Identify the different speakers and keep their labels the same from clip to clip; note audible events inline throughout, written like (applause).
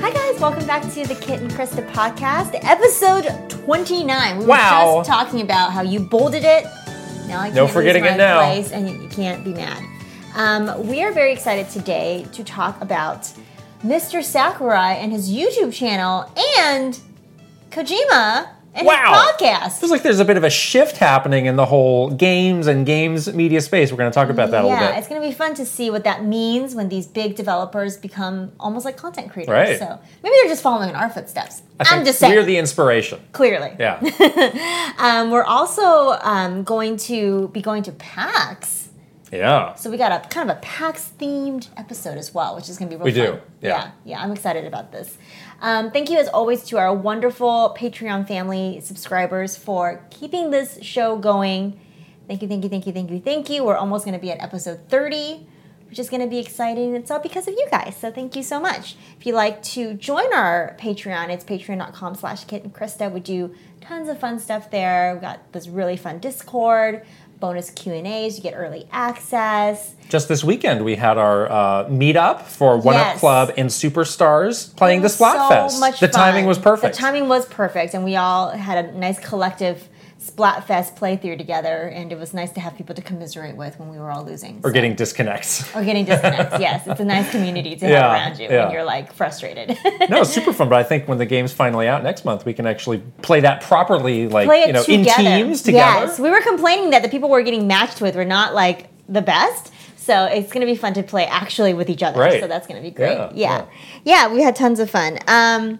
Speaker 1: Hi guys, welcome back to the Kit and Krista podcast, episode 29. We
Speaker 2: Wow.
Speaker 1: were just talking about how you bolded it. Now I can't
Speaker 2: No forgetting
Speaker 1: lose my
Speaker 2: it now.
Speaker 1: place, and you can't be mad. Um, we are very excited today to talk about Mr. Sakurai and his YouTube channel, and Kojima and
Speaker 2: Wow.
Speaker 1: his podcast.
Speaker 2: Feels like there's a bit of a shift happening in the whole games and games media space. We're going to talk about that a
Speaker 1: yeah,
Speaker 2: little
Speaker 1: it's
Speaker 2: bit.
Speaker 1: going to be fun to see what that means when these big developers become almost like content creators.
Speaker 2: Right.
Speaker 1: So maybe they're just following in our footsteps.
Speaker 2: I
Speaker 1: I'm
Speaker 2: think
Speaker 1: just saying.
Speaker 2: We're the inspiration.
Speaker 1: clearly. (laughs)
Speaker 2: Yeah.
Speaker 1: Um, we're also um, going to be going to PAX.
Speaker 2: yeah.
Speaker 1: So we got a kind of a PAX themed episode as well, which is going to be real
Speaker 2: We
Speaker 1: fun.
Speaker 2: do, yeah.
Speaker 1: yeah. Yeah, I'm excited about this. Um, thank you as always to our wonderful Patreon family subscribers for keeping this show going. Thank you, thank you, thank you, thank you, thank you. We're almost going to be at episode 30, which is going to be exciting. It's all because of you guys, so thank you so much. If you'd like to join our Patreon, it's patreon.com slash Kit and Krista. We do tons of fun stuff there. We've got this really fun Discord, bonus Q&As, you get early access.
Speaker 2: Just this weekend, we had our uh, meetup for One
Speaker 1: Yes.
Speaker 2: Up Club and Superstars playing the
Speaker 1: was
Speaker 2: Splatfest.
Speaker 1: So much
Speaker 2: the
Speaker 1: fun.
Speaker 2: timing was perfect.
Speaker 1: The timing was perfect, and we all had a nice collective Splatfest playthrough together, and it was nice to have people to commiserate with when we were all losing.
Speaker 2: We're getting
Speaker 1: (laughs)
Speaker 2: disconnects. (laughs)
Speaker 1: or getting disconnects. yes, it's a nice community to have
Speaker 2: Yeah,
Speaker 1: around you
Speaker 2: yeah.
Speaker 1: when you're like frustrated. (laughs)
Speaker 2: no, it's super fun. But I think when the game's finally out next month, we can actually play that properly, like
Speaker 1: Play it
Speaker 2: you know,
Speaker 1: together.
Speaker 2: in teams together.
Speaker 1: Yes, we were complaining that the people we're getting matched with were not like the best. So it's going to be fun to play actually with each other.
Speaker 2: Right.
Speaker 1: So that's going to be great.
Speaker 2: Yeah,
Speaker 1: Yeah. yeah, we had tons of fun. Um,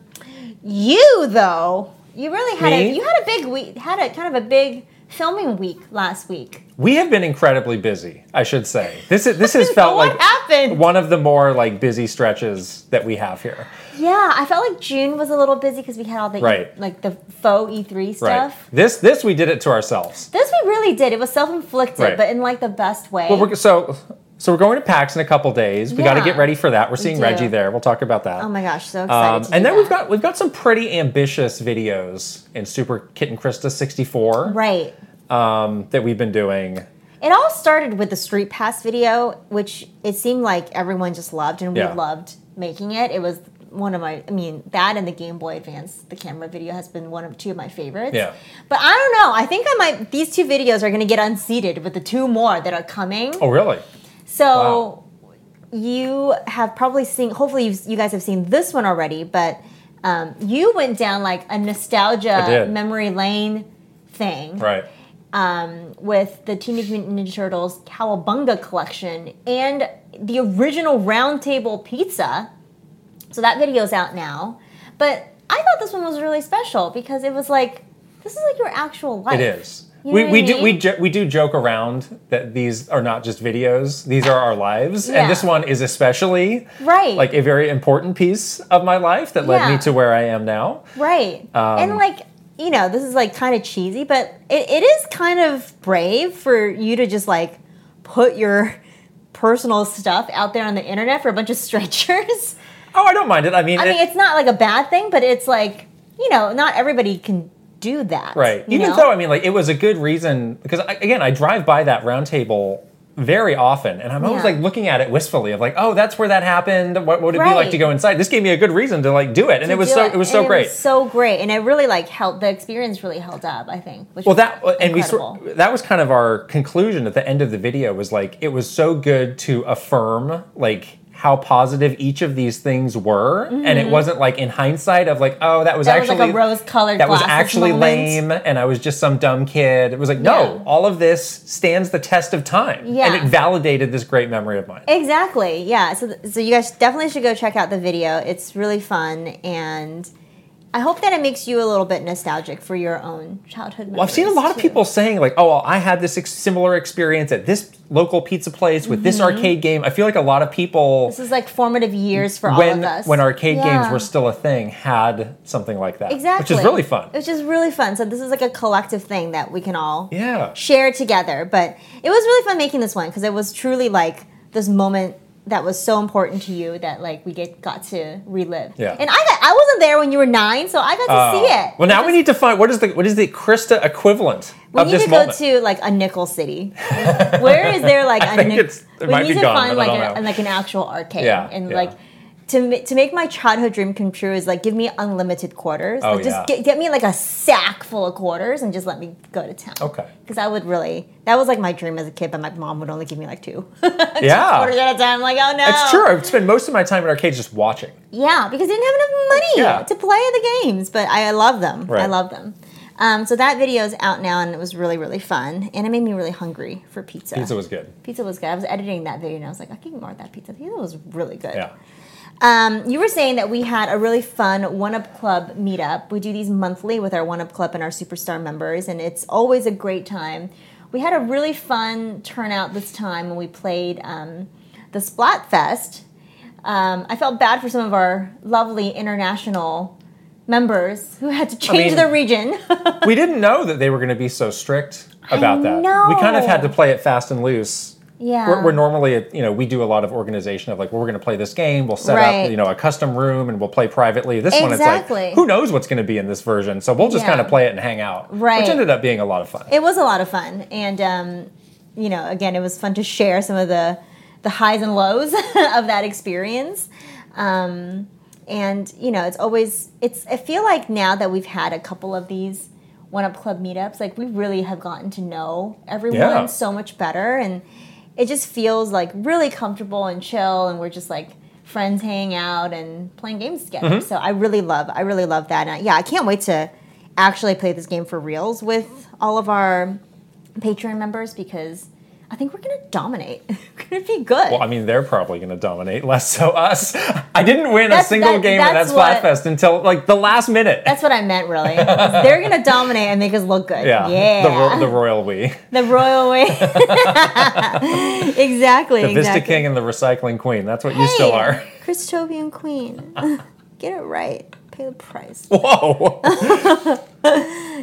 Speaker 1: you though, you really had a
Speaker 2: Me?
Speaker 1: you had a big week, had a kind of a big filming week last week.
Speaker 2: We have been incredibly busy, I should say. This
Speaker 1: (laughs)
Speaker 2: is this has felt
Speaker 1: What
Speaker 2: like
Speaker 1: happened?
Speaker 2: one of the more like busy stretches that we have here.
Speaker 1: Yeah, I felt like June was a little busy because we had all the E-
Speaker 2: Right.
Speaker 1: like the faux E3
Speaker 2: Right.
Speaker 1: stuff.
Speaker 2: This this we did it to ourselves.
Speaker 1: This we really did. It was self inflicted,
Speaker 2: Right.
Speaker 1: but in like the best way.
Speaker 2: But we're, so so we're going to PAX in a couple days. We got to
Speaker 1: Yeah.
Speaker 2: get ready for that. We're seeing
Speaker 1: do.
Speaker 2: Reggie there. We'll talk about that.
Speaker 1: oh my gosh, so excited!
Speaker 2: um,
Speaker 1: to do
Speaker 2: and then we've
Speaker 1: that.
Speaker 2: got we've got some pretty ambitious videos in Super Kit and Krista 64
Speaker 1: right.
Speaker 2: um, that we've been doing.
Speaker 1: It all started with the Street Pass video, which it seemed like everyone just loved, and
Speaker 2: Yeah.
Speaker 1: we loved making it. It was one of my, I mean, that and the Game Boy Advance, the camera video has been one of two of my favorites.
Speaker 2: Yeah.
Speaker 1: But I don't know. I think I might. These two videos are going to get unseated with the two more that are coming.
Speaker 2: Oh really?
Speaker 1: So you have probably seen. Hopefully, you've, you guys have seen this one already. But um, you went down like a
Speaker 2: I
Speaker 1: nostalgia
Speaker 2: did.
Speaker 1: memory lane thing
Speaker 2: Right.
Speaker 1: um, with the Teenage Mutant Ninja Turtles Cowabunga collection and the original Round Table Pizza. So that video's out now. But I thought this one was really special because it was like this is like your actual life.
Speaker 2: It is.
Speaker 1: You know
Speaker 2: we
Speaker 1: what I
Speaker 2: we do
Speaker 1: mean?
Speaker 2: we jo- we do joke around that these are not just videos; these are our lives,
Speaker 1: Yeah.
Speaker 2: and this one is especially
Speaker 1: Right.
Speaker 2: like a very important piece of my life that led
Speaker 1: Yeah.
Speaker 2: me to where I am now.
Speaker 1: Right.
Speaker 2: Um,
Speaker 1: and like, you know, this is like kind of cheesy, but it, it is kind of brave for you to just like put your (laughs) personal stuff out there on the internet for a bunch of stretchers.
Speaker 2: Oh, I don't mind it. I mean,
Speaker 1: I
Speaker 2: it-
Speaker 1: mean, it's not like a bad thing, but it's like, you know, not everybody can do that.
Speaker 2: right.
Speaker 1: You
Speaker 2: Even
Speaker 1: know?
Speaker 2: though I mean, like, it was a good reason because I, again, I drive by that round table very often, and I'm always
Speaker 1: Yeah.
Speaker 2: like looking at it wistfully of like, oh, that's where that happened. What would it be
Speaker 1: Right.
Speaker 2: like to go inside? This gave me a good reason to like do it, and
Speaker 1: To
Speaker 2: it was
Speaker 1: do
Speaker 2: so it, was
Speaker 1: and
Speaker 2: so great.
Speaker 1: so great. And it really like held the experience really held up, I think. Which
Speaker 2: well
Speaker 1: was
Speaker 2: that uh, and we
Speaker 1: incredible.
Speaker 2: sort, that was kind of our conclusion at the end of the video was like it was so good to affirm like how positive each of these things were and it wasn't like in hindsight of like oh that was
Speaker 1: Mm-hmm. That was
Speaker 2: actually
Speaker 1: like a rose-colored
Speaker 2: that was
Speaker 1: glasses
Speaker 2: actually
Speaker 1: moment.
Speaker 2: lame and i was just some dumb kid it was like no
Speaker 1: Yeah.
Speaker 2: all of this stands the test of time
Speaker 1: Yeah.
Speaker 2: and it validated this great memory of mine
Speaker 1: Exactly. Yeah. So, th- so you guys definitely should go check out the video. It's really fun, and I hope that it makes you a little bit nostalgic for your own childhood.
Speaker 2: Well, I've seen a
Speaker 1: memories,
Speaker 2: lot of
Speaker 1: too.
Speaker 2: people saying like, "Oh, well, I had this ex- similar experience at this local pizza place with this
Speaker 1: Mm-hmm.
Speaker 2: arcade game." I feel like a lot of people
Speaker 1: This is like formative years for all
Speaker 2: when
Speaker 1: of us.
Speaker 2: when arcade games
Speaker 1: Yeah.
Speaker 2: were still a thing had something like that
Speaker 1: exactly,
Speaker 2: which is really fun
Speaker 1: Which is really fun. So this is like a collective thing that we can all
Speaker 2: yeah
Speaker 1: share together. But it was really fun making this one because it was truly like this moment that was so important to you that like we get got to relive.
Speaker 2: Yeah. Oh,
Speaker 1: And I got, I wasn't there when you were nine, so I got to see it.
Speaker 2: well now we need to find what is the what is the krista equivalent
Speaker 1: We
Speaker 2: of
Speaker 1: need
Speaker 2: this
Speaker 1: to
Speaker 2: moment
Speaker 1: go to like a nickel city. Where is there like a
Speaker 2: think
Speaker 1: nic-
Speaker 2: (laughs) it's- it
Speaker 1: we
Speaker 2: might
Speaker 1: need
Speaker 2: be
Speaker 1: to
Speaker 2: gone,
Speaker 1: find
Speaker 2: but
Speaker 1: like
Speaker 2: I don't
Speaker 1: a,
Speaker 2: know.
Speaker 1: like an actual arcade
Speaker 2: Yeah,
Speaker 1: and
Speaker 2: yeah.
Speaker 1: like to ma- to make my childhood dream come true is like give me unlimited quarters.
Speaker 2: Oh,
Speaker 1: like just
Speaker 2: yeah.
Speaker 1: get, get me like a sack full of quarters and just let me go to town.
Speaker 2: Okay.
Speaker 1: Because I would really that was like my dream as a kid, but my mom would only give me like two. (laughs)
Speaker 2: Yeah.
Speaker 1: quarters at a time. I'm like, oh no.
Speaker 2: It's true. I spend most of my time in arcades just watching.
Speaker 1: Yeah, because I didn't have enough money
Speaker 2: Yeah.
Speaker 1: to play the games, but I love them. I
Speaker 2: Right.
Speaker 1: love them. Um, so that video is out now, and it was really, really fun, and it made me really hungry for pizza.
Speaker 2: Pizza was good.
Speaker 1: Pizza was good. I was editing that video, and I was like, I can ignore that pizza. Pizza was really good.
Speaker 2: Yeah.
Speaker 1: Um, you were saying that we had a really fun One Up Club meetup. We do these monthly with our One Up Club and our Superstar members, and it's always a great time. We had a really fun turnout this time when we played um, the Splatfest. Um, I felt bad for some of our lovely international members who had to change
Speaker 2: mean,
Speaker 1: their region.
Speaker 2: we didn't know that they were going to be so strict about that. We kind of
Speaker 1: know.
Speaker 2: had to play it fast and loose.
Speaker 1: yeah.
Speaker 2: (laughs) We're, we're normally, you know, we do a lot of organization of like, well, we're going to play this game. We'll set
Speaker 1: Right.
Speaker 2: up, you know, a custom room and we'll play privately. This one, it's
Speaker 1: Exactly.
Speaker 2: like, who knows what's going to be in this version? So we'll just
Speaker 1: Yeah.
Speaker 2: kind of play it and hang out,
Speaker 1: Right.
Speaker 2: Which ended up being a lot of fun.
Speaker 1: it was a lot of fun and um, you know again it was fun to share some of the the highs and lows (laughs) of that experience um, and you know it's always it's i feel like now that we've had a couple of these one up club meetups like we really have gotten to know everyone
Speaker 2: Yeah.
Speaker 1: so much better and it just feels like really comfortable and chill and we're just like friends hanging out and playing games together so i really love i really love that and I, yeah i can't wait to actually play this game for reals with all of our patreon members because i think we're gonna dominate (laughs) we're gonna be good
Speaker 2: Well, I mean, they're probably going to dominate less so us. I didn't win
Speaker 1: That's-
Speaker 2: a single
Speaker 1: that-
Speaker 2: game at that
Speaker 1: that's what-
Speaker 2: Splatfest until like the last minute.
Speaker 1: that's what i meant really they're gonna dominate and make us look good
Speaker 2: (laughs) yeah.
Speaker 1: yeah,
Speaker 2: The, ro- the royal we.
Speaker 1: The royal
Speaker 2: (laughs)
Speaker 1: way exactly
Speaker 2: The Vista
Speaker 1: exactly
Speaker 2: King and the Recycling Queen. That's what you still
Speaker 1: Hey,
Speaker 2: are.
Speaker 1: Christopian queen. (laughs) Get it right. Pay the price.
Speaker 2: (laughs) Whoa.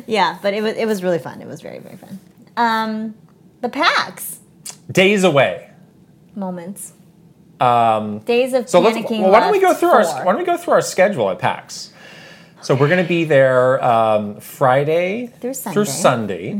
Speaker 1: Yeah, but it was it was really fun. It was very very fun. Um, the packs
Speaker 2: Days away.
Speaker 1: moments. Um, Days of
Speaker 2: So let's.
Speaker 1: panicking.
Speaker 2: Well, why don't we go
Speaker 1: left
Speaker 2: through
Speaker 1: four.
Speaker 2: our why don't we go through our schedule at PAX? So we're going to be there um, Friday
Speaker 1: Through Mm-hmm.
Speaker 2: Sunday.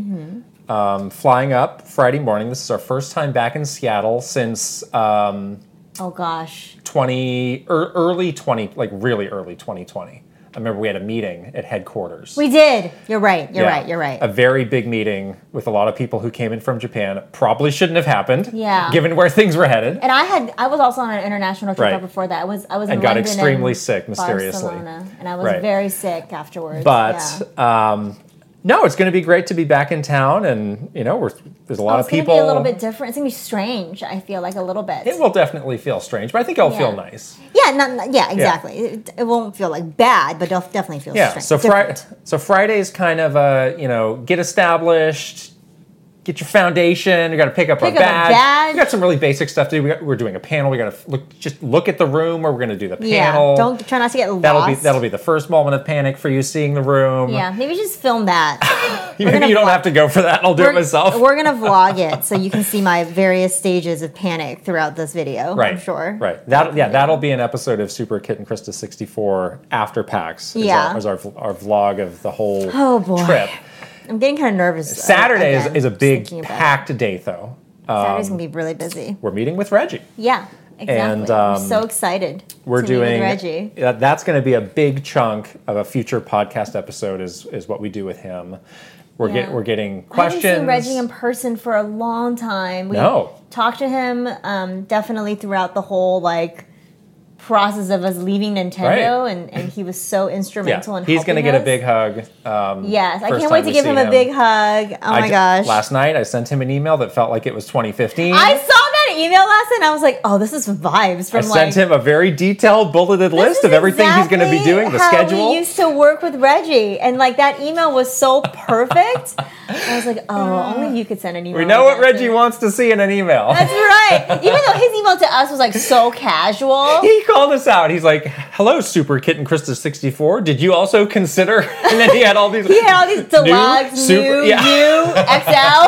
Speaker 2: Um, flying up Friday morning. This is our first time back in Seattle since um,
Speaker 1: Oh gosh.
Speaker 2: 20 er, early 20 like really early 2020. I remember we had a meeting at headquarters.
Speaker 1: We did. You're right. You're
Speaker 2: Yeah.
Speaker 1: right. You're right.
Speaker 2: A very big meeting with a lot of people who came in from Japan. Probably shouldn't have happened.
Speaker 1: Yeah.
Speaker 2: Given where things were headed.
Speaker 1: and I had I was also on an international trip
Speaker 2: Right.
Speaker 1: before that. I was I was
Speaker 2: And
Speaker 1: in
Speaker 2: got
Speaker 1: London
Speaker 2: extremely
Speaker 1: and
Speaker 2: sick mysteriously.
Speaker 1: Barcelona, and I was
Speaker 2: Right.
Speaker 1: very sick afterwards.
Speaker 2: But
Speaker 1: yeah.
Speaker 2: um, no, it's going to be great to be back in town, and you know, we're, there's a lot
Speaker 1: Oh, it's
Speaker 2: of
Speaker 1: gonna
Speaker 2: people.
Speaker 1: be a little bit different. It's gonna be strange. I feel like a little bit.
Speaker 2: it will definitely feel strange, but I think it'll
Speaker 1: Yeah.
Speaker 2: feel nice.
Speaker 1: Yeah, not, not- yeah, exactly. It, it won't feel like bad, but it'll definitely feel
Speaker 2: Yeah.
Speaker 1: strange.
Speaker 2: so Friday,
Speaker 1: different.
Speaker 2: so Friday's kind of a you know get established. Get your foundation. We got to pick up
Speaker 1: Pick
Speaker 2: our
Speaker 1: up a
Speaker 2: badge.
Speaker 1: badge.
Speaker 2: We got some really basic stuff to do. We got, we're doing a panel. We got to look, just look at the room where we're going to do the
Speaker 1: yeah,
Speaker 2: panel.
Speaker 1: don't try not to get
Speaker 2: that'll
Speaker 1: lost.
Speaker 2: be that'll be the first moment of panic for you seeing the room.
Speaker 1: yeah, maybe just film
Speaker 2: (laughs)
Speaker 1: that.
Speaker 2: Maybe
Speaker 1: gonna
Speaker 2: (laughs) you don't
Speaker 1: vlog-
Speaker 2: have to go for that. I'll do it myself.
Speaker 1: We're gonna vlog it so you can see my various stages of panic throughout this video.
Speaker 2: Right.
Speaker 1: I'm sure.
Speaker 2: Right. That yeah, that'll be an episode of Super Kit and Krista 64 after PAX. is
Speaker 1: Yeah.
Speaker 2: Our, is our, our vlog of the whole
Speaker 1: Oh, boy.
Speaker 2: trip.
Speaker 1: I'm getting kind of nervous. uh,
Speaker 2: Saturday is,
Speaker 1: again,
Speaker 2: is a
Speaker 1: just
Speaker 2: big
Speaker 1: thinking about it.
Speaker 2: packed day though.
Speaker 1: Saturday's gonna be really busy.
Speaker 2: We're meeting with Reggie.
Speaker 1: Yeah, exactly.
Speaker 2: and,
Speaker 1: I'm
Speaker 2: um,
Speaker 1: so excited. to
Speaker 2: We're
Speaker 1: meet with
Speaker 2: doing
Speaker 1: Reggie.
Speaker 2: yeah, that's going to be a big chunk of a future podcast episode is is what we do with him. We're
Speaker 1: Yeah.
Speaker 2: get we're getting
Speaker 1: I
Speaker 2: questions.
Speaker 1: haven't seen Reggie in person for a long time. We
Speaker 2: No.
Speaker 1: talked to him um, definitely throughout the whole like process of us leaving Nintendo, and, and he was so instrumental
Speaker 2: yeah,
Speaker 1: in
Speaker 2: he's going to
Speaker 1: helping
Speaker 2: get a
Speaker 1: us.
Speaker 2: big hug. Um,
Speaker 1: yes. I
Speaker 2: first
Speaker 1: can't wait
Speaker 2: time
Speaker 1: to
Speaker 2: we
Speaker 1: give him
Speaker 2: see
Speaker 1: a
Speaker 2: him.
Speaker 1: big hug. Oh
Speaker 2: I
Speaker 1: my
Speaker 2: ju-
Speaker 1: gosh!
Speaker 2: Last night I sent him an email that felt like it was 2015.
Speaker 1: I saw that email last night. and I was like, oh, this is vibes from
Speaker 2: I
Speaker 1: like.
Speaker 2: sent him a very detailed bulleted
Speaker 1: this
Speaker 2: list
Speaker 1: is
Speaker 2: of everything he's going to be
Speaker 1: exactly
Speaker 2: doing, the
Speaker 1: how
Speaker 2: schedule.
Speaker 1: We used to work with Reggie, and like that email was so perfect. I was like,
Speaker 2: (sighs)
Speaker 1: oh, only you could send an email.
Speaker 2: we know
Speaker 1: like
Speaker 2: what
Speaker 1: that to
Speaker 2: Reggie wants to see in an email. (laughs)
Speaker 1: That's right. Even though his email to us was like so
Speaker 2: (laughs)
Speaker 1: casual.
Speaker 2: he called us out. He's like, "Hello, Super Kit and Krista 64. Did you also consider?" (laughs) And then he had all these.
Speaker 1: He had all these deluxe, new,
Speaker 2: super-
Speaker 1: new,
Speaker 2: yeah.
Speaker 1: XL.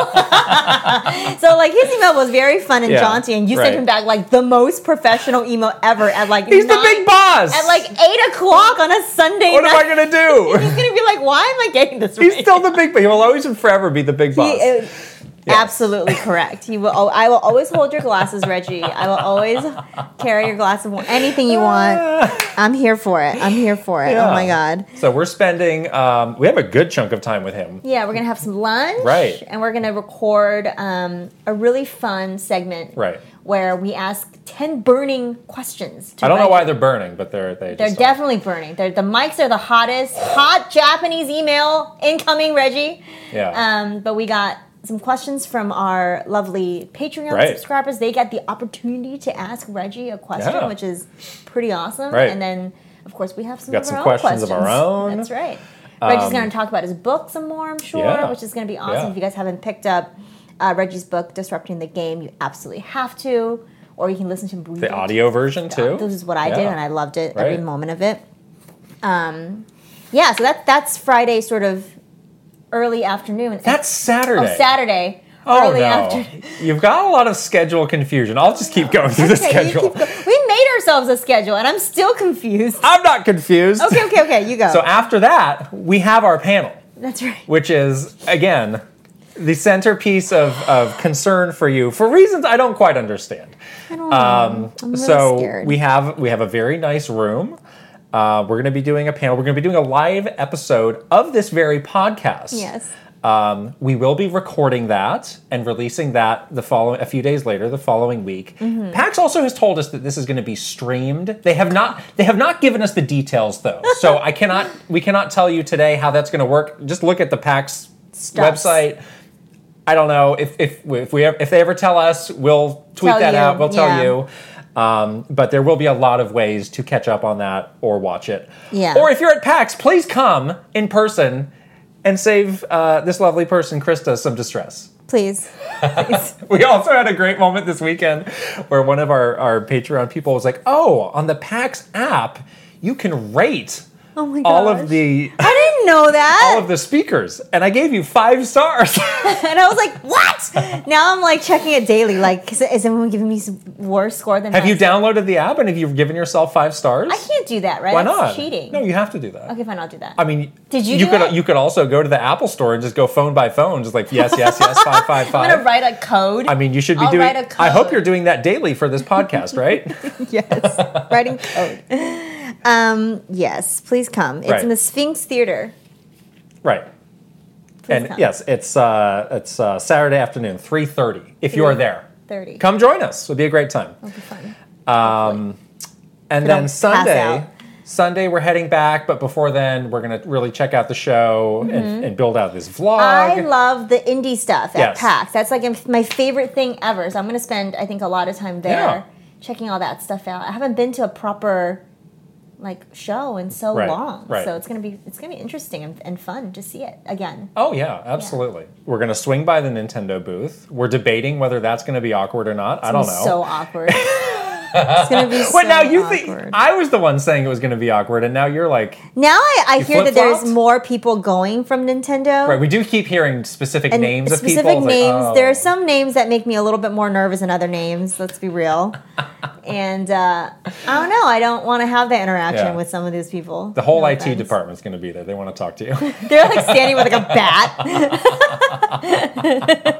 Speaker 1: (laughs) so like his email was very fun and
Speaker 2: Yeah,
Speaker 1: jaunty, and you sent
Speaker 2: right.
Speaker 1: him back like the most professional email ever at like
Speaker 2: (laughs) He's the
Speaker 1: nine-
Speaker 2: big boss.
Speaker 1: at like eight o'clock on a Sunday
Speaker 2: what am
Speaker 1: (laughs)
Speaker 2: I
Speaker 1: night.
Speaker 2: gonna do?
Speaker 1: He's gonna be like, why am I getting this?
Speaker 2: He's
Speaker 1: right
Speaker 2: still
Speaker 1: now?
Speaker 2: the big. He will always and forever be the big boss.
Speaker 1: He- it-
Speaker 2: Yes.
Speaker 1: absolutely correct. You will. al- I will always hold your glasses, Reggie. I will always carry your glass of wa- anything you want. I'm here for it. I'm here for it. Oh my
Speaker 2: Yeah.
Speaker 1: god.
Speaker 2: Ah. So we're spending, um, we have a good chunk of time with him.
Speaker 1: Yeah, we're gonna have some lunch,
Speaker 2: Right.
Speaker 1: And we're gonna record um, a really fun segment,
Speaker 2: Right.
Speaker 1: Where we ask ten burning questions. To
Speaker 2: I don't know
Speaker 1: Reggie.
Speaker 2: why they're burning, but they're they
Speaker 1: They're
Speaker 2: just are.
Speaker 1: definitely burning. They're, the mics are the hottest. Hot Japanese email incoming, Reggie.
Speaker 2: yeah.
Speaker 1: Um, but we got some questions from our lovely Patreon
Speaker 2: Right.
Speaker 1: subscribers. They got the opportunity to ask Reggie a question,
Speaker 2: Yeah.
Speaker 1: which is pretty awesome.
Speaker 2: Right.
Speaker 1: And then, of course, we have some,
Speaker 2: got
Speaker 1: of
Speaker 2: some
Speaker 1: our
Speaker 2: questions
Speaker 1: own
Speaker 2: of our own. Um,
Speaker 1: That's right. Reggie's going to talk about his book some more, I'm sure,
Speaker 2: Yeah.
Speaker 1: which is going to be awesome.
Speaker 2: Yeah.
Speaker 1: If you guys haven't picked up uh, Reggie's book, Disrupting the Game, you absolutely have to. Or you can listen to him read
Speaker 2: the
Speaker 1: it.
Speaker 2: audio version too.
Speaker 1: This is what I did,
Speaker 2: Yeah.
Speaker 1: and I loved it every
Speaker 2: Right.
Speaker 1: moment of it. Um, yeah, so that that's Friday, sort of early afternoon.
Speaker 2: That's
Speaker 1: oh,
Speaker 2: Saturday.
Speaker 1: Saturday.
Speaker 2: Oh,
Speaker 1: early
Speaker 2: no.
Speaker 1: afternoon.
Speaker 2: You've got a lot of schedule confusion. I'll just keep going through (laughs) the
Speaker 1: Okay, you
Speaker 2: schedule.
Speaker 1: keep go- we made ourselves a schedule, and I'm still confused.
Speaker 2: I'm not confused.
Speaker 1: Okay, okay, okay. You go.
Speaker 2: So after that, we have our panel,
Speaker 1: that's right.
Speaker 2: which is again the centerpiece of, of concern for you for reasons I don't quite understand. Um,
Speaker 1: I don't
Speaker 2: uh,
Speaker 1: know. Mm, I'm really
Speaker 2: so
Speaker 1: scared.
Speaker 2: we have we have a very nice room. Uh, we're going to be doing a panel. We're going to be doing a live episode of this very podcast.
Speaker 1: yes.
Speaker 2: Um, we will be recording that and releasing that the following a few days later, the following week.
Speaker 1: Mm-hmm.
Speaker 2: PAX also has told us that this is going to be streamed. They have not they have not given us the details
Speaker 1: (laughs)
Speaker 2: though, so I cannot we cannot tell you today how that's going to work. Just look at the PAX
Speaker 1: Stuffs.
Speaker 2: website. I don't know if if if we if they ever tell us, we'll tweet
Speaker 1: Tell
Speaker 2: that
Speaker 1: you,
Speaker 2: out. We'll tell
Speaker 1: yeah.
Speaker 2: you. Um, but there will be a lot of ways to catch up on that or watch it.
Speaker 1: Yeah.
Speaker 2: Or if you're at PAX, please come in person and save uh, this lovely person, Krista, some distress. (laughs)
Speaker 1: Please. Please.
Speaker 2: We also had a great moment this weekend where one of our, our Patreon people was like, oh, on the PAX app, you can rate
Speaker 1: Oh my god.
Speaker 2: all of the
Speaker 1: I didn't know that.
Speaker 2: all of the speakers. And I gave you five stars. (laughs)
Speaker 1: and I was like, "What?" Now I'm like checking it daily. Like, is, is anyone giving me some worse score than?
Speaker 2: have you
Speaker 1: Matt's?
Speaker 2: downloaded the app and have you given yourself five stars?
Speaker 1: I can't do that, right?
Speaker 2: Why
Speaker 1: That's
Speaker 2: not?
Speaker 1: Cheating.
Speaker 2: No, you have to do that.
Speaker 1: okay, fine. I'll do that.
Speaker 2: I mean,
Speaker 1: Did you
Speaker 2: You
Speaker 1: do
Speaker 2: could
Speaker 1: it?
Speaker 2: you could also go to the Apple Store and just go phone by phone, just like yes, yes, yes, five,
Speaker 1: (laughs)
Speaker 2: five,
Speaker 1: I'm gonna
Speaker 2: five.
Speaker 1: write a code.
Speaker 2: I mean, you should be
Speaker 1: I'll
Speaker 2: doing.
Speaker 1: write a
Speaker 2: I hope
Speaker 1: code.
Speaker 2: you're doing that daily for this podcast, right?
Speaker 1: (laughs)
Speaker 2: (laughs)
Speaker 1: yes, writing code. Um, yes, please come. It's
Speaker 2: Right.
Speaker 1: in the Sphinx Theater.
Speaker 2: right. and
Speaker 1: come.
Speaker 2: yes, it's uh, it's uh, Saturday afternoon, three thirty. If you are there,
Speaker 1: Thirty.
Speaker 2: come join us. It'll be a great time.
Speaker 1: It'll be fun.
Speaker 2: And
Speaker 1: don't
Speaker 2: then
Speaker 1: pass out.
Speaker 2: Sunday, Sunday we're heading back, but before then we're gonna really check out the show and, and build out this vlog.
Speaker 1: Mm-hmm. I love the indie stuff at
Speaker 2: Oh, Yes.
Speaker 1: PAX. That's like my favorite thing ever. So I'm gonna spend, I think, a lot of time there
Speaker 2: Yeah.
Speaker 1: checking all that stuff out. I haven't been to a proper like show in so
Speaker 2: Right,
Speaker 1: long,
Speaker 2: right.
Speaker 1: so it's gonna be it's gonna be interesting and, and fun to see it again.
Speaker 2: Oh yeah, absolutely. We're gonna swing by the Nintendo booth. We're debating whether that's gonna be awkward or not. I don't know.
Speaker 1: So
Speaker 2: (laughs)
Speaker 1: awkward. it's gonna be. so
Speaker 2: but now you
Speaker 1: awkward.
Speaker 2: think I was the one saying it was gonna be awkward, and now you're like,
Speaker 1: Now I, I hear that there's
Speaker 2: flip-flopped?
Speaker 1: more people going from Nintendo.
Speaker 2: right? We do keep hearing specific
Speaker 1: and
Speaker 2: names of
Speaker 1: specific
Speaker 2: people. It's like,
Speaker 1: names.
Speaker 2: oh.
Speaker 1: There are some names that make me a little bit more nervous than other names. Let's be
Speaker 2: (laughs)
Speaker 1: real. and uh, I don't know. I don't want to have that interaction
Speaker 2: Yeah.
Speaker 1: with some of these people.
Speaker 2: The whole
Speaker 1: No
Speaker 2: IT
Speaker 1: offense.
Speaker 2: department's gonna be there. They want to talk
Speaker 1: (laughs)
Speaker 2: to you.
Speaker 1: They're like standing with like a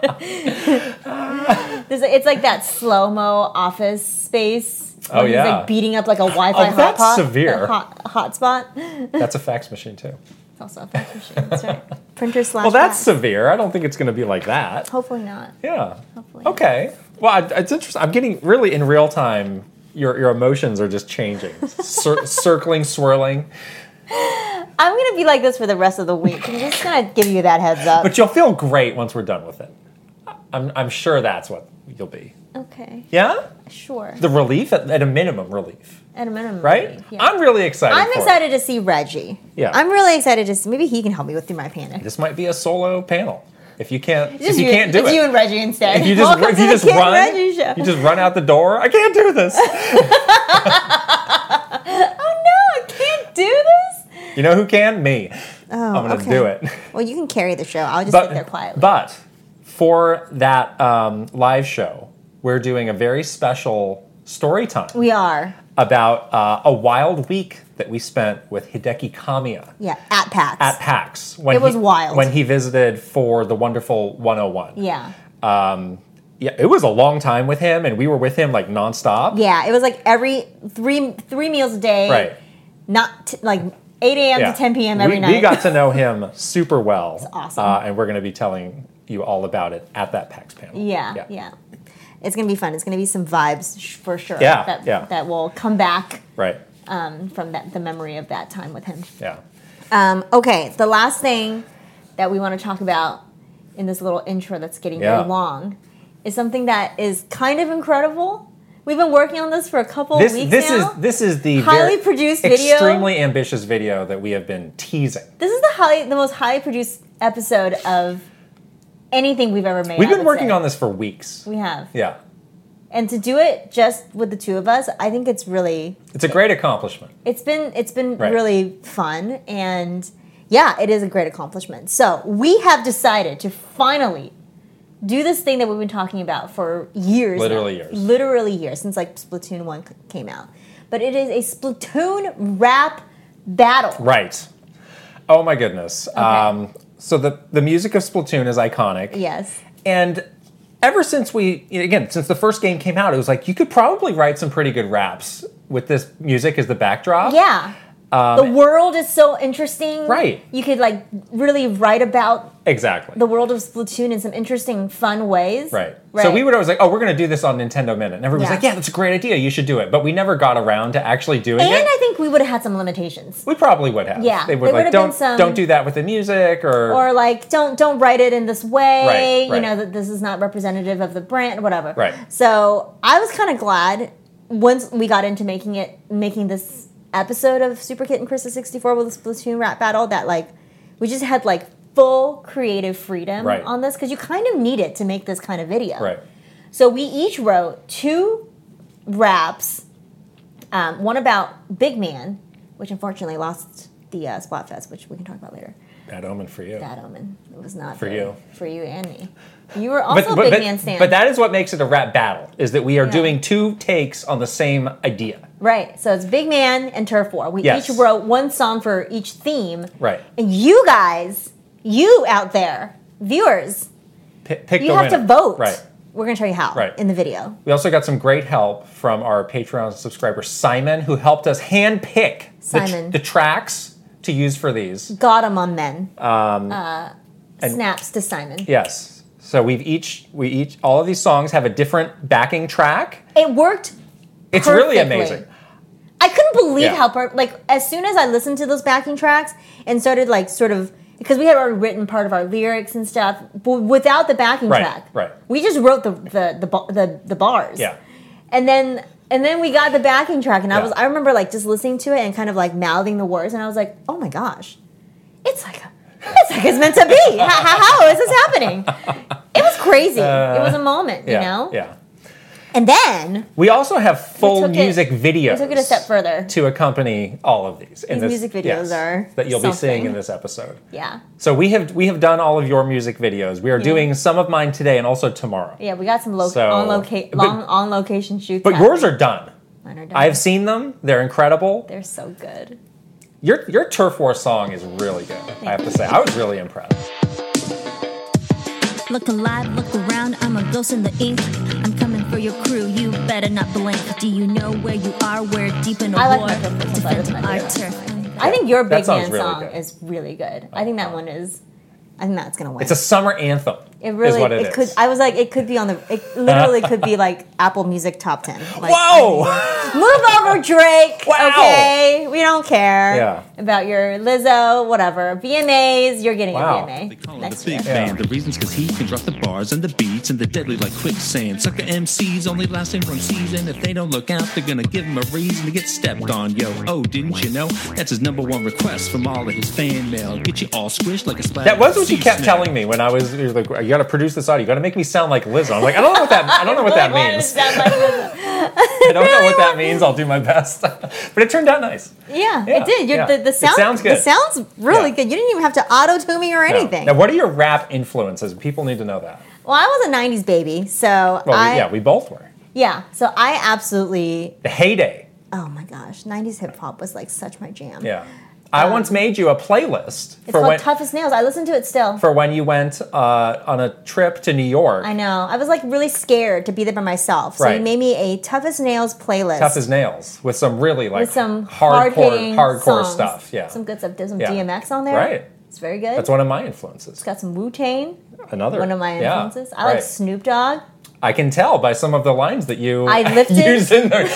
Speaker 1: bat.
Speaker 2: (laughs)
Speaker 1: There's a- it's like that slow mo office space.
Speaker 2: Oh,
Speaker 1: when he's,
Speaker 2: yeah.
Speaker 1: like beating up like a Wi-Fi
Speaker 2: Oh, that's
Speaker 1: hotspot,
Speaker 2: severe.
Speaker 1: the Hot, hotspot.
Speaker 2: that's a fax machine too.
Speaker 1: It's also a fax machine. That's right. Printer slash.
Speaker 2: Well, that's
Speaker 1: fax.
Speaker 2: severe. I don't think it's gonna be like that.
Speaker 1: hopefully not.
Speaker 2: Yeah.
Speaker 1: Hopefully. not.
Speaker 2: Okay. Well, I- it's interesting. I'm getting really in real time. Your your emotions are just changing, Cir- (laughs) circling, swirling.
Speaker 1: I'm gonna be like this for the rest of the week. I'm just gonna give you that heads up.
Speaker 2: (laughs) But you'll feel great once we're done with it. I'm I'm sure that's what you'll be.
Speaker 1: okay,
Speaker 2: Yeah.
Speaker 1: sure.
Speaker 2: The relief at, at a minimum relief.
Speaker 1: At a minimum,
Speaker 2: right?
Speaker 1: yeah.
Speaker 2: I'm really excited.
Speaker 1: I'm
Speaker 2: for it.
Speaker 1: excited to see Reggie.
Speaker 2: Yeah.
Speaker 1: I'm really excited to see. Maybe he can help me with through my panic.
Speaker 2: This might be a solo panel. If you can't, if
Speaker 1: Just
Speaker 2: you, can't do
Speaker 1: it's
Speaker 2: it,
Speaker 1: you and Reggie instead.
Speaker 2: if you just
Speaker 1: Welcome
Speaker 2: if
Speaker 1: to
Speaker 2: you
Speaker 1: the
Speaker 2: just
Speaker 1: Kid
Speaker 2: run,
Speaker 1: Reggie show.
Speaker 2: you just run out the door. I can't
Speaker 1: (laughs)
Speaker 2: do this.
Speaker 1: oh no, I can't do this.
Speaker 2: you know who can? Me.
Speaker 1: Oh,
Speaker 2: I'm gonna do it.
Speaker 1: Well, you can carry the show. I'll just sit there quietly.
Speaker 2: but for that um, live show, we're doing a very special story time
Speaker 1: we are,
Speaker 2: about uh, a wild week that we spent with Hideki Kamiya.
Speaker 1: yeah, at PAX.
Speaker 2: At PAX, when
Speaker 1: It was
Speaker 2: he,
Speaker 1: wild.
Speaker 2: when he visited for the wonderful 101.
Speaker 1: yeah,
Speaker 2: Um, yeah, it was a long time with him, and we were with him like nonstop.
Speaker 1: Yeah, it was like every three three meals a day.
Speaker 2: Right.
Speaker 1: Not t- like 8 a.m.
Speaker 2: Yeah.
Speaker 1: to 10 p.m. every
Speaker 2: we,
Speaker 1: night.
Speaker 2: We got to know him super well. It's
Speaker 1: awesome.
Speaker 2: Uh, and we're going to be telling you all about it at that PAX panel.
Speaker 1: yeah, yeah, It's gonna be fun. It's gonna be some vibes sh- for sure.
Speaker 2: Yeah,
Speaker 1: That,
Speaker 2: yeah.
Speaker 1: that will come back
Speaker 2: Right.
Speaker 1: um, from that the memory of that time with him.
Speaker 2: Yeah.
Speaker 1: Um, okay, the last thing that we want to talk about in this little intro that's getting
Speaker 2: Yeah.
Speaker 1: very long is something that is kind of incredible. We've been working on this for a couple
Speaker 2: This
Speaker 1: weeks
Speaker 2: this
Speaker 1: now.
Speaker 2: is this is the
Speaker 1: Highly
Speaker 2: very-
Speaker 1: produced video.
Speaker 2: extremely ambitious video that we have been teasing.
Speaker 1: This is the highly, the most highly produced episode of anything we've ever made.
Speaker 2: We've
Speaker 1: I
Speaker 2: been
Speaker 1: would
Speaker 2: working
Speaker 1: say.
Speaker 2: on this for weeks.
Speaker 1: We have,
Speaker 2: yeah.
Speaker 1: and to do it just with the two of us, I think it's really,
Speaker 2: It's a great accomplishment.
Speaker 1: it's been, it's been
Speaker 2: Right.
Speaker 1: really fun, and yeah, it is a great accomplishment. So we have decided to finally do this thing that we've been talking about for years, now.
Speaker 2: Literally years.
Speaker 1: literally years since like Splatoon One c- came out. But it is a Splatoon rap battle.
Speaker 2: Right. Oh my goodness. Um, so the the music of Splatoon is iconic.
Speaker 1: Yes.
Speaker 2: And ever since we, again, since the first game came out, it was like you could probably write some pretty good raps with this music as the backdrop.
Speaker 1: Yeah. the world is so interesting.
Speaker 2: Um, Right.
Speaker 1: You could like really write about
Speaker 2: Exactly.
Speaker 1: the world of Splatoon in some interesting, fun ways.
Speaker 2: right.
Speaker 1: Right.
Speaker 2: So we would always like, oh, we're going to do this on Nintendo Minute. And everybody's
Speaker 1: Yeah.
Speaker 2: like, yeah, that's a great idea. You should do it. But we never got around to actually doing
Speaker 1: And
Speaker 2: it.
Speaker 1: I think we would have had some limitations,
Speaker 2: we probably would have.
Speaker 1: Yeah,
Speaker 2: They
Speaker 1: there
Speaker 2: would
Speaker 1: would
Speaker 2: like,
Speaker 1: have been
Speaker 2: don't,
Speaker 1: some-
Speaker 2: don't do that with the music or,
Speaker 1: or like don't don't write it in this way.
Speaker 2: Right,
Speaker 1: You
Speaker 2: right.
Speaker 1: know that this is not representative of the brand, whatever.
Speaker 2: Right.
Speaker 1: So I was kind of glad once we got into making it, making this episode of Super Kit and Krista sixty four with the Splatoon rap battle that like we just had like full creative freedom
Speaker 2: Right.
Speaker 1: on this because you kind of need it to make this kind of video.
Speaker 2: right.
Speaker 1: So we each wrote two raps, um, one about Big Man, which unfortunately lost the uh, Splatfest, which we can talk about later.
Speaker 2: Bad omen for you.
Speaker 1: Bad omen. It was not
Speaker 2: For
Speaker 1: good
Speaker 2: you.
Speaker 1: for you and me. You were also a Big Man stand.
Speaker 2: but that is what makes it a rap battle is that we are
Speaker 1: Yeah.
Speaker 2: doing two takes on the same idea.
Speaker 1: right. So it's Big Man and Turf War. We
Speaker 2: Yes.
Speaker 1: each wrote one song for each theme.
Speaker 2: Right.
Speaker 1: And you guys, you out there, viewers,
Speaker 2: P- pick
Speaker 1: you
Speaker 2: the
Speaker 1: have to
Speaker 2: winner.
Speaker 1: vote.
Speaker 2: Right.
Speaker 1: We're gonna show you how
Speaker 2: Right.
Speaker 1: in the video.
Speaker 2: We also got some great help from our Patreon subscriber Simon, who helped us handpick the,
Speaker 1: Simon.
Speaker 2: the tracks to use for these.
Speaker 1: God among men. Um,
Speaker 2: and-
Speaker 1: snaps to Simon.
Speaker 2: Yes. So we've each we each all of these songs have a different backing track.
Speaker 1: It worked
Speaker 2: It's really
Speaker 1: Perfectly.
Speaker 2: amazing.
Speaker 1: I couldn't believe
Speaker 2: Yeah.
Speaker 1: how per- like as soon as I listened to those backing tracks and started like sort of because we had already written part of our lyrics and stuff, but without the backing
Speaker 2: Right,
Speaker 1: track,
Speaker 2: right.
Speaker 1: We just wrote the the the ba- the, the bars,
Speaker 2: Yeah.
Speaker 1: and then and then we got the backing track, and I
Speaker 2: Yeah.
Speaker 1: was I remember like just listening to it and kind of like mouthing the words, and I was like, oh my gosh, it's like a, it's like it's meant to be. how, how, how is this happening? It was crazy. it was a moment,
Speaker 2: Uh, Yeah.
Speaker 1: you know.
Speaker 2: Yeah.
Speaker 1: And then
Speaker 2: We also have full
Speaker 1: took it-
Speaker 2: music videos.
Speaker 1: we took it a step further.
Speaker 2: to accompany all of these. And
Speaker 1: These music videos are
Speaker 2: that you'll be seeing
Speaker 1: something.
Speaker 2: in this episode.
Speaker 1: Yeah.
Speaker 2: So we have we have done all of your music videos. We are doing some of mine today and also tomorrow.
Speaker 1: Yeah, we got some lo-
Speaker 2: So-
Speaker 1: on loca-
Speaker 2: but-
Speaker 1: long on location shoots.
Speaker 2: But yours are done.
Speaker 1: Mine are done.
Speaker 2: I've seen them. They're incredible.
Speaker 1: They're so good.
Speaker 2: Your your turf war song is really good. I have to say, I was really impressed.
Speaker 3: Look alive, look around, I'm a ghost in the ink. I'm coming for your crew, you better not blink. Do you know where you are? We're deep in a
Speaker 1: I like
Speaker 3: war.
Speaker 1: my purple song better
Speaker 3: Defend
Speaker 1: than my
Speaker 3: our
Speaker 1: blue.
Speaker 3: turf.
Speaker 1: I think your
Speaker 2: That
Speaker 1: Big
Speaker 2: sounds
Speaker 1: Man
Speaker 2: really
Speaker 1: song
Speaker 2: good.
Speaker 1: is really good. I think that one is. I think that's gonna win.
Speaker 2: It's a summer anthem.
Speaker 1: it really.
Speaker 2: is what it,
Speaker 1: it could.
Speaker 2: is.
Speaker 1: I was like, it could be on the. It literally could
Speaker 2: (laughs)
Speaker 1: be like Apple Music top ten. Like,
Speaker 2: Whoa!
Speaker 1: Move over, Drake.
Speaker 2: Wow.
Speaker 1: Okay, we don't care
Speaker 2: Yeah.
Speaker 1: about your Lizzo, whatever VMAs. You're getting
Speaker 2: Wow.
Speaker 1: a
Speaker 4: They
Speaker 1: VMA
Speaker 4: call him
Speaker 1: next
Speaker 4: the big
Speaker 1: year.
Speaker 4: man. The reason's cause he can drop the bars and the beats and the deadly like quicksand. Suck the MCs, only last in from season. If they don't look out, they're gonna give him a reason to get stepped on. Yo, oh, didn't you know? That's his number one request from all of his fan mail. Get you all squished like a
Speaker 2: (laughs)
Speaker 4: splash.
Speaker 2: that was what you kept telling me when I was, you were like, you got to produce this audio. You got to make me sound like Lizzo. I'm like, I don't know what that. I don't
Speaker 1: (laughs)
Speaker 2: know what that
Speaker 1: Really wanted
Speaker 2: means.
Speaker 1: to sound like Lizzo.
Speaker 2: I don't know what that means. I'll do my best. (laughs) but it turned out nice.
Speaker 1: Yeah,
Speaker 2: Yeah,
Speaker 1: it did. You're,
Speaker 2: yeah.
Speaker 1: the, the
Speaker 2: It
Speaker 1: sound
Speaker 2: sounds
Speaker 1: The
Speaker 2: good.
Speaker 1: sounds really
Speaker 2: Yeah.
Speaker 1: good. You didn't even have to auto tune me or
Speaker 2: No.
Speaker 1: anything.
Speaker 2: Now, what are your rap influences? People need to know that.
Speaker 1: Well, I was a '90s baby, so
Speaker 2: Well,
Speaker 1: I
Speaker 2: we, yeah, we both were.
Speaker 1: yeah, so I absolutely
Speaker 2: The heyday.
Speaker 1: oh my gosh, '90s hip hop was like such my jam.
Speaker 2: Yeah. I once made you a playlist
Speaker 1: It's
Speaker 2: for
Speaker 1: called
Speaker 2: when
Speaker 1: Tough as Nails. I listen to it still.
Speaker 2: for when you went uh, on a trip to New York.
Speaker 1: I know. I was like really scared to be there by myself. So you
Speaker 2: Right.
Speaker 1: made me a Tough as Nails playlist.
Speaker 2: Tough as nails with some really like
Speaker 1: with some
Speaker 2: hardcore
Speaker 1: hard-hitting
Speaker 2: hardcore
Speaker 1: songs.
Speaker 2: stuff. Yeah,
Speaker 1: Some good stuff. There's some
Speaker 2: Yeah.
Speaker 1: DMX on there.
Speaker 2: Right.
Speaker 1: It's very good.
Speaker 2: that's one of my influences.
Speaker 1: It's got some Wu Tang.
Speaker 2: Another
Speaker 1: One of my
Speaker 2: Yeah.
Speaker 1: influences. I like
Speaker 2: Right.
Speaker 1: Snoop Dogg.
Speaker 2: I can tell by some of the lines that you (laughs)
Speaker 1: I lifted- (laughs)
Speaker 2: used in there.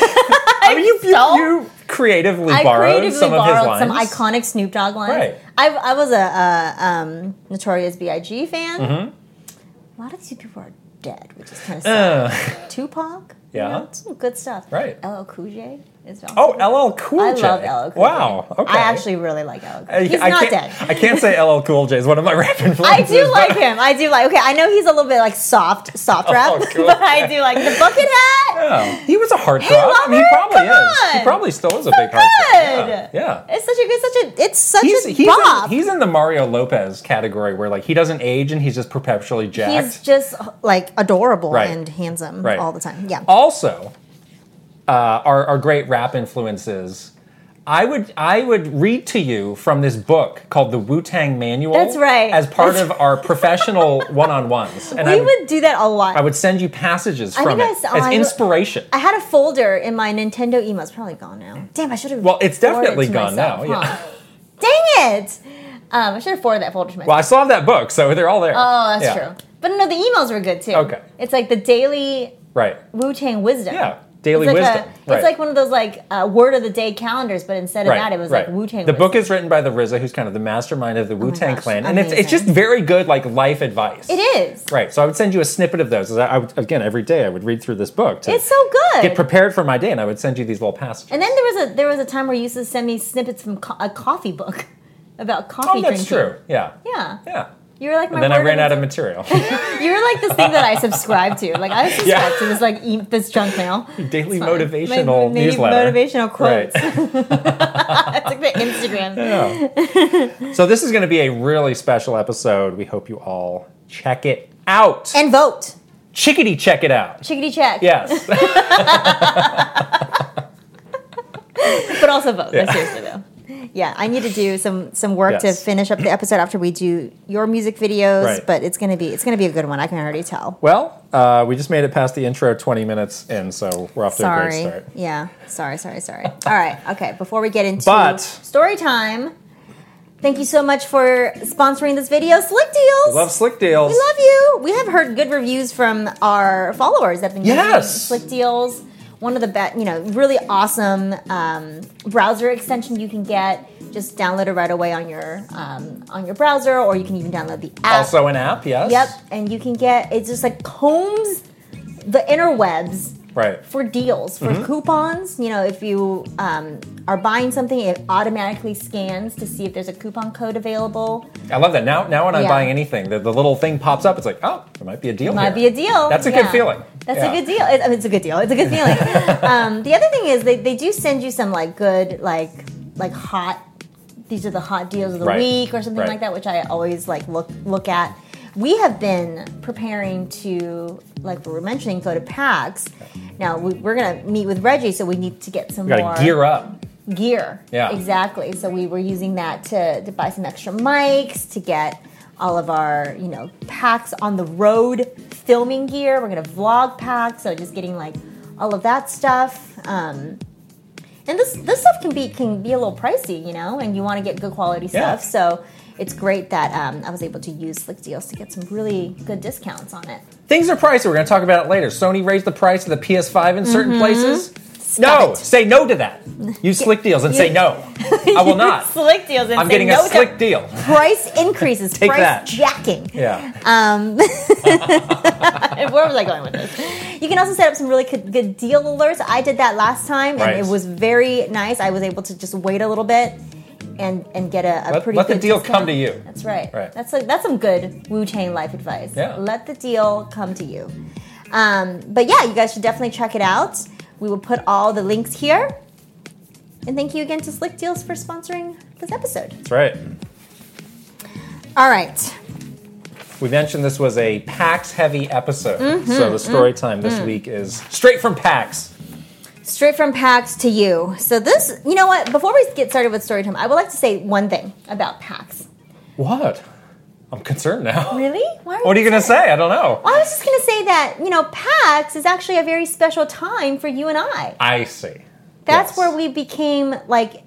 Speaker 2: I mean, you,
Speaker 1: stole-
Speaker 2: you, you creatively
Speaker 1: I
Speaker 2: borrowed
Speaker 1: creatively
Speaker 2: some of his
Speaker 1: borrowed
Speaker 2: lines.
Speaker 1: some iconic Snoop Dogg lines.
Speaker 2: Right.
Speaker 1: I, I was a, uh um, notorious B.I.G. fan.
Speaker 2: Mm-hmm.
Speaker 1: A lot of these people are dead, which is kind of sad.
Speaker 2: Uh,
Speaker 1: Tupac. you
Speaker 2: Yeah.
Speaker 1: know, some good stuff.
Speaker 2: Right.
Speaker 1: LL Cool J is
Speaker 2: oh, LL
Speaker 1: I
Speaker 2: Cool J.
Speaker 1: love LL Cool J.
Speaker 2: Wow. Okay.
Speaker 1: I actually really like LL. Cool
Speaker 2: I-
Speaker 1: J. He's
Speaker 2: I
Speaker 1: not
Speaker 2: can't-
Speaker 1: dead.
Speaker 2: I can't say LL Cool J is one of my (laughs) rap influences.
Speaker 1: I do
Speaker 2: but-
Speaker 1: like him. I do like. Okay, I know he's a little bit like soft, soft rap,
Speaker 2: Oh,
Speaker 1: (laughs)
Speaker 2: cool.
Speaker 1: but I do like the bucket hat.
Speaker 2: Yeah. He was a heartthrob. I mean, he
Speaker 1: lover,
Speaker 2: probably
Speaker 1: come
Speaker 2: is.
Speaker 1: on.
Speaker 2: He probably still is a big heartthrob. Yeah.
Speaker 1: Good.
Speaker 2: yeah.
Speaker 1: It's such a good, such a. It's such
Speaker 2: He's
Speaker 1: a
Speaker 2: he's in,
Speaker 1: bop.
Speaker 2: he's in the Mario Lopez category where like he doesn't age and he's just perpetually jacked.
Speaker 1: He's just like adorable
Speaker 2: Right.
Speaker 1: and handsome
Speaker 2: Right. Oh,
Speaker 1: all the time. Yeah.
Speaker 2: also uh, are, are great rap influences. I would I would read to you from this book called the Wu Tang Manual.
Speaker 1: That's right.
Speaker 2: As part
Speaker 1: That's-
Speaker 2: of our professional
Speaker 1: (laughs)
Speaker 2: one on ones, and
Speaker 1: we
Speaker 2: I
Speaker 1: would, do that a lot.
Speaker 2: I would send you passages
Speaker 1: I
Speaker 2: from
Speaker 1: think I
Speaker 2: it
Speaker 1: saw- I
Speaker 2: as
Speaker 1: would-
Speaker 2: inspiration.
Speaker 1: I had a folder in my Nintendo email. It's probably gone now. Damn, I should have.
Speaker 2: Well, it's
Speaker 1: forwarded
Speaker 2: definitely
Speaker 1: it to
Speaker 2: gone
Speaker 1: myself,
Speaker 2: now, yeah.
Speaker 1: huh? Dang it! Um, I should have forwarded that folder to myself.
Speaker 2: well, I still have that book, so they're all there.
Speaker 1: oh, that's
Speaker 2: Yeah.
Speaker 1: true. But no, the emails were good too.
Speaker 2: Okay.
Speaker 1: It's like the daily
Speaker 2: Right.
Speaker 1: Wu Tang wisdom.
Speaker 2: Yeah. Daily
Speaker 1: it's like
Speaker 2: wisdom.
Speaker 1: A,
Speaker 2: right.
Speaker 1: It's like one of those like uh, word of the day calendars, but instead of
Speaker 2: Right,
Speaker 1: that, it was
Speaker 2: right.
Speaker 1: like Wu Tang.
Speaker 2: The book is written by the RZA, who's kind of the mastermind of the Wu Tang
Speaker 1: gosh,
Speaker 2: Clan, and it's it's just
Speaker 1: amazing.
Speaker 2: very good like life advice.
Speaker 1: It is.
Speaker 2: Right. So I would send you a snippet of those. I, I would, again, every day I would read through this book to
Speaker 1: It's so good.
Speaker 2: get prepared for my day, and I would send you these little passages.
Speaker 1: and then there was a there was a time where you used to send me snippets from co- a coffee book (laughs) about coffee.
Speaker 2: oh, that's
Speaker 1: drinking.
Speaker 2: true. Yeah.
Speaker 1: Yeah.
Speaker 2: Yeah.
Speaker 1: You were like my.
Speaker 2: And then I
Speaker 1: word
Speaker 2: ran
Speaker 1: the-
Speaker 2: out
Speaker 1: (laughs)
Speaker 2: of material. (laughs)
Speaker 1: You were like this thing that I subscribe to. Like I subscribe
Speaker 2: Yeah.
Speaker 1: to this like e- this junk mail.
Speaker 2: Daily
Speaker 1: Fine.
Speaker 2: motivational
Speaker 1: My- my
Speaker 2: newsletter.
Speaker 1: Motivational quotes.
Speaker 2: Right.
Speaker 1: That's like the Instagram. (laughs)
Speaker 2: Yeah. so this is going to be a really special episode. We hope you all check it out.
Speaker 1: And vote.
Speaker 2: Chickadee, check it out.
Speaker 1: Chickadee check.
Speaker 2: Yes.
Speaker 1: But also vote.
Speaker 2: Yeah.
Speaker 1: No, seriously though. Yeah, I need to do some some work to
Speaker 2: Yes.
Speaker 1: finish up the episode after we do your music videos.
Speaker 2: Right.
Speaker 1: But it's gonna be it's gonna be a good one. I can already tell.
Speaker 2: well, uh, we just made it past the intro 20 minutes in, so we're off to a great
Speaker 1: Sorry.
Speaker 2: start.
Speaker 1: Yeah. Sorry. Sorry. Sorry. (laughs) All right. Okay. Before we get into
Speaker 2: But-
Speaker 1: story time, thank you so much for sponsoring this video, Slick Deals.
Speaker 2: Love Slick Deals.
Speaker 1: We love you. We have heard good reviews from our followers that have been using
Speaker 2: Yes.
Speaker 1: Slick Deals. One of the best, you know, really awesome um, browser extension you can get. Just download it right away on your um, on your browser, or you can even download the app.
Speaker 2: Also an app, yes.
Speaker 1: yep, and you can get it. Just like combs the interwebs
Speaker 2: Right.
Speaker 1: for deals, for
Speaker 2: Mm-hmm.
Speaker 1: coupons. You know, if you um, are buying something, it automatically scans to see if there's a coupon code available.
Speaker 2: I love that. Now, now when I'm
Speaker 1: Yeah.
Speaker 2: buying anything, the, the little thing pops up. It's like, oh, there might be a deal.
Speaker 1: Might be
Speaker 2: here.
Speaker 1: a deal.
Speaker 2: That's a
Speaker 1: Yeah.
Speaker 2: good feeling.
Speaker 1: That's
Speaker 2: Yeah.
Speaker 1: a good deal. It- I mean, it's a good deal. It's a good
Speaker 2: (laughs)
Speaker 1: feeling. um, the other thing is they, they do send you some like good like like hot. These are the hot deals of the
Speaker 2: Right.
Speaker 1: week or something
Speaker 2: Right.
Speaker 1: like that, which I always like look look at. We have been preparing to, like we were mentioning, go to PAX. Now we, we're gonna meet with Reggie, so we need to get some
Speaker 2: You
Speaker 1: more
Speaker 2: gotta gear up.
Speaker 1: gear.
Speaker 2: Yeah.
Speaker 1: Exactly. So we were using that to, to buy some extra mics, to get all of our, you know, packs on the road filming gear. We're gonna vlog packs, so just getting like all of that stuff. Um and this this stuff can be can be a little pricey, you know, and you want to get good quality
Speaker 2: Yeah.
Speaker 1: stuff. So it's great that um, I was able to use Slick Deals to get some really good discounts on it.
Speaker 2: Things are pricey. We're gonna talk about it later. Sony raised the price of the PS5 in
Speaker 1: Mm-hmm.
Speaker 2: certain places. no,
Speaker 1: it.
Speaker 2: say no
Speaker 1: (laughs)
Speaker 2: to that. Use slick deals and say no. I will not.
Speaker 1: Slick Deals. And
Speaker 2: I'm
Speaker 1: say
Speaker 2: getting a
Speaker 1: no to
Speaker 2: slick deal.
Speaker 1: (laughs) price increases.
Speaker 2: (laughs) Take
Speaker 1: price
Speaker 2: that.
Speaker 1: jacking.
Speaker 2: Yeah.
Speaker 1: Um, where was I going with this? You can also set up some really good, good deal alerts. I did that last time, and
Speaker 2: Right.
Speaker 1: it was very nice. I was able to just wait a little bit and and get a, a
Speaker 2: Let-
Speaker 1: pretty.
Speaker 2: let the
Speaker 1: good
Speaker 2: deal
Speaker 1: discount.
Speaker 2: come to you.
Speaker 1: That's right.
Speaker 2: Right.
Speaker 1: That's like that's some good Wu Tang life advice.
Speaker 2: Yeah.
Speaker 1: Let the deal come to you. Um, but yeah, you guys should definitely check it out. We will put all the links here. And thank you again to Slick Deals for sponsoring this episode.
Speaker 2: That's right.
Speaker 1: All right.
Speaker 2: We mentioned this was a
Speaker 1: Mm-hmm. Mm.
Speaker 2: PAX heavy episode, so the story time this week is straight from PAX.
Speaker 1: Straight from PAX to you. So this, you know what? Before we get started with story time, I would like to say one thing about PAX.
Speaker 2: What? I'm concerned now.
Speaker 1: Really? Why
Speaker 2: What are you gonna say? I don't know.
Speaker 1: Well, I was just going to say that, you know, PAX is actually a very special time for you and I.
Speaker 2: I see.
Speaker 1: That's
Speaker 2: Yes.
Speaker 1: where we became like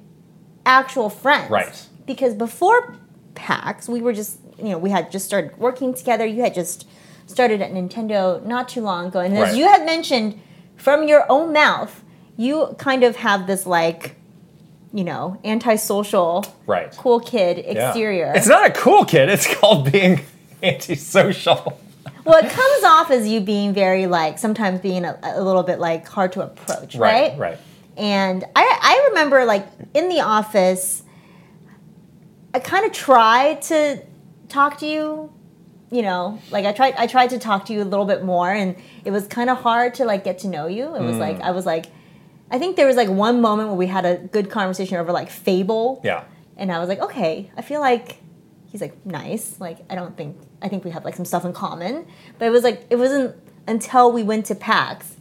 Speaker 1: actual friends.
Speaker 2: Right.
Speaker 1: Because before PAX, we were just, you know, we had just started working together. You had just started at Nintendo not too long ago. And as
Speaker 2: Right.
Speaker 1: you had mentioned from your own mouth, you kind of have this like, you know, antisocial,
Speaker 2: Right.
Speaker 1: cool kid
Speaker 2: Yeah.
Speaker 1: exterior.
Speaker 2: It's not a cool kid. It's called being (laughs) antisocial.
Speaker 1: well, it comes off as you being very like, sometimes being a, a little bit like hard to approach, right?
Speaker 2: Right.
Speaker 1: And I, I remember, like, in the office, I kind of tried to talk to you, you know, like I tried, I tried to talk to you a little bit more, and it was kind of hard to like get to know you. It was like I was like, I think there was like one moment where we had a good conversation over like Fable,
Speaker 2: Yeah.
Speaker 1: and I was like, okay, I feel like he's like nice. Like I don't think I think we have like some stuff in common, but it was like it wasn't until we went to PAX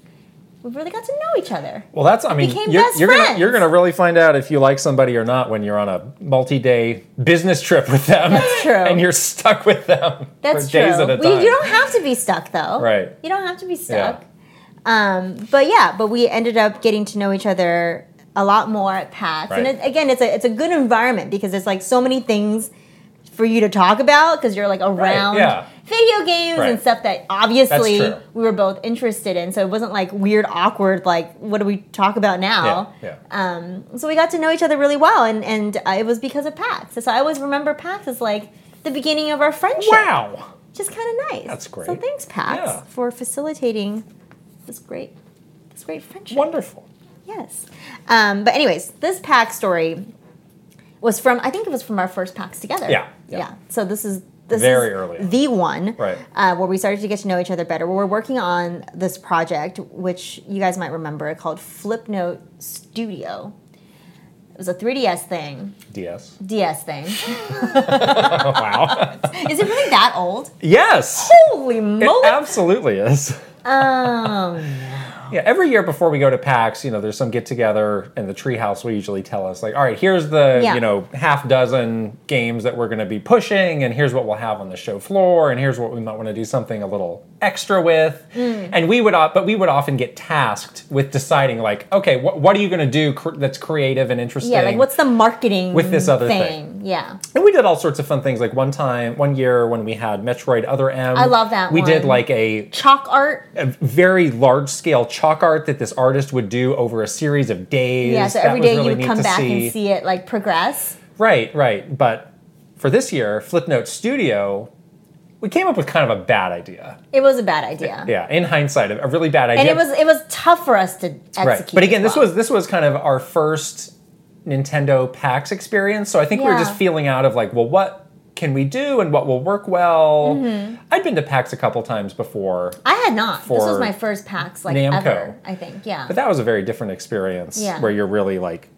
Speaker 1: we really got to know each other.
Speaker 2: Well, that's. I mean,
Speaker 1: Became
Speaker 2: you're,
Speaker 1: best
Speaker 2: you're gonna
Speaker 1: friends.
Speaker 2: you're gonna really find out if you like somebody or not when you're on a multi-day business trip with them. (laughs)
Speaker 1: That's true.
Speaker 2: and you're stuck with them
Speaker 1: That's
Speaker 2: for days
Speaker 1: true.
Speaker 2: at
Speaker 1: Well,
Speaker 2: a
Speaker 1: you-
Speaker 2: time.
Speaker 1: you don't have to be stuck though.
Speaker 2: Right.
Speaker 1: You don't have to be
Speaker 2: Yeah.
Speaker 1: stuck. Um, but yeah, but we ended up getting to know each other a lot more at PAX, and
Speaker 2: Right.
Speaker 1: it, again, it's a it's a good environment because there's like so many things for you to talk about because you're like around
Speaker 2: yeah.
Speaker 1: video games and
Speaker 2: Right.
Speaker 1: stuff that obviously
Speaker 2: That's true.
Speaker 1: we were both interested in. So it wasn't like weird, awkward, like what do we talk about
Speaker 2: Yeah.
Speaker 1: now?
Speaker 2: yeah.
Speaker 1: Um, so we got to know each other really well, and and uh, it was because of PAX. So I always remember PAX as like the beginning of our friendship
Speaker 2: wow.
Speaker 1: just kind of nice.
Speaker 2: That's great.
Speaker 1: So thanks, Pax,
Speaker 2: Yeah.
Speaker 1: for facilitating this great, this great friendship.
Speaker 2: Wonderful.
Speaker 1: Yes. Um, but anyways, this Pax story was from I think it was from our first Pax together.
Speaker 2: Yeah,
Speaker 1: Yeah.
Speaker 2: yeah.
Speaker 1: So this is this
Speaker 2: Very
Speaker 1: is
Speaker 2: early on.
Speaker 1: the one
Speaker 2: Right.
Speaker 1: uh, where we started to get to know each other better. We're working on this project, which you guys might remember, called Flipnote Studio. It was a 3DS thing,
Speaker 2: DS.
Speaker 1: DS
Speaker 2: (laughs)
Speaker 1: thing.
Speaker 2: Oh, wow.
Speaker 1: (laughs) Is it really that old?
Speaker 2: yes.
Speaker 1: Holy
Speaker 2: It
Speaker 1: moly!
Speaker 2: absolutely is.
Speaker 1: Um,
Speaker 2: Yeah, every year before we go to PAX, you know, there's some get together, and the treehouse will usually tell us, like, all right, here's the,
Speaker 1: Yeah.
Speaker 2: you know, half dozen games that we're going to be pushing, and here's what we'll have on the show floor, and here's what we might want to do something a little extra with.
Speaker 1: Mm.
Speaker 2: And we would, op- but we would often get tasked with deciding, like, okay, wh- what are you going to do cr- that's creative and interesting?
Speaker 1: Yeah, like what's the marketing
Speaker 2: With this other thing.
Speaker 1: Yeah,
Speaker 2: And we did all sorts of fun things. Like one time, one year when we had Metroid Other M,
Speaker 1: I love that
Speaker 2: We did
Speaker 1: one.
Speaker 2: like a
Speaker 1: chalk art.
Speaker 2: a very large scale chalk art that this artist would do over a series of days.
Speaker 1: Yeah, so
Speaker 2: That
Speaker 1: every
Speaker 2: was
Speaker 1: day
Speaker 2: really
Speaker 1: you would
Speaker 2: neat
Speaker 1: come
Speaker 2: to
Speaker 1: back and see it like progress.
Speaker 2: Right, right. But for this year, Flipnote Studio, we came up with kind of a bad idea.
Speaker 1: It was a bad idea,
Speaker 2: Yeah, in hindsight, a really bad idea.
Speaker 1: and it was it was tough for us to execute.
Speaker 2: right. But again,
Speaker 1: as
Speaker 2: this
Speaker 1: well.
Speaker 2: was this was kind of our first Nintendo PAX experience. So I think we were
Speaker 1: Yeah.
Speaker 2: just feeling out of like, well, what can we do and what will work well?
Speaker 1: Mm-hmm.
Speaker 2: I'd been to PAX a couple times before,
Speaker 1: I had not. This was
Speaker 2: for
Speaker 1: my first PAX like
Speaker 2: Namco.
Speaker 1: ever. I think. Yeah.
Speaker 2: But that was a very different experience
Speaker 1: Yeah.
Speaker 2: where you're really like,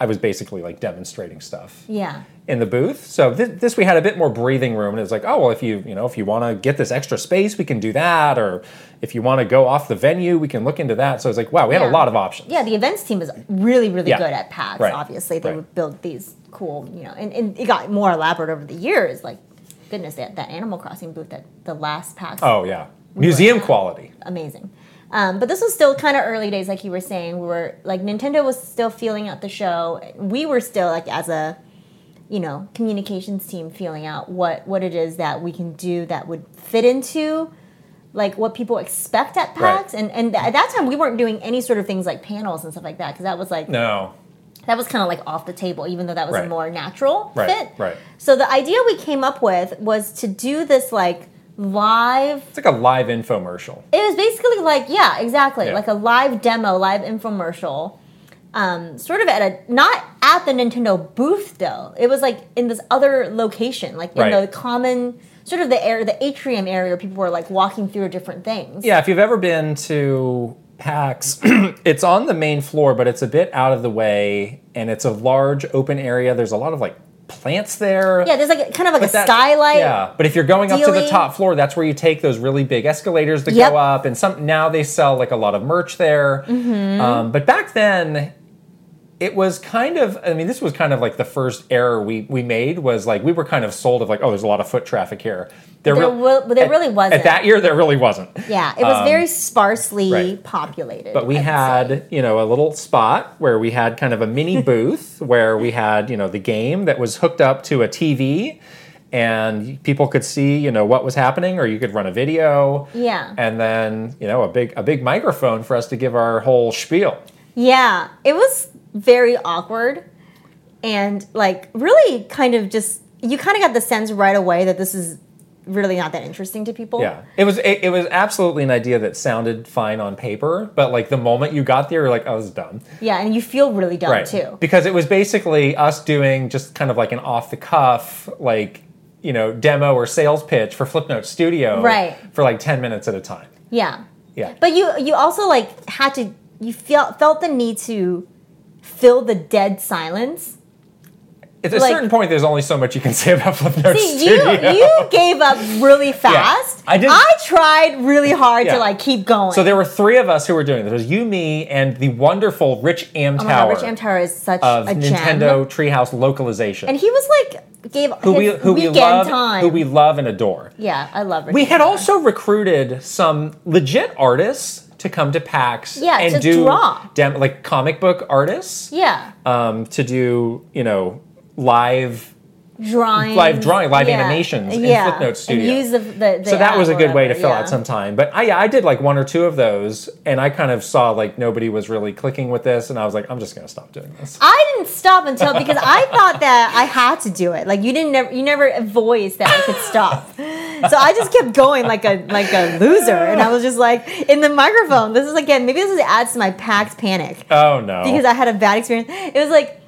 Speaker 2: I was basically like demonstrating stuff
Speaker 1: yeah.
Speaker 2: in the booth. So th- this we had a bit more breathing room, and it was like, oh well, if you you know if you want to get this extra space, we can do that, or if you want to go off the venue, we can look into that. So it's like, wow, we had
Speaker 1: Yeah.
Speaker 2: a lot of options.
Speaker 1: Yeah, the events team was really, really
Speaker 2: Yeah.
Speaker 1: good at PAX.
Speaker 2: Right.
Speaker 1: Obviously, they
Speaker 2: Right.
Speaker 1: would build these cool, you know, and, and it got more elaborate over the years. Like, goodness, that, that Animal Crossing booth at the last PAX
Speaker 2: Oh yeah, museum
Speaker 1: at-
Speaker 2: quality.
Speaker 1: amazing. Um, but this was still kind of early days, like you were saying. We were like Nintendo was still feeling out the show. We were still like as a, you know, communications team feeling out what what it is that we can do that would fit into, like what people expect at
Speaker 2: Right.
Speaker 1: PAX. And and at that time we weren't doing any sort of things like panels and stuff like that because that was like
Speaker 2: No,
Speaker 1: that was kind of like off the table, even though that was a
Speaker 2: Right.
Speaker 1: more natural
Speaker 2: Right,
Speaker 1: fit.
Speaker 2: right.
Speaker 1: So the idea we came up with was to do this like live
Speaker 2: it's like a live infomercial.
Speaker 1: it was basically like yeah exactly
Speaker 2: Yeah.
Speaker 1: like a live demo live infomercial um, sort of at a not at the nintendo booth though it was like in this other location like in
Speaker 2: Right.
Speaker 1: the common sort of the air the atrium area where people were like walking through different things
Speaker 2: Yeah, if you've ever been to PAX, (clears throat) it's on the main floor, but it's a bit out of the way and it's a large open area. There's a lot of like plants there.
Speaker 1: Yeah, there's like kind of like a
Speaker 2: But that-
Speaker 1: skylight.
Speaker 2: Yeah, but if you're going up to the
Speaker 1: dealy.
Speaker 2: top floor, that's where you take those really big escalators that
Speaker 1: Yep.
Speaker 2: go up, and some now they sell like a lot of merch there.
Speaker 1: Mm-hmm.
Speaker 2: Um, but back then, it was kind of. I mean, this was kind of like the first error we we made was like we were kind of sold of like, oh, there's a lot of foot traffic here.
Speaker 1: There will- but there
Speaker 2: at-
Speaker 1: really wasn't.
Speaker 2: at that year. There really wasn't.
Speaker 1: Yeah, it was
Speaker 2: Um,
Speaker 1: very sparsely
Speaker 2: right.
Speaker 1: populated.
Speaker 2: But we
Speaker 1: I would
Speaker 2: had,
Speaker 1: say.
Speaker 2: you know, a little spot where we had kind of a mini booth where we had, you know, the game that was hooked up to a TV and people could see, you know, what was happening or you could run a video.
Speaker 1: Yeah.
Speaker 2: And then, you know, a big a big microphone for us to give our whole spiel.
Speaker 1: Yeah, it was very awkward and like really kind of just you kind of got the sense right away that this is really not that interesting to people.
Speaker 2: Yeah. It was it, it was absolutely an idea that sounded fine on paper, but like the moment you got there you're like, "Oh, this is dumb."
Speaker 1: Yeah, and you feel really dumb
Speaker 2: right
Speaker 1: too.
Speaker 2: because it was basically us doing just kind of like an off the cuff like you know demo or sales pitch for flipnote studio
Speaker 1: Right.
Speaker 2: for like 10 minutes at a time
Speaker 1: Yeah.
Speaker 2: yeah
Speaker 1: But you you also like had to you felt felt the need to fill the dead
Speaker 2: (laughs)
Speaker 1: silence.
Speaker 2: at a
Speaker 1: like-
Speaker 2: certain point there's only so much you can say about (laughs) flipnote
Speaker 1: See, you
Speaker 2: studio
Speaker 1: you gave up
Speaker 2: (laughs)
Speaker 1: really fast.
Speaker 2: I didn't-
Speaker 1: I tried really hard
Speaker 2: Yeah.
Speaker 1: to like keep going.
Speaker 2: (laughs) so there were three of us who were doing this. It was you, me, and the wonderful Rich Amtower
Speaker 1: oh my god, Rich M. Tower is such
Speaker 2: of
Speaker 1: a gem.
Speaker 2: Nintendo Treehouse localization,
Speaker 1: And he was like gave
Speaker 2: who
Speaker 1: his
Speaker 2: we who we
Speaker 1: weekend
Speaker 2: love,
Speaker 1: time.
Speaker 2: who we love and adore.
Speaker 1: yeah, I love Rich.
Speaker 2: We
Speaker 1: M.
Speaker 2: had
Speaker 1: Tower.
Speaker 2: also recruited some legit artists to come to PAX
Speaker 1: Yeah,
Speaker 2: and
Speaker 1: to
Speaker 2: do
Speaker 1: draw.
Speaker 2: dem- like comic book artists
Speaker 1: yeah
Speaker 2: um, to do you know live.
Speaker 1: drawing
Speaker 2: live drawing, live animations in Flipnote Studio.
Speaker 1: And use the, the, the
Speaker 2: so that
Speaker 1: app
Speaker 2: was a
Speaker 1: or
Speaker 2: good way to
Speaker 1: whatever,
Speaker 2: fill
Speaker 1: yeah.
Speaker 2: out some time. But I, yeah, I did like one or two of those, and I kind of saw like nobody was really clicking with this, and I was like, I'm just gonna stop doing this.
Speaker 1: I didn't stop until because I thought that I had to do it. Like you didn't never you never voiced that I could stop. So I just kept going like a like a loser, and I was just like in the microphone. This is again maybe this is adds to my packed panic.
Speaker 2: Oh no!
Speaker 1: because I had a bad experience. It was like,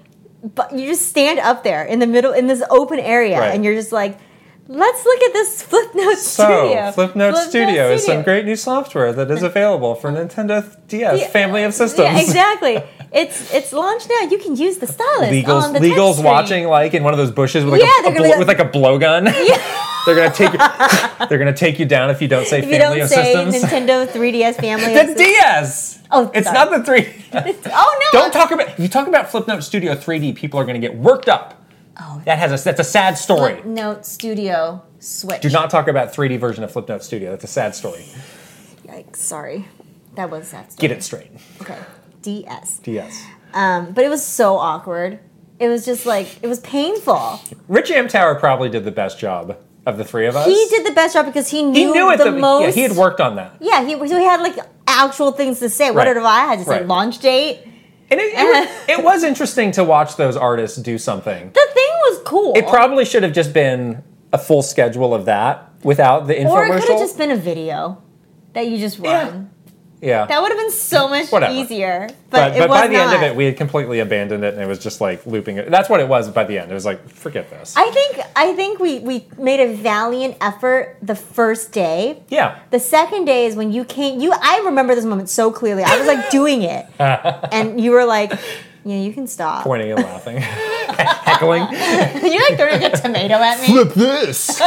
Speaker 1: but you just stand up there in the middle in this open area,
Speaker 2: Right.
Speaker 1: and you're just like, let's look at this Flipnote
Speaker 2: so
Speaker 1: Studio.
Speaker 2: Flipnote Studio, is some
Speaker 1: Studio.
Speaker 2: great new software that is available for Nintendo DS
Speaker 1: Yeah.
Speaker 2: family of systems.
Speaker 1: Yeah,
Speaker 2: (laughs)
Speaker 1: exactly. it's it's launched now. You can use the stylus
Speaker 2: Legals,
Speaker 1: on the touch
Speaker 2: legals
Speaker 1: screen. (laughs)
Speaker 2: watching like in one of those bushes with like,
Speaker 1: Yeah,
Speaker 2: a,
Speaker 1: they're
Speaker 2: a
Speaker 1: gonna
Speaker 2: blow-
Speaker 1: be like-
Speaker 2: with like a
Speaker 1: (laughs)
Speaker 2: blowgun. (laughs) they're gonna take you, (laughs) they're gonna take you down if you don't say
Speaker 1: If you
Speaker 2: family
Speaker 1: don't
Speaker 2: of
Speaker 1: say
Speaker 2: systems. (laughs)
Speaker 1: Nintendo 3DS family, of
Speaker 2: the
Speaker 1: systems-
Speaker 2: DS.
Speaker 1: Oh,
Speaker 2: it's
Speaker 1: sorry.
Speaker 2: not
Speaker 1: (laughs)
Speaker 2: the three.
Speaker 1: oh no!
Speaker 2: don't talk about you talk about Flipnote Studio 3D. People are gonna get worked up. Oh, that has a that's a sad story.
Speaker 1: Flipnote Studio Switch.
Speaker 2: Do not talk about 3D version of Flipnote Studio. That's a sad story.
Speaker 1: Yikes! Sorry, that was that.
Speaker 2: Get it straight.
Speaker 1: Okay. DS.
Speaker 2: DS.
Speaker 1: Um, but it was so awkward. It was just like it was painful.
Speaker 2: Rich Amtower probably did the best job of the three of us.
Speaker 1: He did the best job because he knew,
Speaker 2: He knew it
Speaker 1: the,
Speaker 2: the-
Speaker 1: most.
Speaker 2: Yeah, he had worked on that.
Speaker 1: Yeah, he, so he had like actual things to say. What
Speaker 2: Right.
Speaker 1: did I had to say?
Speaker 2: Right.
Speaker 1: Launch date.
Speaker 2: And it, it,
Speaker 1: (laughs)
Speaker 2: was, it was interesting to watch those artists do something.
Speaker 1: The thing was cool.
Speaker 2: It probably should have just been a full schedule of that without the infomercial.
Speaker 1: or it could have just been a video that you just run.
Speaker 2: yeah.
Speaker 1: That would have been so much
Speaker 2: Mm, Whatever.
Speaker 1: easier. But,
Speaker 2: but
Speaker 1: it
Speaker 2: but
Speaker 1: was
Speaker 2: by the
Speaker 1: not.
Speaker 2: end of it, we had completely abandoned it, and it was just like looping it. That's what it was by the end. It was like forget this.
Speaker 1: I think I think we we made a valiant effort the first day. (laughs)
Speaker 2: yeah.
Speaker 1: The second day is when you came. You, I remember this moment so clearly. I was
Speaker 2: (laughs)
Speaker 1: like doing it, and you were like, "Yeah, you can stop."
Speaker 2: Pointing and laughing, (laughs) heckling.
Speaker 1: (laughs) You're like throwing a tomato at me.
Speaker 2: Flip this.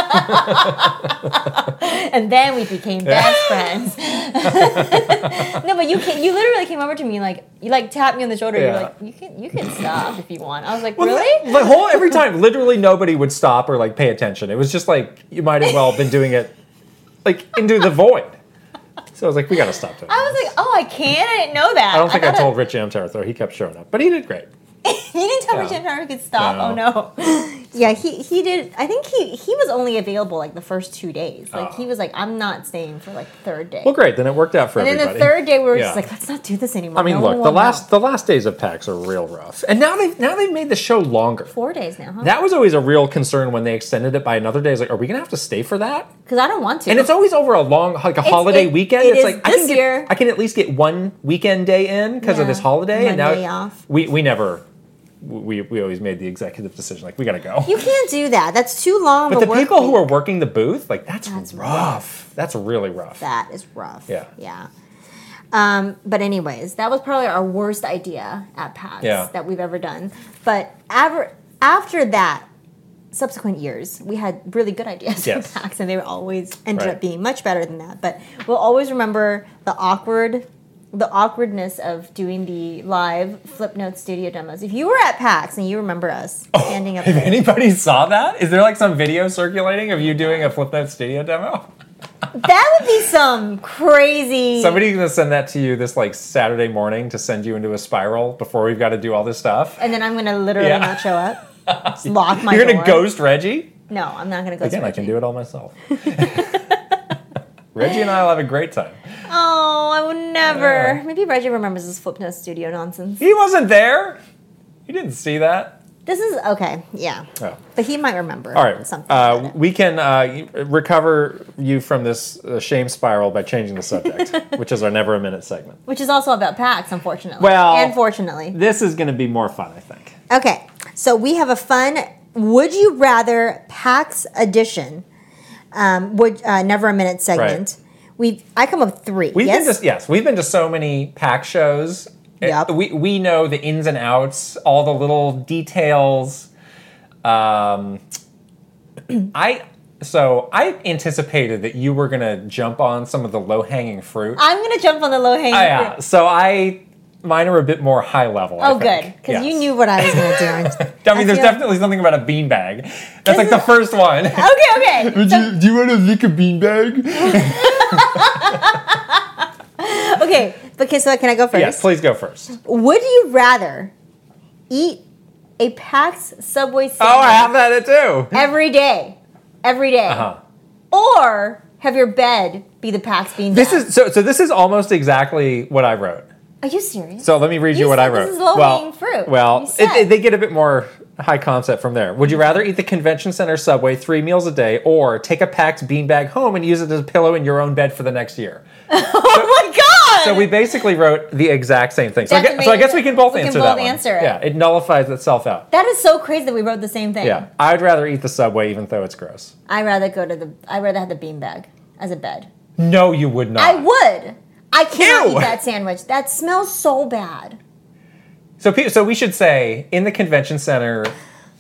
Speaker 1: and then we became best friends. (laughs) no, but you can, you literally came over to me like you like tapped me on the shoulder.
Speaker 2: Yeah.
Speaker 1: You're like you can you can stop if you want. I was like
Speaker 2: Well,
Speaker 1: really.
Speaker 2: The, the whole every time, literally nobody would stop or like pay attention. It was just like you might as well have been doing it like into the void. So I was like, we gotta stop doing.
Speaker 1: I was like, oh, I can. I didn't know that.
Speaker 2: I don't think I,
Speaker 1: thought
Speaker 2: told Rich Amtar though. He kept showing up, but he did great.
Speaker 1: (laughs) you didn't tell
Speaker 2: Yeah.
Speaker 1: Richard Harris could stop.
Speaker 2: No.
Speaker 1: Oh no. yeah, he he did. I think he he was only available like the first two days. Like
Speaker 2: Oh.
Speaker 1: he was like, I'm not staying for like the third day.
Speaker 2: Well, great. Then it worked out for
Speaker 1: and then
Speaker 2: everybody.
Speaker 1: the third day, we were just
Speaker 2: Yeah.
Speaker 1: like, let's not do this anymore.
Speaker 2: I mean,
Speaker 1: No one
Speaker 2: look, the
Speaker 1: will know."
Speaker 2: last the last days of PAX are real rough, and now they have now they've made the show longer.
Speaker 1: four days now, huh?
Speaker 2: That was always a real concern when they extended it by another day. It's like, are we gonna have to stay for that?
Speaker 1: Because I don't want to.
Speaker 2: And it's always over a long, like a holiday
Speaker 1: it-
Speaker 2: weekend.
Speaker 1: it
Speaker 2: it's
Speaker 1: is
Speaker 2: like I
Speaker 1: this
Speaker 2: can get,
Speaker 1: year.
Speaker 2: I can at least get one weekend day in because of
Speaker 1: Yeah.
Speaker 2: this holiday. and
Speaker 1: Monday
Speaker 2: now
Speaker 1: off.
Speaker 2: we we never, we we always made the executive decision like we gotta go.
Speaker 1: you can't do that. That's too long.
Speaker 2: but
Speaker 1: of a
Speaker 2: the
Speaker 1: work
Speaker 2: people who
Speaker 1: week.
Speaker 2: are working the booth, like that's,
Speaker 1: That's
Speaker 2: rough. That's really rough.
Speaker 1: that is rough.
Speaker 2: Yeah.
Speaker 1: Yeah. Um, but anyways, that was probably our worst idea at PAX
Speaker 2: Yeah.
Speaker 1: that we've ever done. But ever after that, subsequent years, we had really good ideas
Speaker 2: Yes.
Speaker 1: for packs, and they were always ended
Speaker 2: Right.
Speaker 1: up being much better than that. But we'll always remember the awkward, the awkwardness of doing the live Flipnote studio demos. If you were at PAX and you remember us
Speaker 2: Oh,
Speaker 1: standing up,
Speaker 2: If
Speaker 1: there-
Speaker 2: anybody (laughs) saw that, is there like some video circulating of you doing a Flipnote Studio demo?
Speaker 1: that would be some
Speaker 2: (laughs)
Speaker 1: crazy.
Speaker 2: Somebody's gonna send that to you this like Saturday morning to send you into a spiral before we've got to do all this stuff.
Speaker 1: and then I'm gonna literally
Speaker 2: Yeah.
Speaker 1: not show
Speaker 2: (laughs)
Speaker 1: up. Just lock my
Speaker 2: You're gonna
Speaker 1: door.
Speaker 2: ghost Reggie?
Speaker 1: No, I'm not gonna go.
Speaker 2: Again, I can do it all
Speaker 1: (laughs)
Speaker 2: myself. (laughs) Reggie and I will have a great time.
Speaker 1: Oh, I would never.
Speaker 2: Yeah.
Speaker 1: Maybe Reggie remembers his Flipnote studio nonsense.
Speaker 2: He wasn't there. You didn't see that.
Speaker 1: This is okay. Yeah.
Speaker 2: Oh.
Speaker 1: But he might remember.
Speaker 2: All right.
Speaker 1: Something. about
Speaker 2: Uh,
Speaker 1: it.
Speaker 2: we can uh, recover you from this uh, shame spiral by changing
Speaker 1: (laughs)
Speaker 2: the subject, which is our never a minute segment.
Speaker 1: Which is also about PAX, unfortunately.
Speaker 2: Well-
Speaker 1: and fortunately.
Speaker 2: This is going to be more fun, I think.
Speaker 1: Okay, so we have a fun Would You Rather PAX edition, um, would, uh, Never a Minute segment. We've, I come up with three.
Speaker 2: We've
Speaker 1: yes?
Speaker 2: been just yes, we've been to so many pack shows. It-
Speaker 1: Yep.
Speaker 2: We we know the ins and outs, all the little details. Um, (clears throat) I so I anticipated that you were gonna jump on some of the low hanging fruit.
Speaker 1: I'm going to jump on the low hanging
Speaker 2: Ah, yeah. So I mine are a bit more high level. I
Speaker 1: Oh, good.
Speaker 2: think.
Speaker 1: Because you
Speaker 2: Yes.
Speaker 1: knew what I was going to do.
Speaker 2: (laughs)
Speaker 1: okay,
Speaker 2: I mean, there's
Speaker 1: feel-
Speaker 2: definitely something about a beanbag. That's like the
Speaker 1: Isn't- (laughs)
Speaker 2: first one.
Speaker 1: okay. So-
Speaker 2: you, (laughs) do you want to lick a beanbag?
Speaker 1: okay, okay, so can I go first?
Speaker 2: Yes, please go first.
Speaker 1: Would you rather eat a PAX Subway sandwich?
Speaker 2: Oh, I have that it too.
Speaker 1: every day, every day.
Speaker 2: Uh-huh.
Speaker 1: or have your bed be the PAX bean.
Speaker 2: This
Speaker 1: bag.
Speaker 2: is so. So this is almost exactly what I wrote.
Speaker 1: Are you serious?
Speaker 2: So let me read you,
Speaker 1: You
Speaker 2: what
Speaker 1: said
Speaker 2: I wrote.
Speaker 1: this is low-hanging fruit.
Speaker 2: Well,
Speaker 1: You
Speaker 2: it-
Speaker 1: said.
Speaker 2: it- they get a bit more high concept from there. Would you rather eat the convention center subway three meals a day, or take a packed beanbag home and use it as a pillow in your own bed for the next year?
Speaker 1: (laughs) oh my god!
Speaker 2: So we basically wrote the exact same thing. So, I
Speaker 1: That's
Speaker 2: guess, so I
Speaker 1: amazing.
Speaker 2: guess we can both
Speaker 1: We can
Speaker 2: answer
Speaker 1: both
Speaker 2: that one.
Speaker 1: answer it.
Speaker 2: Yeah, it nullifies itself out.
Speaker 1: that is so crazy that we wrote the same thing.
Speaker 2: Yeah, I'd rather eat the subway, even though it's gross.
Speaker 1: I rather go to the. I rather have the beanbag as a bed.
Speaker 2: No, you would not.
Speaker 1: I would. I can't
Speaker 2: Ew.
Speaker 1: eat that sandwich. That smells so bad.
Speaker 2: So, pe- so we should say in the convention center,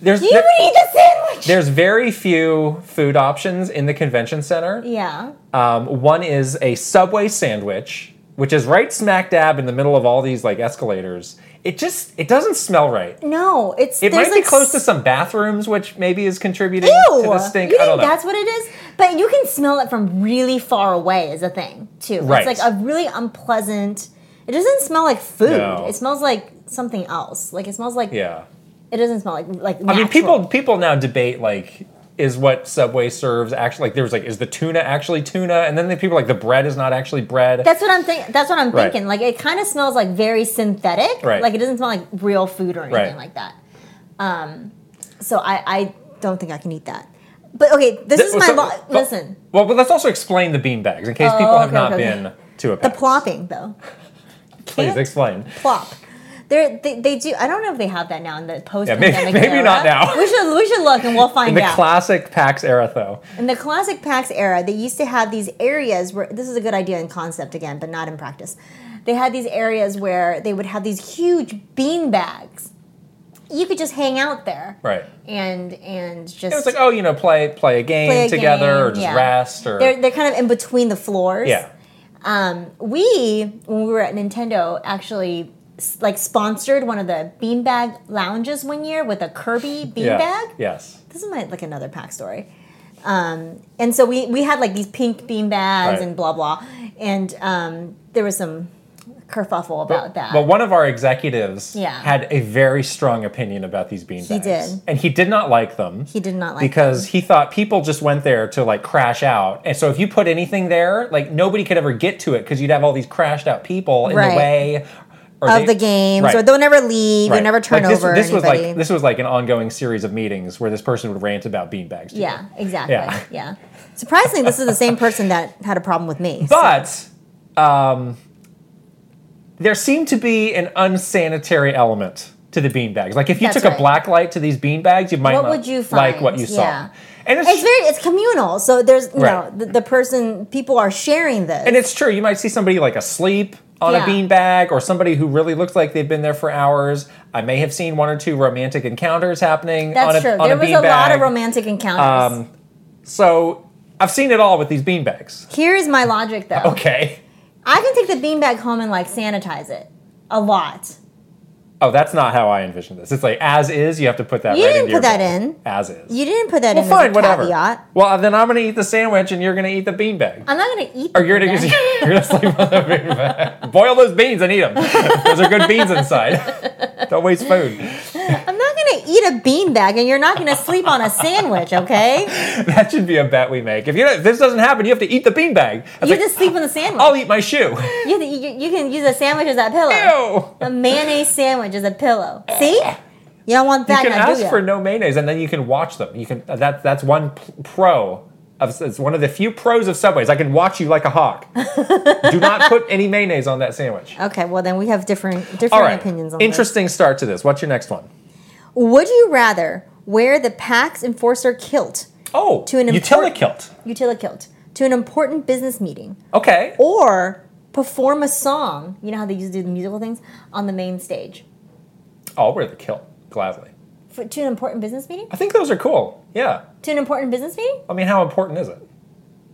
Speaker 2: there's
Speaker 1: You
Speaker 2: there-
Speaker 1: would eat the sandwich.
Speaker 2: there's very few food options in the convention center.
Speaker 1: yeah.
Speaker 2: Um, one is a Subway sandwich, which is right smack dab in the middle of all these like escalators. It just it doesn't smell right.
Speaker 1: No, it's
Speaker 2: It
Speaker 1: there's
Speaker 2: might be
Speaker 1: like
Speaker 2: close to some bathrooms, which maybe is contributing
Speaker 1: Ew!
Speaker 2: to the stink.
Speaker 1: You
Speaker 2: I
Speaker 1: think
Speaker 2: don't know.
Speaker 1: that's what it is? But you can smell it from really far away is a thing too.
Speaker 2: Right.
Speaker 1: It's like a really unpleasant. It doesn't smell like food.
Speaker 2: No.
Speaker 1: It smells like something else. Like it smells like
Speaker 2: yeah.
Speaker 1: It doesn't smell like like.
Speaker 2: I mean, people people now debate like. Is what Subway serves actually like? There was like, is the tuna actually tuna? And then the people are like the bread is not actually bread.
Speaker 1: That's what I'm thinking. That's what I'm
Speaker 2: Right.
Speaker 1: thinking. Like it kind of smells like very synthetic.
Speaker 2: Right.
Speaker 1: Like it doesn't smell like real food or anything
Speaker 2: Right.
Speaker 1: like that. Um, so I I don't think I can eat that. But okay, this
Speaker 2: Th-
Speaker 1: is my
Speaker 2: so-
Speaker 1: lo-
Speaker 2: but-
Speaker 1: listen. Oh,
Speaker 2: Well, but let's also explain the beanbags in case people have
Speaker 1: okay,
Speaker 2: not
Speaker 1: okay, okay.
Speaker 2: been to a
Speaker 1: The
Speaker 2: PAX.
Speaker 1: plopping though.
Speaker 2: Please
Speaker 1: can't-
Speaker 2: explain.
Speaker 1: plop. They're, they they do. I don't know if they have that now in the post
Speaker 2: maybe-
Speaker 1: pandemic
Speaker 2: maybe not now.
Speaker 1: (laughs) We should we should look and we'll find
Speaker 2: In the
Speaker 1: out.
Speaker 2: classic PAX era, though.
Speaker 1: in the classic PAX era, they used to have these areas where this is a good idea in concept again, but not in practice. They had these areas where they would have these huge bean bags. You could just hang out there,
Speaker 2: Right.
Speaker 1: And and just
Speaker 2: It was like, oh, you know, play play a game
Speaker 1: play a
Speaker 2: together, or
Speaker 1: game,
Speaker 2: just
Speaker 1: yeah.
Speaker 2: rest, or
Speaker 1: they're they're kind of in between the floors.
Speaker 2: yeah,
Speaker 1: Um, we, when we were at Nintendo, actually s- like sponsored one of the beanbag lounges one year with a Kirby beanbag.
Speaker 2: yeah, yes,
Speaker 1: This is my like another pack story. Um, and so we we had like these pink beanbags bags
Speaker 2: Right.
Speaker 1: and blah blah, and um, there was some kerfuffle about that.
Speaker 2: But one of our executives
Speaker 1: Yeah.
Speaker 2: had a very strong opinion about these beanbags.
Speaker 1: did.
Speaker 2: and he did not like them.
Speaker 1: he did not like
Speaker 2: because he thought people just went there to like crash out, and so if you put anything there, like nobody could ever get to it because you'd have all these crashed out people in
Speaker 1: Right.
Speaker 2: the way or
Speaker 1: of
Speaker 2: they-
Speaker 1: the games,
Speaker 2: Right.
Speaker 1: or they'll never leave,
Speaker 2: Right.
Speaker 1: they never turn
Speaker 2: Like, this,
Speaker 1: over
Speaker 2: This
Speaker 1: anybody.
Speaker 2: was like this was like an ongoing series of meetings where this person would rant about beanbags. to
Speaker 1: yeah,
Speaker 2: you.
Speaker 1: exactly.
Speaker 2: Yeah.
Speaker 1: Yeah. Surprisingly, this is the same person that had a problem with
Speaker 2: (laughs)
Speaker 1: me.
Speaker 2: But um, there seemed to be an unsanitary element to the beanbags. Like if you
Speaker 1: That's
Speaker 2: took
Speaker 1: right.
Speaker 2: a black light to these beanbags, you might
Speaker 1: What
Speaker 2: not
Speaker 1: would you
Speaker 2: like what
Speaker 1: find?
Speaker 2: you saw.
Speaker 1: Yeah.
Speaker 2: And it's,
Speaker 1: It's very it's communal. So there's you
Speaker 2: Right.
Speaker 1: know the, the person people are sharing this.
Speaker 2: and it's true. You might see somebody like asleep on
Speaker 1: Yeah.
Speaker 2: a beanbag or somebody who really looks like they've been there for hours. I may have seen one or two romantic encounters happening
Speaker 1: That's
Speaker 2: on a,
Speaker 1: true.
Speaker 2: on
Speaker 1: there
Speaker 2: a
Speaker 1: was
Speaker 2: beanbag.
Speaker 1: a lot of romantic encounters.
Speaker 2: Um, so I've seen it all with these beanbags. (laughs)
Speaker 1: Here's my logic, though.
Speaker 2: Okay.
Speaker 1: I can take the beanbag home and like sanitize it a lot.
Speaker 2: Oh, that's not how I envisioned this. It's like as is. You have to put that.
Speaker 1: You
Speaker 2: right
Speaker 1: didn't
Speaker 2: into your
Speaker 1: put that
Speaker 2: bowl.
Speaker 1: in.
Speaker 2: As is.
Speaker 1: You didn't put that
Speaker 2: well,
Speaker 1: in
Speaker 2: fine,
Speaker 1: as a
Speaker 2: whatever.
Speaker 1: caveat.
Speaker 2: Well, then I'm gonna eat the sandwich, and you're gonna eat the beanbag.
Speaker 1: I'm not gonna eat.
Speaker 2: Or you're
Speaker 1: the
Speaker 2: gonna,
Speaker 1: beanbag.
Speaker 2: you're gonna sleep on the
Speaker 1: (laughs)
Speaker 2: beanbag. Boil those beans and eat them. Those are good
Speaker 1: (laughs)
Speaker 2: beans inside. Don't waste food.
Speaker 1: I'm not gonna eat a beanbag, and you're not gonna sleep on a sandwich, okay?
Speaker 2: That should be a bet we make. If you if this doesn't happen, you have to eat the beanbag. It's
Speaker 1: You
Speaker 2: like,
Speaker 1: just sleep on the sandwich.
Speaker 2: I'll eat
Speaker 1: (laughs)
Speaker 2: my shoe.
Speaker 1: You, have to- you, you can use a sandwich as that pillow.
Speaker 2: Ew.
Speaker 1: A mayonnaise sandwich as a pillow. See? You don't want
Speaker 2: You
Speaker 1: that.
Speaker 2: can
Speaker 1: now, do
Speaker 2: ask
Speaker 1: ya?
Speaker 2: for no mayonnaise, and then you can watch them. You can uh, that that's one p- pro of it's one of the few pros of Subway's. I can watch you like a hawk.
Speaker 1: (laughs)
Speaker 2: Do not put any mayonnaise on that sandwich.
Speaker 1: Okay, well then we have different different
Speaker 2: All right.
Speaker 1: opinions on this.
Speaker 2: Interesting start to this. What's your next one?
Speaker 1: Would you rather wear the PAX enforcer kilt,
Speaker 2: Oh,
Speaker 1: To an
Speaker 2: utility
Speaker 1: important-
Speaker 2: kilt.
Speaker 1: utila kilt, to an important business meeting,
Speaker 2: Okay.
Speaker 1: or perform a song? You know how they used to do the musical things on the main stage
Speaker 2: I'll wear Oh, the kilt gladly.
Speaker 1: for, to an important business meeting.
Speaker 2: I think those are cool. Yeah.
Speaker 1: To an important business meeting.
Speaker 2: I mean, how important is it?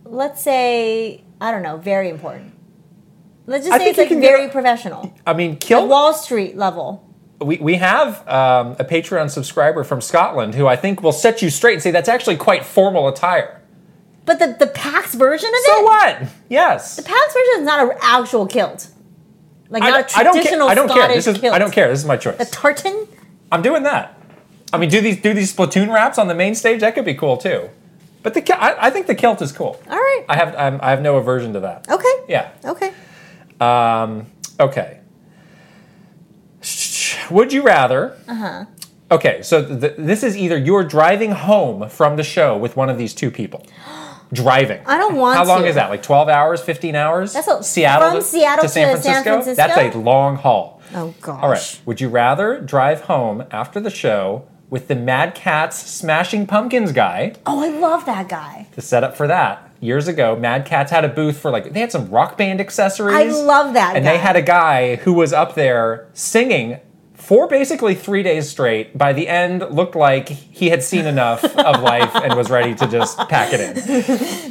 Speaker 1: Let's say I don't know, very important. Let's just
Speaker 2: I
Speaker 1: say
Speaker 2: think
Speaker 1: it's
Speaker 2: you
Speaker 1: like
Speaker 2: can get
Speaker 1: very
Speaker 2: a-
Speaker 1: professional,
Speaker 2: I mean,
Speaker 1: like
Speaker 2: kilt.
Speaker 1: Wall Street level.
Speaker 2: we, we have um, a Patreon subscriber from Scotland who I think will set you straight and say that's actually quite formal attire.
Speaker 1: But the the PAX version of
Speaker 2: So
Speaker 1: it.
Speaker 2: what? Yes.
Speaker 1: PAX version is not an actual kilt, like
Speaker 2: I,
Speaker 1: not a
Speaker 2: don't- I don't care.
Speaker 1: traditional
Speaker 2: I don't care.
Speaker 1: Scottish
Speaker 2: This is,
Speaker 1: kilt.
Speaker 2: I don't care. This is my choice.
Speaker 1: A tartan.
Speaker 2: I'm doing that. I mean, do these do these platoon wraps on the main stage? That could be cool too. But the ki- I, I think the kilt is cool.
Speaker 1: All right.
Speaker 2: I have I'm, I have no aversion to that.
Speaker 1: Okay.
Speaker 2: Yeah.
Speaker 1: Okay.
Speaker 2: Um, okay. Sh- Would you rather? Uh huh.
Speaker 1: Uh-huh.
Speaker 2: Okay, so th- this is either you're driving home from the show with one of these
Speaker 1: (gasps)
Speaker 2: two people. Driving.
Speaker 1: I don't want
Speaker 2: How long
Speaker 1: to.
Speaker 2: is that? Like 12 hours, 15 hours?
Speaker 1: That's a-
Speaker 2: Seattle
Speaker 1: from
Speaker 2: to,
Speaker 1: Seattle
Speaker 2: to San,
Speaker 1: to San
Speaker 2: Francisco? That's a
Speaker 1: Francisco?
Speaker 2: long haul.
Speaker 1: Oh gosh.
Speaker 2: All right. Would you rather drive home after the show with the Mad Cats Smashing Pumpkins guy?
Speaker 1: Oh, I love that guy.
Speaker 2: The setup for that years ago, Mad Cats had a booth for like they had some rock band accessories.
Speaker 1: I love that
Speaker 2: And
Speaker 1: guy.
Speaker 2: they had a guy who was up there singing for basically three days straight. By the end, looked like he had seen enough
Speaker 1: (laughs)
Speaker 2: of life and was ready to just pack it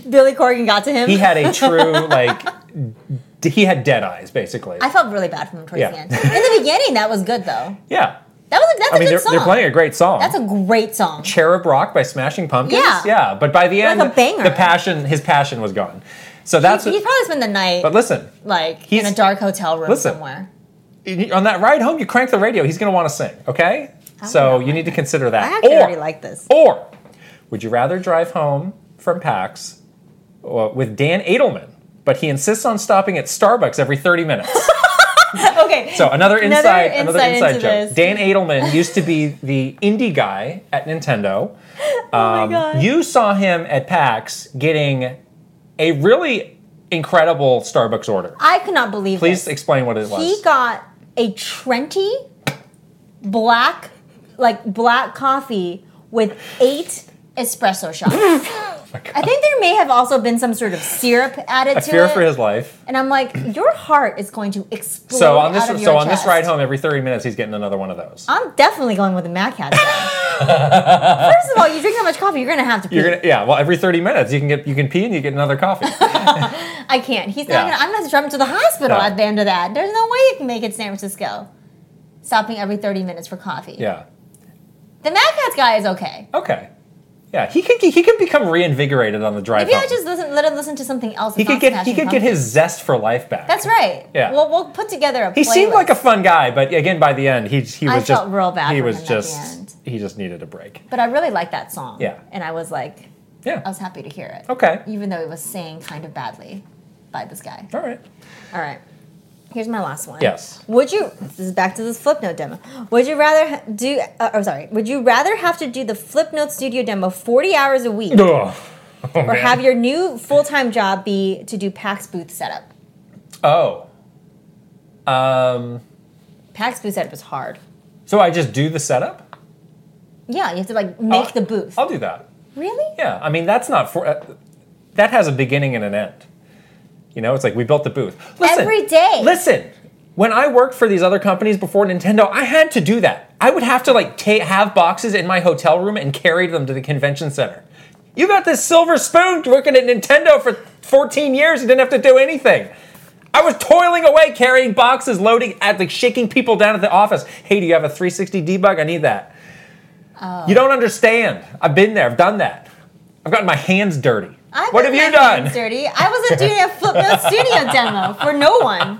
Speaker 2: in.
Speaker 1: Billy Corgan got to him.
Speaker 2: He had a true like d- he had dead eyes basically.
Speaker 1: I felt really bad for him towards
Speaker 2: Yeah.
Speaker 1: the end. In the beginning, that was good though.
Speaker 2: yeah.
Speaker 1: That was a, that's
Speaker 2: I mean,
Speaker 1: a good
Speaker 2: they're,
Speaker 1: song.
Speaker 2: they're playing a great song.
Speaker 1: That's a great song.
Speaker 2: Cherub Rock by Smashing Pumpkins.
Speaker 1: Yeah.
Speaker 2: but by the end,
Speaker 1: a banger.
Speaker 2: the passion, his passion was gone. So that's.
Speaker 1: he, he probably spent the night
Speaker 2: but listen,
Speaker 1: like in
Speaker 2: he's-
Speaker 1: a dark hotel room
Speaker 2: listen.
Speaker 1: somewhere.
Speaker 2: on that ride home, you crank the radio. He's going to want to sing. Okay, so you need to consider
Speaker 1: Oh, I
Speaker 2: that.
Speaker 1: actually already like this.
Speaker 2: Or would you rather drive home from PAX uh, with Dan Adelman, but he insists on stopping at Starbucks every
Speaker 1: (laughs)
Speaker 2: 30 minutes?
Speaker 1: Okay. Oh
Speaker 2: So another inside, another
Speaker 1: insight
Speaker 2: inside,
Speaker 1: into
Speaker 2: joke.
Speaker 1: this.
Speaker 2: Dan Adelman used to be the indie guy at Nintendo.
Speaker 1: oh my god.
Speaker 2: You saw him at PAX getting a really incredible Starbucks order.
Speaker 1: I could not believe
Speaker 2: Please
Speaker 1: this.
Speaker 2: explain what it
Speaker 1: He
Speaker 2: was.
Speaker 1: got a Trenti black like black coffee with eight espresso
Speaker 2: (laughs)
Speaker 1: shots. I think there may have also been some sort of syrup added
Speaker 2: Oh I
Speaker 1: to
Speaker 2: fear
Speaker 1: it.
Speaker 2: for his life.
Speaker 1: And I'm like, your heart is going to explode.
Speaker 2: So on this,
Speaker 1: out of your
Speaker 2: so on this
Speaker 1: chest.
Speaker 2: ride home, every thirty minutes, he's getting another one of those.
Speaker 1: I'm definitely going with the Mac hat.
Speaker 2: (laughs)
Speaker 1: First of all, you drink that much coffee, you're gonna have to pee.
Speaker 2: You're gonna, yeah. Well, every thirty minutes, you can get, you can pee and you get another coffee.
Speaker 1: I can't. He's not
Speaker 2: Yeah.
Speaker 1: gonna. I'm gonna have to drive him to the hospital
Speaker 2: Yeah.
Speaker 1: at the end of that. There's no way you can make it to San Francisco. Stopping every 30 minutes for coffee.
Speaker 2: yeah.
Speaker 1: The Mad Cats guy is okay.
Speaker 2: Okay. Yeah. He could, he could become reinvigorated on the drive
Speaker 1: If you
Speaker 2: home.
Speaker 1: had just listen, let him listen to something else.
Speaker 2: he
Speaker 1: that's
Speaker 2: could
Speaker 1: not
Speaker 2: get, he
Speaker 1: Smashing
Speaker 2: could get his zest for life back.
Speaker 1: Pumpkins. That's right.
Speaker 2: Yeah.
Speaker 1: We'll, we'll put together a.
Speaker 2: He seemed like a
Speaker 1: playlist.
Speaker 2: fun guy, but again, by the end, he he was
Speaker 1: I
Speaker 2: just
Speaker 1: felt real bad
Speaker 2: He
Speaker 1: for
Speaker 2: was
Speaker 1: him at the
Speaker 2: just
Speaker 1: end.
Speaker 2: he just needed a break.
Speaker 1: But I really liked that song.
Speaker 2: Yeah.
Speaker 1: And I was like,
Speaker 2: Yeah.
Speaker 1: I was happy to hear it.
Speaker 2: Okay.
Speaker 1: Even though it was sang kind of badly by this guy.
Speaker 2: All right.
Speaker 1: All right. Here's my last one.
Speaker 2: Yes.
Speaker 1: Would you? This is back to this flip note demo. Would you rather ha- do? Uh, oh, sorry. Would you rather have to do the flip note studio demo 40 hours a week,
Speaker 2: Ugh.
Speaker 1: or have your new full time job be to do PAX booth setup?
Speaker 2: Oh. Um.
Speaker 1: PAX booth setup is hard.
Speaker 2: So I just do the setup.
Speaker 1: Yeah, you have to like make
Speaker 2: I'll-
Speaker 1: the booth.
Speaker 2: I'll do that.
Speaker 1: really?
Speaker 2: Yeah. I mean, that's not for. Uh, that has a beginning and an end. You know, it's like we built the booth. Listen,
Speaker 1: Every day.
Speaker 2: Listen, when I worked for these other companies before Nintendo, I had to do that. I would have to like ta- have boxes in my hotel room and carry them to the convention center. You got this silver spoon working at Nintendo for 14 years and didn't have to do anything. I was toiling away carrying boxes, loading, at like shaking people down at the office. Hey, do you have a 360 debug? I need that.
Speaker 1: Oh.
Speaker 2: You don't understand. I've been there. I've done that. I've gotten my hands dirty.
Speaker 1: I've
Speaker 2: what have
Speaker 1: been
Speaker 2: you
Speaker 1: my
Speaker 2: done?
Speaker 1: hands Dirty. I wasn't doing a Flipnote
Speaker 2: (laughs)
Speaker 1: Studio demo for no one.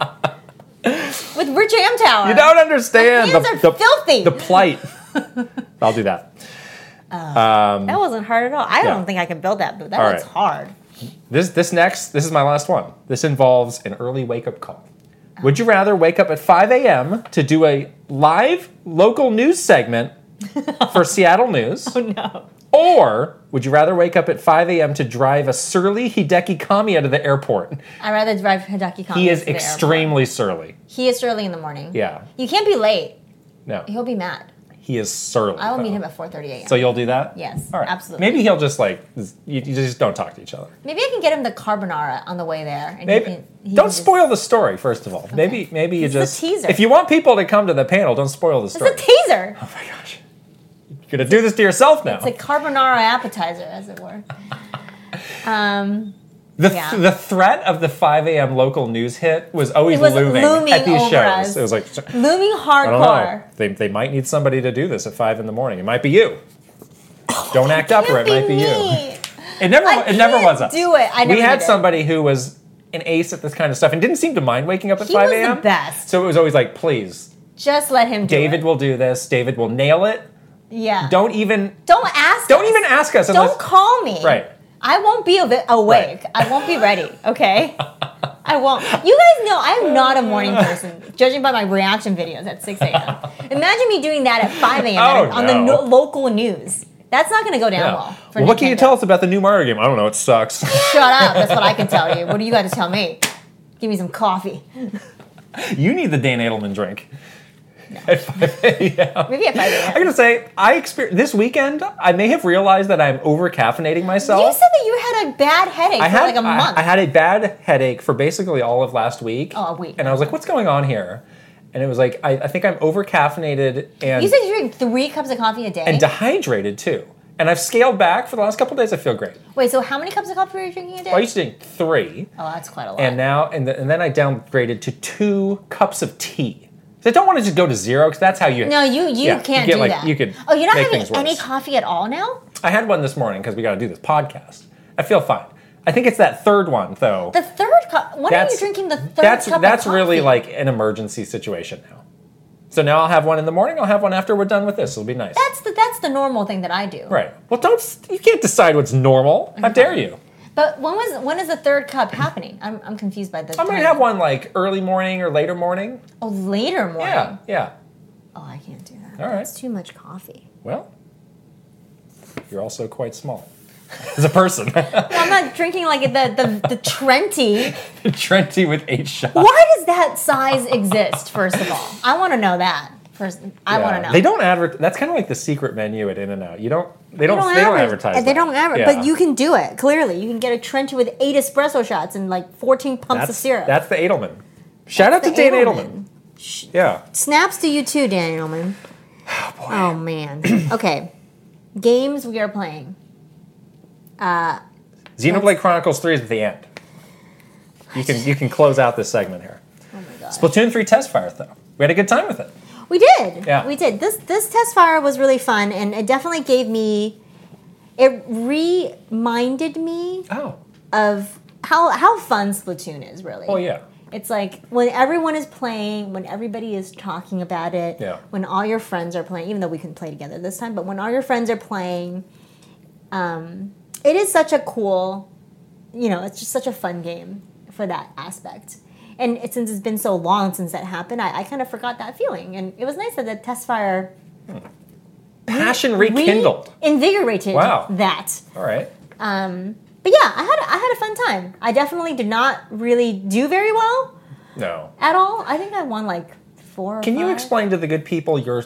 Speaker 1: With Rich Amtower.
Speaker 2: You don't understand.
Speaker 1: My hands
Speaker 2: the,
Speaker 1: are
Speaker 2: the-
Speaker 1: filthy. (laughs)
Speaker 2: The plight. I'll do that.
Speaker 1: That wasn't hard at all. I
Speaker 2: Yeah.
Speaker 1: don't think I can build that, but that
Speaker 2: All
Speaker 1: looks
Speaker 2: right.
Speaker 1: hard.
Speaker 2: This this next this is my last one. This involves an early wake up call. Would you rather wake up at 5 a.m. to do a live local
Speaker 1: (laughs)
Speaker 2: news segment for Seattle News? Oh no. Or would you rather wake up at 5 a.m. to drive a surly Hideki Kami out of the airport?
Speaker 1: I'd rather drive Hidaki Kong.
Speaker 2: He is extremely surly.
Speaker 1: He is early in the morning.
Speaker 2: Yeah.
Speaker 1: You can't be late.
Speaker 2: No.
Speaker 1: He'll be mad.
Speaker 2: He is surly.
Speaker 1: I will meet
Speaker 2: though.
Speaker 1: him at 4:30 a.m.
Speaker 2: Uh-huh. So you'll do that?
Speaker 1: Yes,
Speaker 2: All right.
Speaker 1: absolutely.
Speaker 2: Maybe he'll just like you, you just don't talk to each other.
Speaker 1: Maybe I can get him the carbonara on the way there. And
Speaker 2: Maybe
Speaker 1: he can, he
Speaker 2: don't
Speaker 1: can just-
Speaker 2: spoil the story first of all. Maybe maybe you
Speaker 1: This is a
Speaker 2: just
Speaker 1: teaser.
Speaker 2: If you want people to come to the panel, don't spoil the story.
Speaker 1: It's a teaser.
Speaker 2: oh my gosh, you're gonna do this to yourself now.
Speaker 1: It's a carbonara appetizer, as it were. Um,
Speaker 2: the, th-
Speaker 1: yeah.
Speaker 2: the threat of the 5 a.m. local news hit was always
Speaker 1: It was
Speaker 2: looming,
Speaker 1: looming
Speaker 2: at these
Speaker 1: over
Speaker 2: shows.
Speaker 1: us.
Speaker 2: It was like
Speaker 1: looming
Speaker 2: I don't know.
Speaker 1: hardcore.
Speaker 2: They, they might need somebody to do this at five in the morning. It might be you. Don't act up, or it might be you.
Speaker 1: me.
Speaker 2: It never,
Speaker 1: I
Speaker 2: it never
Speaker 1: can't
Speaker 2: was us.
Speaker 1: do it. I
Speaker 2: we
Speaker 1: never
Speaker 2: had
Speaker 1: did it.
Speaker 2: somebody who was an ace at this kind of stuff and didn't seem to mind waking up at
Speaker 1: He
Speaker 2: 5
Speaker 1: was the
Speaker 2: a.m.
Speaker 1: best.
Speaker 2: So it was always like, please,
Speaker 1: Just let him do
Speaker 2: David
Speaker 1: it.
Speaker 2: will do this. David will nail it.
Speaker 1: Yeah.
Speaker 2: Don't even,
Speaker 1: Don't ask.
Speaker 2: don't
Speaker 1: us.
Speaker 2: even ask us. Unless,
Speaker 1: Don't call me.
Speaker 2: Right.
Speaker 1: I won't be av- awake. I won't be ready.
Speaker 2: (laughs)
Speaker 1: Okay. I won't. You guys know I am not a morning person, judging by my reaction videos at 6 a.m. Imagine me doing that at 5 a.m.
Speaker 2: Oh,
Speaker 1: on- on the
Speaker 2: no.
Speaker 1: no- local news. That's not going to go down
Speaker 2: Yeah.
Speaker 1: well. for
Speaker 2: Well, what can you
Speaker 1: Nintendo.
Speaker 2: tell us about the new Mario game? I don't know. It sucks. (laughs)
Speaker 1: Shut up. That's what I can tell you. What do you got to tell me? Give me some coffee.
Speaker 2: you need the Dan Edelman drink. (laughs)
Speaker 1: Maybe at 5
Speaker 2: I'm
Speaker 1: a.m.
Speaker 2: gonna say I experienced this weekend. I may have realized that I'm over caffeinating myself.
Speaker 1: You said that you had a bad headache
Speaker 2: I
Speaker 1: for
Speaker 2: had
Speaker 1: like a
Speaker 2: I-
Speaker 1: month.
Speaker 2: I, had a bad headache for basically all of last week.
Speaker 1: Oh, a week.
Speaker 2: And I was like, "What's going on here?" And it was like, I, I think I'm over caffeinated and
Speaker 1: you said you drink three cups of coffee a day.
Speaker 2: and dehydrated too. And I've scaled back for the last couple days. I feel great.
Speaker 1: Wait, so how many cups of coffee are you drinking a day?
Speaker 2: I used to drink three,
Speaker 1: oh, that's quite a lot.
Speaker 2: and now and, th- and then I downgraded to two cups of tea. 'Cause I don't want to just go to zero because that's how you.
Speaker 1: No, you you
Speaker 2: Yeah, you
Speaker 1: can't
Speaker 2: get,
Speaker 1: do
Speaker 2: like-
Speaker 1: that.
Speaker 2: you could
Speaker 1: Oh, you're not
Speaker 2: make
Speaker 1: having
Speaker 2: things worse.
Speaker 1: any coffee at all now.
Speaker 2: I had one this morning because we got to do this podcast. I feel fine. I think it's that third one though.
Speaker 1: The third cup. When are you drinking the third
Speaker 2: that's
Speaker 1: cup? of
Speaker 2: that's really
Speaker 1: coffee?
Speaker 2: like an emergency situation now. So now I'll have one in the morning. I'll have one after we're done with this. It'll be nice.
Speaker 1: that's the that's the normal thing that I do.
Speaker 2: right. Well, don't you can't decide what's normal. How dare you?
Speaker 1: But when was when is the third cup happening? I'm, I'm confused by this.
Speaker 2: I might have one like early morning or later morning.
Speaker 1: Oh, later morning.
Speaker 2: Yeah, yeah.
Speaker 1: Oh, I can't do that.
Speaker 2: All right.
Speaker 1: That's too much coffee.
Speaker 2: Well, you're also quite small (laughs) as a person. (laughs)
Speaker 1: I'm not drinking like the the, the Trenti.
Speaker 2: Trenty with eight shots.
Speaker 1: Why does that size exist? First of all, I want to know that. First, I want to
Speaker 2: Yeah.
Speaker 1: know.
Speaker 2: They don't advertise. That's kind of like the secret menu at In and Out. You don't. They don't. They don't, advertise.
Speaker 1: They
Speaker 2: that.
Speaker 1: don't advertise.
Speaker 2: Yeah.
Speaker 1: But you can do it. Clearly, you can get a Trenti with eight espresso shots and like 14 pumps
Speaker 2: That's
Speaker 1: of syrup.
Speaker 2: that's the Edelman. Shout out to
Speaker 1: the
Speaker 2: Dan Edelman. Yeah.
Speaker 1: Snaps to you too, Dan Edelman. Oh, man. (clears throat) okay, games we are playing.
Speaker 2: Xenoblade Chronicles 3 is at the end. You can you can close out this segment here.
Speaker 1: Oh my god.
Speaker 2: Splatoon 3 test fire though. We had a good time with it.
Speaker 1: We did.
Speaker 2: Yeah.
Speaker 1: We did. This this test fire was really fun, and it definitely gave me. It reminded me
Speaker 2: Oh.
Speaker 1: of how how fun Splatoon is. Really.
Speaker 2: Oh yeah.
Speaker 1: It's like when everyone is playing, when everybody is talking about it,
Speaker 2: Yeah.
Speaker 1: when all your friends are playing, even though we couldn't play together this time, but when all your friends are playing, um, it is such a cool, you know, it's just such a fun game for that aspect. And it, since it's been so long since that happened, I, I kind of forgot that feeling. And it was nice that the test fire
Speaker 2: Passion rekindled.
Speaker 1: invigorated
Speaker 2: Wow.
Speaker 1: that.
Speaker 2: All right.
Speaker 1: Um, but yeah, I had, I had a fun time. I definitely did not really do very well.
Speaker 2: No.
Speaker 1: at all. I think I won like four. Or
Speaker 2: Can you
Speaker 1: five.
Speaker 2: explain to the good people your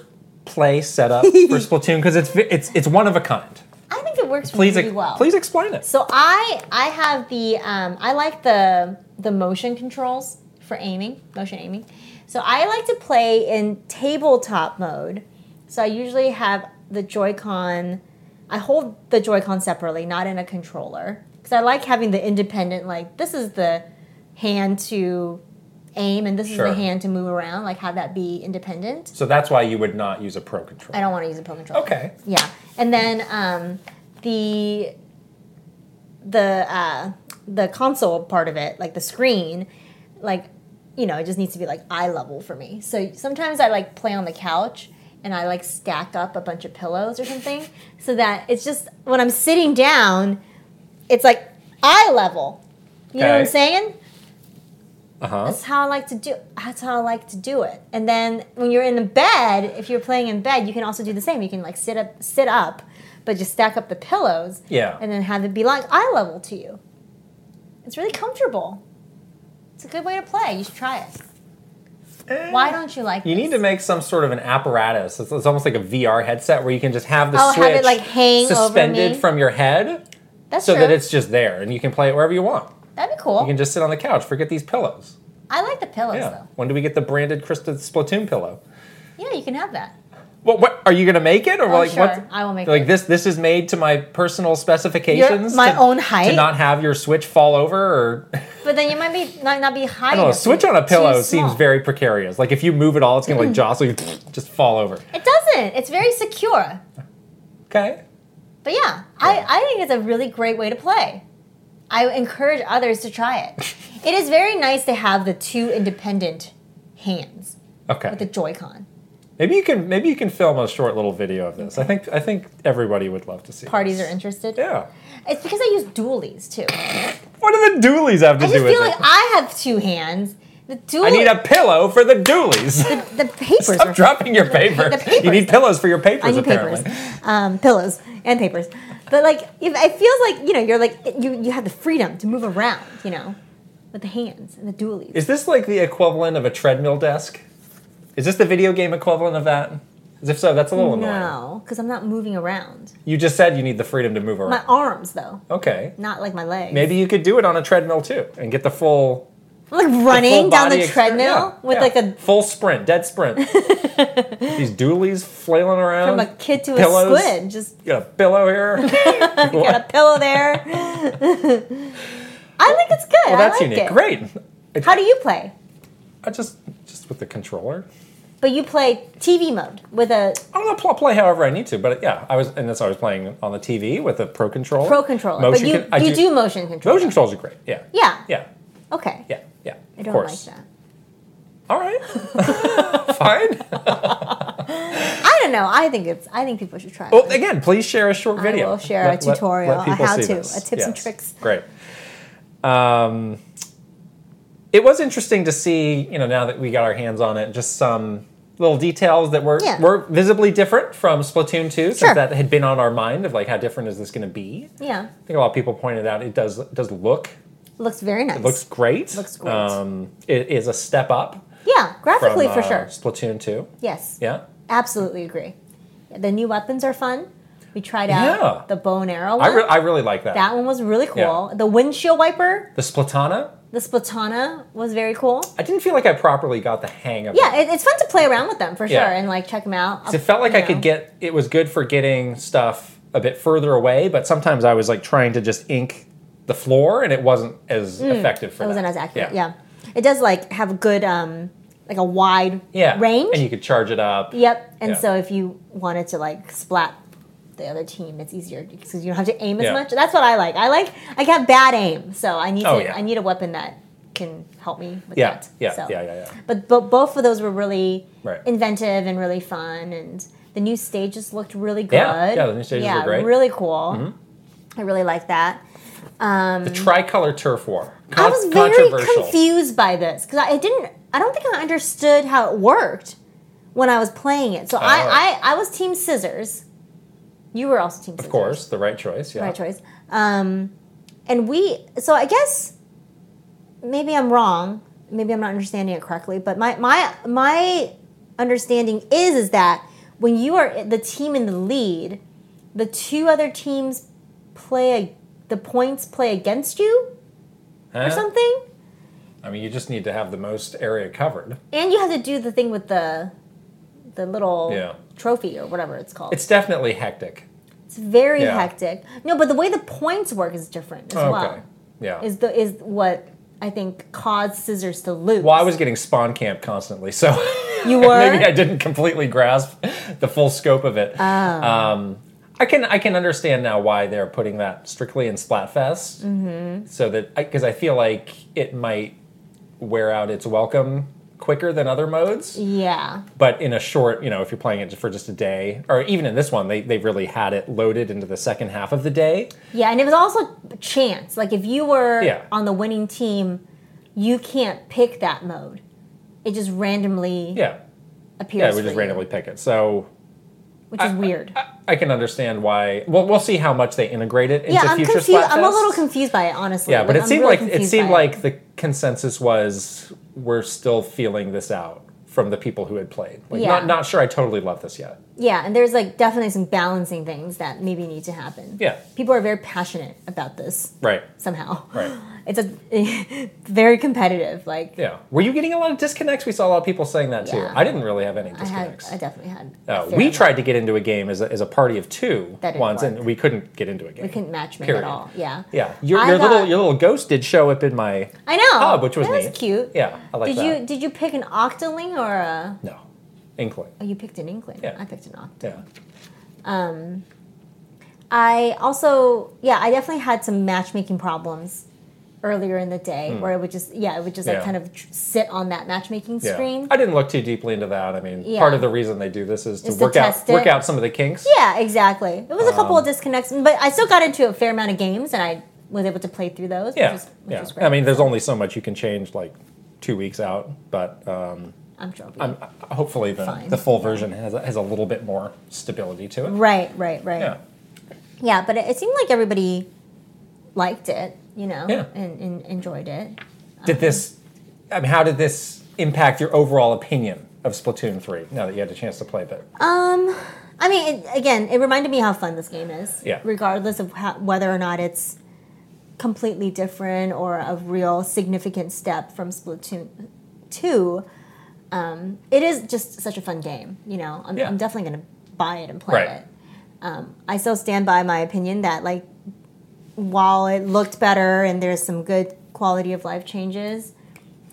Speaker 1: (laughs)
Speaker 2: play setup for Splatoon cuz it's vi- it's it's one of a kind.
Speaker 1: I think it works
Speaker 2: Please
Speaker 1: really
Speaker 2: ex-
Speaker 1: well.
Speaker 2: please explain it.
Speaker 1: So I I have the um, I like the the motion controls for aiming, motion aiming. So I like to play in tabletop mode. So I usually have the Joy-Con. I hold the Joy-Con separately, not in a controller, because I like having the independent. Like this is the hand to aim, and this
Speaker 2: Sure.
Speaker 1: is the hand to move around. Like have that be independent.
Speaker 2: So that's why you would not use a pro controller.
Speaker 1: I don't want to use a pro controller.
Speaker 2: Okay.
Speaker 1: Yeah, and then um, the the uh, the console part of it, like the screen, like you know, it just needs to be like eye level for me. So sometimes I like play on the couch and I like stack up a bunch of pillows or something, so that it's just when I'm sitting down, it's like eye level. You know what I'm
Speaker 2: Okay.
Speaker 1: saying?
Speaker 2: Uh huh.
Speaker 1: That's how I like to do. That's how I like to do it. And then when you're in the bed, if you're playing in bed, you can also do the same. You can like sit up, sit up, but just stack up the pillows.
Speaker 2: Yeah.
Speaker 1: And then have it be like eye level to you. It's really comfortable. It's a good way to play. You should try it. Why don't you like?
Speaker 2: You
Speaker 1: this?
Speaker 2: need to make some sort of an apparatus. It's, it's almost like a VR headset where you can just have the
Speaker 1: Oh, have
Speaker 2: switch
Speaker 1: it, like, hang over
Speaker 2: suspended
Speaker 1: me?
Speaker 2: from your head,
Speaker 1: That's
Speaker 2: so
Speaker 1: true.
Speaker 2: that it's just there, and you can play it wherever you want.
Speaker 1: That'd be cool.
Speaker 2: You can just sit on the couch. Forget these pillows.
Speaker 1: I like the pillows
Speaker 2: Yeah. When do we get the branded Krista Splatoon pillow?
Speaker 1: though. Yeah, you can have that.
Speaker 2: What? What are you gonna make it or
Speaker 1: Oh,
Speaker 2: like
Speaker 1: sure.
Speaker 2: what?
Speaker 1: I will make
Speaker 2: like
Speaker 1: it.
Speaker 2: this. This is made to my personal specifications.
Speaker 1: my
Speaker 2: to-
Speaker 1: own height?
Speaker 2: to not have your switch fall over or
Speaker 1: But then you might be not, not be high.
Speaker 2: I don't know.
Speaker 1: enough to
Speaker 2: Switch
Speaker 1: be
Speaker 2: on a
Speaker 1: too
Speaker 2: pillow
Speaker 1: small.
Speaker 2: seems very precarious. Like if you move at all, it's gonna like jostle you, (sniffs) just fall over.
Speaker 1: It doesn't. It's very secure.
Speaker 2: Okay.
Speaker 1: But yeah, I, I think it's a really great way to play. I encourage others to try
Speaker 2: (laughs)
Speaker 1: it. it is very nice to have the two independent hands
Speaker 2: Okay.
Speaker 1: with the Joy-Con.
Speaker 2: Maybe you can maybe you can film a short little video of this. I think I think everybody would love to see.
Speaker 1: Parties
Speaker 2: this.
Speaker 1: are interested.
Speaker 2: Yeah.
Speaker 1: It's because I use dualies
Speaker 2: (laughs)
Speaker 1: too. I
Speaker 2: What do the doolies have to
Speaker 1: just
Speaker 2: do with
Speaker 1: feel like
Speaker 2: it?
Speaker 1: I have two hands. The dual
Speaker 2: I need a pillow for the doolies.
Speaker 1: the papers
Speaker 2: Stop
Speaker 1: are
Speaker 2: dropping your papers.
Speaker 1: the papers.
Speaker 2: You need pillows for your papers.
Speaker 1: I need
Speaker 2: apparently.
Speaker 1: papers, um, pillows, and papers. But like, if, it feels like you know, you're like you you have the freedom to move around, you know, with the hands and the dualies.
Speaker 2: Is this like the equivalent of a treadmill desk? Is this the video game equivalent of that? 'Cause if so, that's a little annoying.
Speaker 1: no, because I'm not moving around.
Speaker 2: You just said you need the freedom to move
Speaker 1: My
Speaker 2: around.
Speaker 1: arms though.
Speaker 2: okay.
Speaker 1: not like my legs.
Speaker 2: Maybe you could do it on a treadmill too and get the full
Speaker 1: I'm like running
Speaker 2: full
Speaker 1: down the
Speaker 2: body experience.
Speaker 1: treadmill
Speaker 2: Yeah,
Speaker 1: with
Speaker 2: yeah.
Speaker 1: like a
Speaker 2: full sprint,
Speaker 1: (laughs)
Speaker 2: dead sprint. These doolies flailing around.
Speaker 1: from a kid to a
Speaker 2: pillows.
Speaker 1: squid.
Speaker 2: (laughs)
Speaker 1: Just
Speaker 2: You got a
Speaker 1: (laughs)
Speaker 2: pillow here. Oh,
Speaker 1: got a pillow there. I think it's good. (laughs)
Speaker 2: well,
Speaker 1: I
Speaker 2: that's
Speaker 1: like
Speaker 2: unique.
Speaker 1: it.
Speaker 2: Great. It-
Speaker 1: How do you play?
Speaker 2: I just just with the controller.
Speaker 1: But you play TV mode with a
Speaker 2: I'm gonna pl- play however I need to, but yeah, I was and that's I was playing on the TV with a pro controller.
Speaker 1: pro controller.
Speaker 2: Oh, Motion
Speaker 1: but you,
Speaker 2: con- I
Speaker 1: you do, motion control.
Speaker 2: Motion controls are great. Yeah.
Speaker 1: Yeah.
Speaker 2: Yeah.
Speaker 1: Okay.
Speaker 2: Yeah. Yeah.
Speaker 1: I
Speaker 2: of
Speaker 1: don't like
Speaker 2: course.
Speaker 1: that.
Speaker 2: All right.
Speaker 1: (laughs)
Speaker 2: Fine.
Speaker 1: I don't know. I think it's. I think people should try.
Speaker 2: Well,
Speaker 1: it.
Speaker 2: again, please share a short
Speaker 1: I
Speaker 2: video.
Speaker 1: will share a tutorial, a
Speaker 2: people
Speaker 1: how-to,
Speaker 2: see this.
Speaker 1: a tips and tricks.
Speaker 2: Great. Um, it was interesting to see, you know, now that we got our hands on it, just some little details that were
Speaker 1: Yeah.
Speaker 2: were visibly different from Splatoon 2, since
Speaker 1: Sure.
Speaker 2: that had been on our mind of like how different is this going to be.
Speaker 1: yeah.
Speaker 2: I think a lot of people pointed out it does it does look
Speaker 1: Looks very nice.
Speaker 2: it looks great.
Speaker 1: Looks great.
Speaker 2: Um, it is a step up
Speaker 1: yeah,
Speaker 2: from
Speaker 1: graphically for
Speaker 2: uh,
Speaker 1: sure.
Speaker 2: Splatoon 2.
Speaker 1: Yes.
Speaker 2: Yeah.
Speaker 1: Absolutely agree. The new weapons are fun. We tried out
Speaker 2: Yeah.
Speaker 1: the bow and arrow
Speaker 2: I,
Speaker 1: one.
Speaker 2: re- I really like
Speaker 1: that one was really cool.
Speaker 2: Yeah.
Speaker 1: The windshield wiper,
Speaker 2: The Splatana
Speaker 1: the Splatana was very cool.
Speaker 2: I didn't feel like I properly got the hang of
Speaker 1: Yeah,
Speaker 2: it.
Speaker 1: it, it's fun to play around with them for
Speaker 2: Yeah.
Speaker 1: sure and like check them out.
Speaker 2: 'Cause It felt like I
Speaker 1: You know.
Speaker 2: could get it was good for getting stuff a bit further away, but sometimes I was like trying to just ink the floor and it wasn't as effective
Speaker 1: Mm, It
Speaker 2: for that.
Speaker 1: wasn't as accurate. Yeah. it does like have a good um like a wide
Speaker 2: Yeah.
Speaker 1: range.
Speaker 2: And you could charge it up.
Speaker 1: yep. And
Speaker 2: Yeah.
Speaker 1: so if you wanted to like splat the other team, it's easier because you don't have to aim as
Speaker 2: Yeah.
Speaker 1: much. That's what I like. I like I have bad aim, so I need
Speaker 2: Oh,
Speaker 1: to
Speaker 2: yeah.
Speaker 1: I need a weapon that can help me with
Speaker 2: Yeah,
Speaker 1: that.
Speaker 2: yeah,
Speaker 1: so.
Speaker 2: yeah, yeah, yeah.
Speaker 1: But, but both of those were really
Speaker 2: Right.
Speaker 1: inventive and really fun, and the new stages looked really good.
Speaker 2: Yeah, yeah, the new stages
Speaker 1: Yeah,
Speaker 2: were great. Mm-hmm.
Speaker 1: Really cool. I really like that.
Speaker 2: The tricolor turf war.
Speaker 1: um, I
Speaker 2: Con-
Speaker 1: was very
Speaker 2: controversial.
Speaker 1: confused by this because I, I didn't. I don't think I understood how it worked when I was playing it. So
Speaker 2: Oh.
Speaker 1: I, I I was Team Scissors. You were also Team Scissors,
Speaker 2: Of course, the right choice. Yeah.
Speaker 1: my choice. Um, and we, so I guess maybe I'm wrong. Maybe I'm not understanding it correctly. But my my my understanding is is that when you are the team in the lead, the two other teams play the points play against you
Speaker 2: Huh?
Speaker 1: or something.
Speaker 2: Uh, I mean, you just need to have the most area covered.
Speaker 1: And you have to do the thing with the the little
Speaker 2: Yeah.
Speaker 1: trophy or whatever it's called.
Speaker 2: It's definitely hectic.
Speaker 1: It's very
Speaker 2: Yeah. Oh,
Speaker 1: hectic. No, but the way the points work is different as
Speaker 2: Okay.
Speaker 1: well.
Speaker 2: Yeah.
Speaker 1: Is the is what I think caused scissors to lose.
Speaker 2: well, I was getting spawn camp constantly, so (laughs)
Speaker 1: you were
Speaker 2: maybe I didn't completely grasp the full scope of
Speaker 1: Oh.
Speaker 2: it. Um, I can I can understand now why they're putting that strictly in Splatfest,
Speaker 1: Mm-hmm.
Speaker 2: so that because I feel like it might wear out its welcome quicker than other modes.
Speaker 1: yeah.
Speaker 2: but in a short, you know, if you're playing it for just a day, or even in this one, they, they really had it loaded into the second half of the day.
Speaker 1: Yeah, and it was also chance. Like if you were
Speaker 2: Yeah.
Speaker 1: on the winning team, you can't pick that mode. It just randomly
Speaker 2: Yeah.
Speaker 1: appears.
Speaker 2: Yeah, we
Speaker 1: for
Speaker 2: just
Speaker 1: you,
Speaker 2: randomly pick it. So
Speaker 1: which is weird.
Speaker 2: I can understand why. Well, we'll see how much they integrate it into
Speaker 1: yeah, I'm
Speaker 2: future
Speaker 1: confused. I'm a
Speaker 2: Splatfests.
Speaker 1: little confused by it, honestly.
Speaker 2: Yeah, but it
Speaker 1: I'm
Speaker 2: seemed
Speaker 1: really
Speaker 2: like it
Speaker 1: confused
Speaker 2: seemed
Speaker 1: by
Speaker 2: like the consensus was we're still feeling this out from the people who had played. Like
Speaker 1: Yeah.
Speaker 2: not not sure I totally love this yet.
Speaker 1: yeah, and there's like definitely some balancing things that maybe need to happen.
Speaker 2: Yeah.
Speaker 1: people are very passionate about this
Speaker 2: Right.
Speaker 1: somehow.
Speaker 2: Right.
Speaker 1: (laughs) It's a very competitive. Like
Speaker 2: Yeah. Were you getting a lot of disconnects? We saw a lot of people saying that too.
Speaker 1: Yeah.
Speaker 2: I didn't really have any
Speaker 1: I had,
Speaker 2: disconnects.
Speaker 1: I definitely had. a
Speaker 2: No,
Speaker 1: fair
Speaker 2: Oh, we
Speaker 1: amount.
Speaker 2: tried to get into a game as a, as a party of two
Speaker 1: That didn't
Speaker 2: once, and
Speaker 1: work.
Speaker 2: we couldn't get into a game.
Speaker 1: We couldn't match make at
Speaker 2: Period.
Speaker 1: all. Yeah.
Speaker 2: Yeah, your,
Speaker 1: I
Speaker 2: your
Speaker 1: got-
Speaker 2: little your little ghost did show up in my
Speaker 1: I know.
Speaker 2: hub, Oh, which was
Speaker 1: that
Speaker 2: neat.
Speaker 1: was cute.
Speaker 2: Yeah, I like
Speaker 1: did
Speaker 2: that.
Speaker 1: you did you pick an octoling or a?
Speaker 2: No, inkling.
Speaker 1: Oh, you picked an inkling.
Speaker 2: Yeah.
Speaker 1: I picked an oct.
Speaker 2: Yeah,
Speaker 1: I also yeah I definitely had some matchmaking problems earlier in the day where it would just yeah it would just like
Speaker 2: Hmm. Yeah.
Speaker 1: kind of tr- sit on that matchmaking
Speaker 2: yeah.
Speaker 1: screen.
Speaker 2: I didn't look too deeply into that. I mean,
Speaker 1: Yeah.
Speaker 2: part of the reason they do this is to
Speaker 1: Is to
Speaker 2: work out
Speaker 1: test it.
Speaker 2: work out some of the kinks.
Speaker 1: Yeah, exactly. It
Speaker 2: Um,
Speaker 1: was a couple of disconnects, but I still got into a fair amount of games and I was able to play through those.
Speaker 2: yeah.
Speaker 1: which was, which
Speaker 2: yeah.
Speaker 1: was great.
Speaker 2: I mean, there's only so much you can change, like two weeks out, but um,
Speaker 1: I'm sure. I'll be-
Speaker 2: I'm, hopefully the,
Speaker 1: Fine.
Speaker 2: the full version has a, has a little bit more stability to it.
Speaker 1: right, right, right.
Speaker 2: Yeah.
Speaker 1: Yeah, but it, it seemed like everybody liked it, you know,
Speaker 2: Yeah.
Speaker 1: and, and enjoyed it.
Speaker 2: did this I mean, how did this impact your overall opinion of splatoon 3 now that you had a chance to play it
Speaker 1: Um, I mean, it, again, it reminded me how fun this game is.
Speaker 2: Yeah.
Speaker 1: Regardless of how, whether or not it's completely different or a real significant step from Splatoon 2, um, it is just such a fun game. You know, I'm,
Speaker 2: Yeah.
Speaker 1: I'm definitely going to buy it and play
Speaker 2: Right.
Speaker 1: it. Um, I still stand by my opinion that, like, while it looked better and there's some good quality of life changes,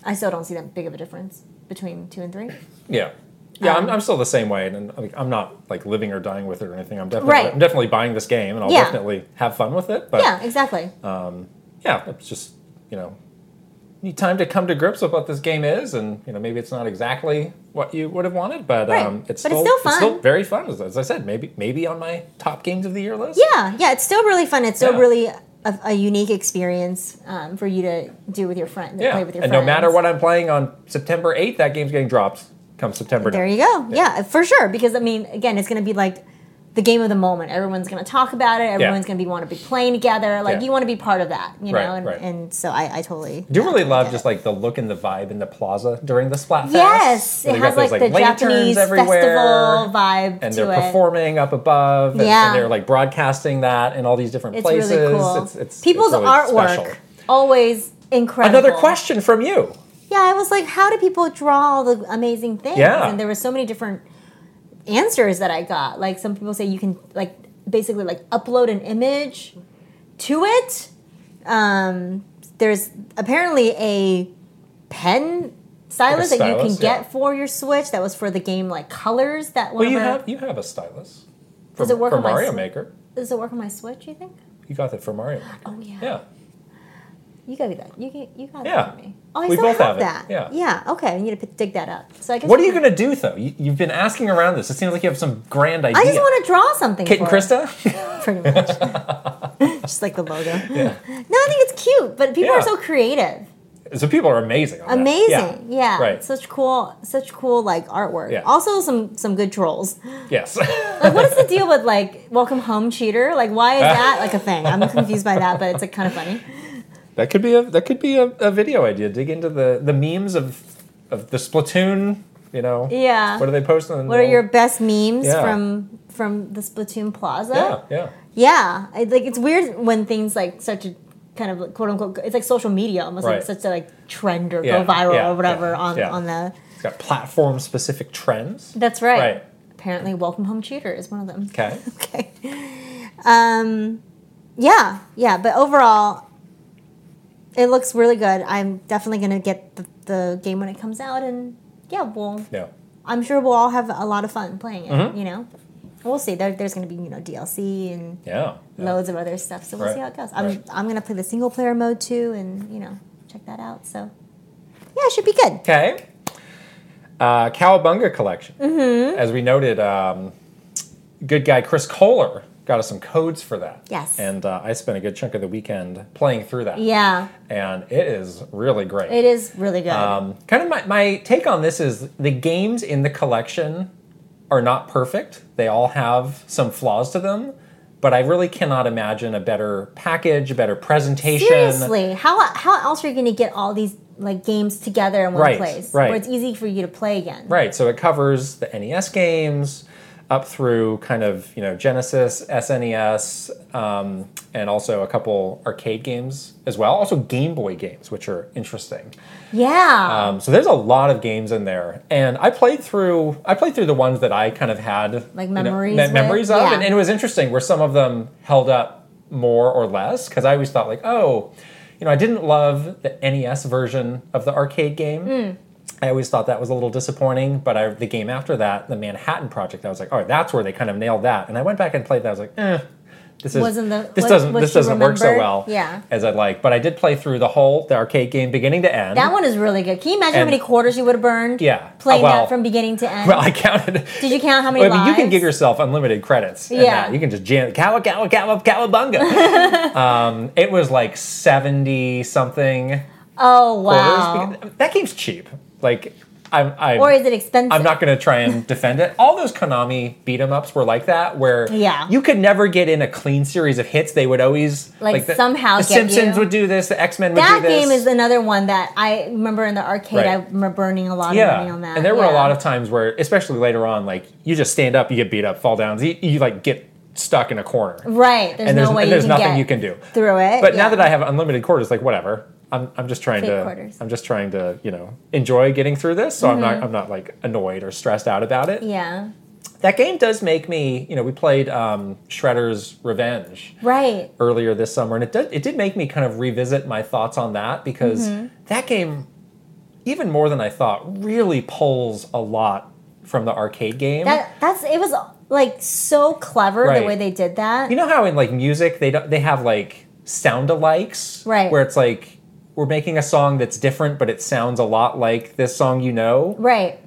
Speaker 1: I still don't see that big of a difference between 2 and 3.
Speaker 2: yeah yeah
Speaker 1: um,
Speaker 2: I'm, I'm still the same way and, and like, i'm not like living or dying with it or anything i'm definitely
Speaker 1: Right.
Speaker 2: i'm definitely buying this game and i'll
Speaker 1: Yeah.
Speaker 2: definitely have fun with it but
Speaker 1: Yeah, exactly.
Speaker 2: yeah, it's just you know need time to come to grips with what this game is and you know maybe it's not exactly what you would have wanted but
Speaker 1: Right.
Speaker 2: um it's,
Speaker 1: But it's
Speaker 2: still,
Speaker 1: still fun.
Speaker 2: very fun as, as i said maybe maybe on my top games of the year list
Speaker 1: Yeah, yeah, it's still really fun. It's still
Speaker 2: Yeah.
Speaker 1: really a, a unique experience um, for you to do with your friend, to
Speaker 2: yeah
Speaker 1: play with your
Speaker 2: and
Speaker 1: friends.
Speaker 2: no matter what i'm playing on september 8th that game's getting dropped come september
Speaker 1: There
Speaker 2: 9th.
Speaker 1: you go. Yeah. for sure. Because I mean, again, it's going to be like the game of the moment. Everyone's going to talk about it. Everyone's going to be want to be playing together. Like
Speaker 2: Yeah.
Speaker 1: you want to be part of that, you
Speaker 2: Right,
Speaker 1: know. And,
Speaker 2: right.
Speaker 1: and so I, I totally
Speaker 2: do really
Speaker 1: I
Speaker 2: love
Speaker 1: get
Speaker 2: just
Speaker 1: it.
Speaker 2: like the look and the vibe in the plaza during the Splatfest.
Speaker 1: yes,
Speaker 2: And
Speaker 1: it
Speaker 2: they've
Speaker 1: has
Speaker 2: got
Speaker 1: like,
Speaker 2: those,
Speaker 1: the
Speaker 2: lanterns
Speaker 1: Japanese festival vibe
Speaker 2: and
Speaker 1: to
Speaker 2: they're
Speaker 1: it.
Speaker 2: performing up above, and, and
Speaker 1: Yeah.
Speaker 2: they're like broadcasting that in all these different
Speaker 1: it's
Speaker 2: places.
Speaker 1: really cool.
Speaker 2: It's, it's
Speaker 1: People's
Speaker 2: it's really
Speaker 1: artwork
Speaker 2: special.
Speaker 1: always incredible.
Speaker 2: Another question from you.
Speaker 1: Yeah, I was like, how do people draw all the amazing things?
Speaker 2: Yeah.
Speaker 1: And there were so many different answers that I got. Like some people say you can like basically like upload an image to it. Um, there's apparently a pen stylus that you can
Speaker 2: stylus,
Speaker 1: get
Speaker 2: yeah.
Speaker 1: for your Switch that was for the game like colors that one
Speaker 2: Well, you
Speaker 1: of our-
Speaker 2: have you have a stylus.
Speaker 1: Does
Speaker 2: from-
Speaker 1: it work
Speaker 2: for
Speaker 1: on my
Speaker 2: Mario
Speaker 1: sw-
Speaker 2: Maker?
Speaker 1: does it work on my Switch, you think?
Speaker 2: You got that for Mario Maker.
Speaker 1: Oh yeah.
Speaker 2: Yeah,
Speaker 1: You got that. You can, you got
Speaker 2: Yeah.
Speaker 1: that for me. Oh, I
Speaker 2: We
Speaker 1: still
Speaker 2: both
Speaker 1: have,
Speaker 2: have it.
Speaker 1: that.
Speaker 2: Yeah.
Speaker 1: Yeah. Okay. I need to p- dig that up. So I guess
Speaker 2: What are
Speaker 1: we
Speaker 2: you
Speaker 1: can-
Speaker 2: gonna do though? You, you've been asking around this. It seems like you have some grand idea.
Speaker 1: I just want to draw something.
Speaker 2: Kit and
Speaker 1: for it.
Speaker 2: Krista. (laughs)
Speaker 1: pretty much. (laughs) Just like the logo. No, I think it's cute, but people are
Speaker 2: Yeah.
Speaker 1: so creative.
Speaker 2: so people are amazing. on that.
Speaker 1: Amazing. Yeah.
Speaker 2: Right.
Speaker 1: Such cool such cool like artwork.
Speaker 2: Yeah.
Speaker 1: Also some some good trolls. (laughs)
Speaker 2: yes.
Speaker 1: Like what is the deal with like welcome home cheater? Like why is that like a thing? I'm confused by that, but it's like kind of funny.
Speaker 2: That could be a that could be a, a video idea. Dig into the the memes of of the Splatoon. You know.
Speaker 1: Yeah.
Speaker 2: What are they posting?
Speaker 1: What are your best memes
Speaker 2: Yeah.
Speaker 1: from from the Splatoon Plaza?
Speaker 2: Yeah, yeah.
Speaker 1: Yeah, I, like it's weird when things like start to kind of like, quote unquote. It's like social media, almost
Speaker 2: Right.
Speaker 1: like such a like trend or
Speaker 2: Yeah,
Speaker 1: go viral
Speaker 2: yeah,
Speaker 1: or whatever
Speaker 2: yeah,
Speaker 1: on
Speaker 2: yeah.
Speaker 1: on the.
Speaker 2: It's got platform specific trends.
Speaker 1: That's right.
Speaker 2: Right.
Speaker 1: Apparently, welcome home cheater is one of them. (laughs)
Speaker 2: Okay.
Speaker 1: Okay. Um, yeah, yeah, but overall, it looks really good. I'm definitely gonna get the, the game when it comes out, and yeah, we'll.
Speaker 2: No.
Speaker 1: I'm sure we'll all have a lot of fun playing it.
Speaker 2: Mm-hmm.
Speaker 1: You know, we'll see. There, there's gonna be you know DLC and
Speaker 2: Yeah. yeah.
Speaker 1: loads of other stuff, so we'll see how
Speaker 2: Right,
Speaker 1: it goes. I'm
Speaker 2: right.
Speaker 1: I'm gonna play the single player mode too, and you know check that out. So yeah, it should be good.
Speaker 2: Okay. Uh, Cowabunga collection.
Speaker 1: Mm-hmm.
Speaker 2: As we noted, um, good guy Chris Kohler got us some codes for that.
Speaker 1: Yes.
Speaker 2: And uh, I spent a good chunk of the weekend playing through that.
Speaker 1: Yeah,
Speaker 2: And it is really great.
Speaker 1: it is really good.
Speaker 2: Um, kind of my, my take on this is the games in the collection are not perfect. They all have some flaws to them, but I really cannot imagine a better package, a better presentation.
Speaker 1: Seriously, how how else are you going to get all these like games together in one
Speaker 2: Right,
Speaker 1: place
Speaker 2: right.
Speaker 1: where it's easy for you to play again?
Speaker 2: Right, so it covers the NES games up through kind of, you know, Genesis, SNES, um, and also a couple arcade games as well. Also Game Boy games, which are interesting.
Speaker 1: Yeah,
Speaker 2: Um, so there's a lot of games in there, and I played through. I played through the ones that I kind of had
Speaker 1: Like
Speaker 2: you know,
Speaker 1: memories
Speaker 2: me-
Speaker 1: with?
Speaker 2: memories of,
Speaker 1: Yeah.
Speaker 2: and, and it was interesting where some of them held up more or less because I always thought like, oh, you know, I didn't love the NES version of the arcade game.
Speaker 1: Hmm.
Speaker 2: I always thought that was a little disappointing, but I, the game after that, the Manhattan Project, I was like, all right, that's where they kind of nailed that. And I went back and played that. I was like, eh, this is
Speaker 1: Wasn't the-
Speaker 2: this
Speaker 1: what-
Speaker 2: doesn't
Speaker 1: what
Speaker 2: this
Speaker 1: you
Speaker 2: doesn't work so
Speaker 1: remembered?
Speaker 2: well
Speaker 1: Yeah.
Speaker 2: as I'd like. But I did play through the whole the arcade game beginning to end.
Speaker 1: that one is really good. Can you imagine how
Speaker 2: and-
Speaker 1: many quarters you would have burned?
Speaker 2: Yeah.
Speaker 1: playing
Speaker 2: Well-
Speaker 1: that from beginning to
Speaker 2: (laughs)
Speaker 1: end.
Speaker 2: Well, I counted.
Speaker 1: Did you count how many
Speaker 2: I mean, you can
Speaker 1: lives?
Speaker 2: give yourself unlimited credits. in
Speaker 1: Yeah.
Speaker 2: that. you can just jam cow cow cow
Speaker 1: (laughs)
Speaker 2: cowabunga. um, it was like seventy something
Speaker 1: oh wow!
Speaker 2: quarters. That game's cheap. Like, I'm. I'm
Speaker 1: or is it expensive?
Speaker 2: I'm not going to try and defend it. All those Konami beat 'em ups were like that, where
Speaker 1: Yeah.
Speaker 2: you could never get in a clean series of hits. They would always
Speaker 1: Like,
Speaker 2: the,
Speaker 1: somehow
Speaker 2: the
Speaker 1: get
Speaker 2: Simpsons
Speaker 1: you.
Speaker 2: would do this, the X Men would
Speaker 1: that
Speaker 2: do this.
Speaker 1: game is another one that I remember in the arcade.
Speaker 2: Right.
Speaker 1: I remember burning a lot of money on that.
Speaker 2: And there were
Speaker 1: Yeah.
Speaker 2: a lot of times where, especially later on, like you just stand up, you get beat up, fall down, you, you like get stuck in a corner.
Speaker 1: right. There's
Speaker 2: and there's,
Speaker 1: no way
Speaker 2: and there's
Speaker 1: you can
Speaker 2: nothing
Speaker 1: get
Speaker 2: you can do.
Speaker 1: through it.
Speaker 2: But now
Speaker 1: Yeah.
Speaker 2: that I have unlimited quarters, like whatever. I'm, I'm just trying
Speaker 1: Fake
Speaker 2: to
Speaker 1: quarters. Mm-hmm.
Speaker 2: I'm just trying to, you know, enjoy getting through this. So I'm not I'm not like annoyed or stressed out about it.
Speaker 1: yeah,
Speaker 2: That game does make me, you know, we played um, Shredder's Revenge
Speaker 1: right.
Speaker 2: earlier this summer, and it did, it did make me kind of revisit my thoughts on that because
Speaker 1: Mm-hmm.
Speaker 2: that game, even more than I thought, really pulls a lot from the arcade game.
Speaker 1: That that's it was like so clever
Speaker 2: Right.
Speaker 1: the way they did that.
Speaker 2: you know how in like music they don't, they have like sound alikes,
Speaker 1: Right.
Speaker 2: Where it's like we're making a song that's different, but it sounds a lot like this song you know.
Speaker 1: right.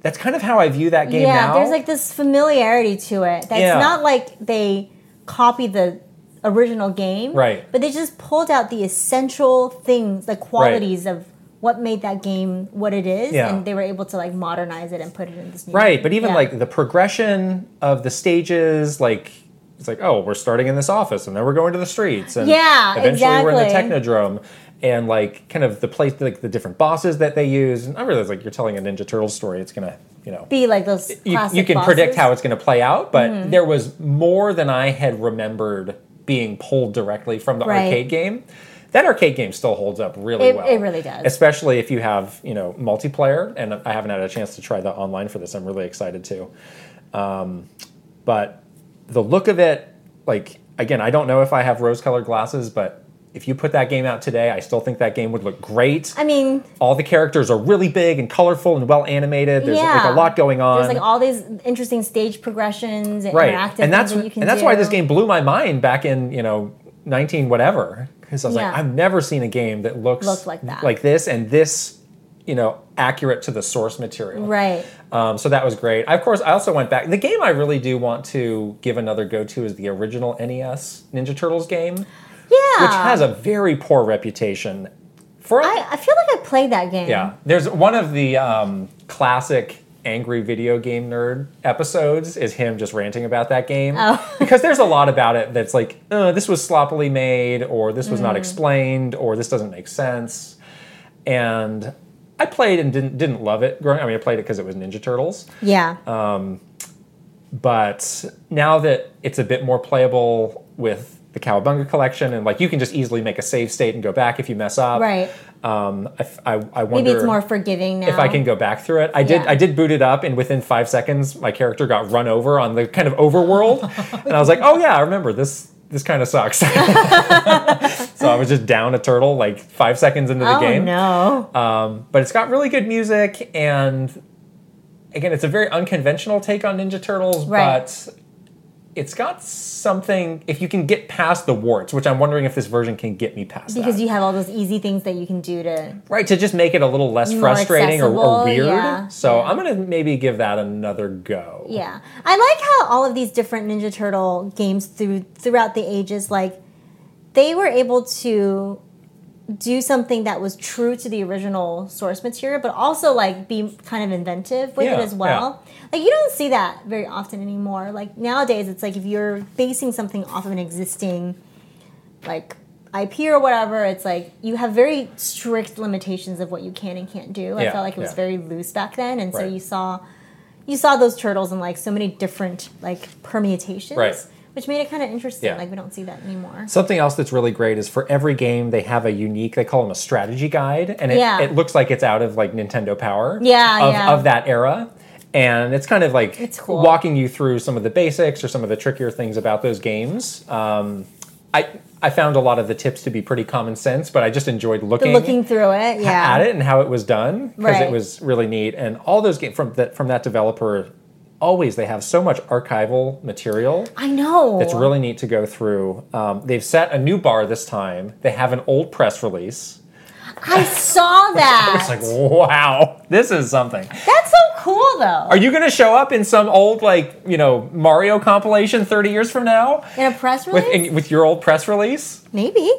Speaker 2: That's kind of how I view that game
Speaker 1: yeah
Speaker 2: now.
Speaker 1: there's like this familiarity to it that's
Speaker 2: Yeah.
Speaker 1: not like they copied the original game
Speaker 2: Right.
Speaker 1: but they just pulled out the essential things the qualities of what made that game what it is
Speaker 2: Yeah.
Speaker 1: and they were able to like modernize it and put it in this new
Speaker 2: Right, but even
Speaker 1: Yeah.
Speaker 2: like the progression of the stages, like it's like, oh, we're starting in this office, and then we're going to the streets, and
Speaker 1: Yeah,
Speaker 2: eventually
Speaker 1: exactly.
Speaker 2: we're in the Technodrome, and like kind of the place, like the different bosses that they use. And I realize like you're telling a Ninja Turtles story, it's gonna, you know,
Speaker 1: be like those
Speaker 2: you,
Speaker 1: classic
Speaker 2: you can predict
Speaker 1: bosses. Mm-hmm.
Speaker 2: how it's gonna play out, but there was more than I had remembered being pulled directly from the
Speaker 1: Right.
Speaker 2: arcade game. That arcade game still holds up really
Speaker 1: It-
Speaker 2: well.
Speaker 1: it really does.
Speaker 2: Especially if you have, you know, multiplayer. And I haven't had a chance to try that online for this. I'm really excited to Um, but the look of it like again i don't know if i have rose colored glasses but if you put that game out today i still think that game would look great
Speaker 1: i mean
Speaker 2: all the characters are really big and colorful and well animated there's
Speaker 1: Yeah.
Speaker 2: like a lot going on
Speaker 1: there's like all these interesting stage progressions and
Speaker 2: right
Speaker 1: interactive
Speaker 2: and that's
Speaker 1: things that you can
Speaker 2: and that's why
Speaker 1: do.
Speaker 2: this game blew my mind back in you know 19 whatever because i was
Speaker 1: Yeah.
Speaker 2: like i've never seen a game that looks
Speaker 1: Looked like that.
Speaker 2: like this and this you know accurate to the source material
Speaker 1: right
Speaker 2: um, so that was great. I, of course, I also went back. The game I really do want to give another go to is the original NES Ninja Turtles game, which
Speaker 1: yeah
Speaker 2: has a very poor reputation. For
Speaker 1: Ah. I, I feel like i played that game
Speaker 2: yeah, there's one of the um, classic angry video game nerd episodes is him just ranting about that game
Speaker 1: Oh.
Speaker 2: (laughs) because there's a lot about it that's like uh, this was sloppily made or this was
Speaker 1: Mm.
Speaker 2: not explained or this doesn't make sense and i played and didn't didn't love it growing i mean i played it because it was ninja turtles
Speaker 1: yeah
Speaker 2: Uh, but now that it's a bit more playable with the Cowabunga collection, and like you can just easily make a save state and go back if you mess up.
Speaker 1: Right.
Speaker 2: Um, I, f- I, I wonder
Speaker 1: Maybe it's more forgiving now.
Speaker 2: if I can go back through it. I did.
Speaker 1: Oh. Yeah.
Speaker 2: I did boot it up, and within five seconds, my character got run over on the kind of
Speaker 1: (laughs)
Speaker 2: overworld, and I was like, "Oh yeah, I remember this. This kind of sucks." (laughs) so I was just down a turtle like five seconds into the
Speaker 1: oh
Speaker 2: game.
Speaker 1: no!
Speaker 2: Um, but it's got really good music, and again, it's a very unconventional take on Ninja Turtles,
Speaker 1: Right.
Speaker 2: but it's got something. If you can get past the warts, which I'm wondering if this version can get me past, that.
Speaker 1: because you have all those easy things that you can do to
Speaker 2: Right, to just make it a little less
Speaker 1: More
Speaker 2: frustrating or, or
Speaker 1: accessible,
Speaker 2: weird.
Speaker 1: yeah.
Speaker 2: So I'm gonna maybe give that another go.
Speaker 1: Yeah, I like how all of these different Ninja Turtle games through throughout the ages, like they were able to do something that was true to the original source material, but also like be kind of inventive with
Speaker 2: Yeah,
Speaker 1: it as well. Like you don't see that very often anymore. Like nowadays, it's like if you're basing something off of an existing like IP or whatever, it's like you have very strict limitations of what you can and can't do. I
Speaker 2: Yeah,
Speaker 1: felt like it was
Speaker 2: yeah.
Speaker 1: very loose back then, and so
Speaker 2: Right.
Speaker 1: you saw you saw those turtles in like so many different like permutations,
Speaker 2: Right.
Speaker 1: which made it kind of interesting.
Speaker 2: Yeah.
Speaker 1: Like we don't see that anymore.
Speaker 2: Something else that's really great is for every game they have a unique. They call them a strategy guide, and it,
Speaker 1: Yeah.
Speaker 2: it looks like it's out of like Nintendo Power.
Speaker 1: Yeah,
Speaker 2: of,
Speaker 1: yeah.
Speaker 2: of that era. And it's kind of like
Speaker 1: It's cool.
Speaker 2: walking you through some of the basics or some of the trickier things about those games. Um, I I found a lot of the tips to be pretty common sense, but I just enjoyed
Speaker 1: The looking through it, yeah,
Speaker 2: at it and how it was done because it
Speaker 1: Right.
Speaker 2: was really neat. And all those games from that from that developer, always they have so much archival material.
Speaker 1: I know.
Speaker 2: It's really neat to go through. Um, they've set a new bar this time. They have an old press release. (laughs)
Speaker 1: I saw that.
Speaker 2: It's like wow, this is something.
Speaker 1: That's so cool, though.
Speaker 2: Are you going to show up in some old like you know Mario compilation thirty years from now
Speaker 1: in a press
Speaker 2: with
Speaker 1: release?
Speaker 2: in, with your old press release?
Speaker 1: Maybe.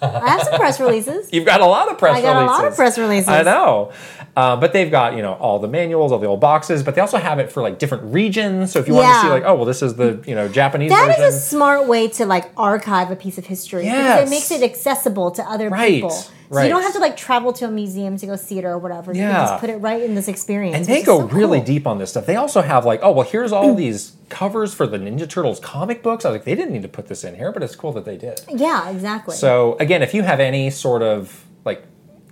Speaker 1: I have some press
Speaker 2: (laughs)
Speaker 1: releases.
Speaker 2: You've got a lot of press
Speaker 1: I got a
Speaker 2: releases.
Speaker 1: lot of press releases.
Speaker 2: I know. Uh, but they've got, you know, all the manuals, all the old boxes, but they also have it for like different regions. So if you want to
Speaker 1: Yeah.
Speaker 2: see like, oh, well, this is the, you know, Japanese
Speaker 1: That is
Speaker 2: version.
Speaker 1: a smart way to like archive a piece of history because
Speaker 2: Yes.
Speaker 1: it makes it accessible to other
Speaker 2: Right,
Speaker 1: people. So
Speaker 2: right.
Speaker 1: you don't have to like travel to a museum to go see it or whatever. You
Speaker 2: Yeah.
Speaker 1: can just put it right in this experience.
Speaker 2: and
Speaker 1: which
Speaker 2: they
Speaker 1: is
Speaker 2: go
Speaker 1: so
Speaker 2: really
Speaker 1: cool. Mm.
Speaker 2: deep on this stuff. They also have like, oh, well, here's all these covers for the Ninja Turtles comic books. I was like, they didn't need to put this in here, but it's cool that they did.
Speaker 1: Yeah, exactly.
Speaker 2: So again, if you have any sort of like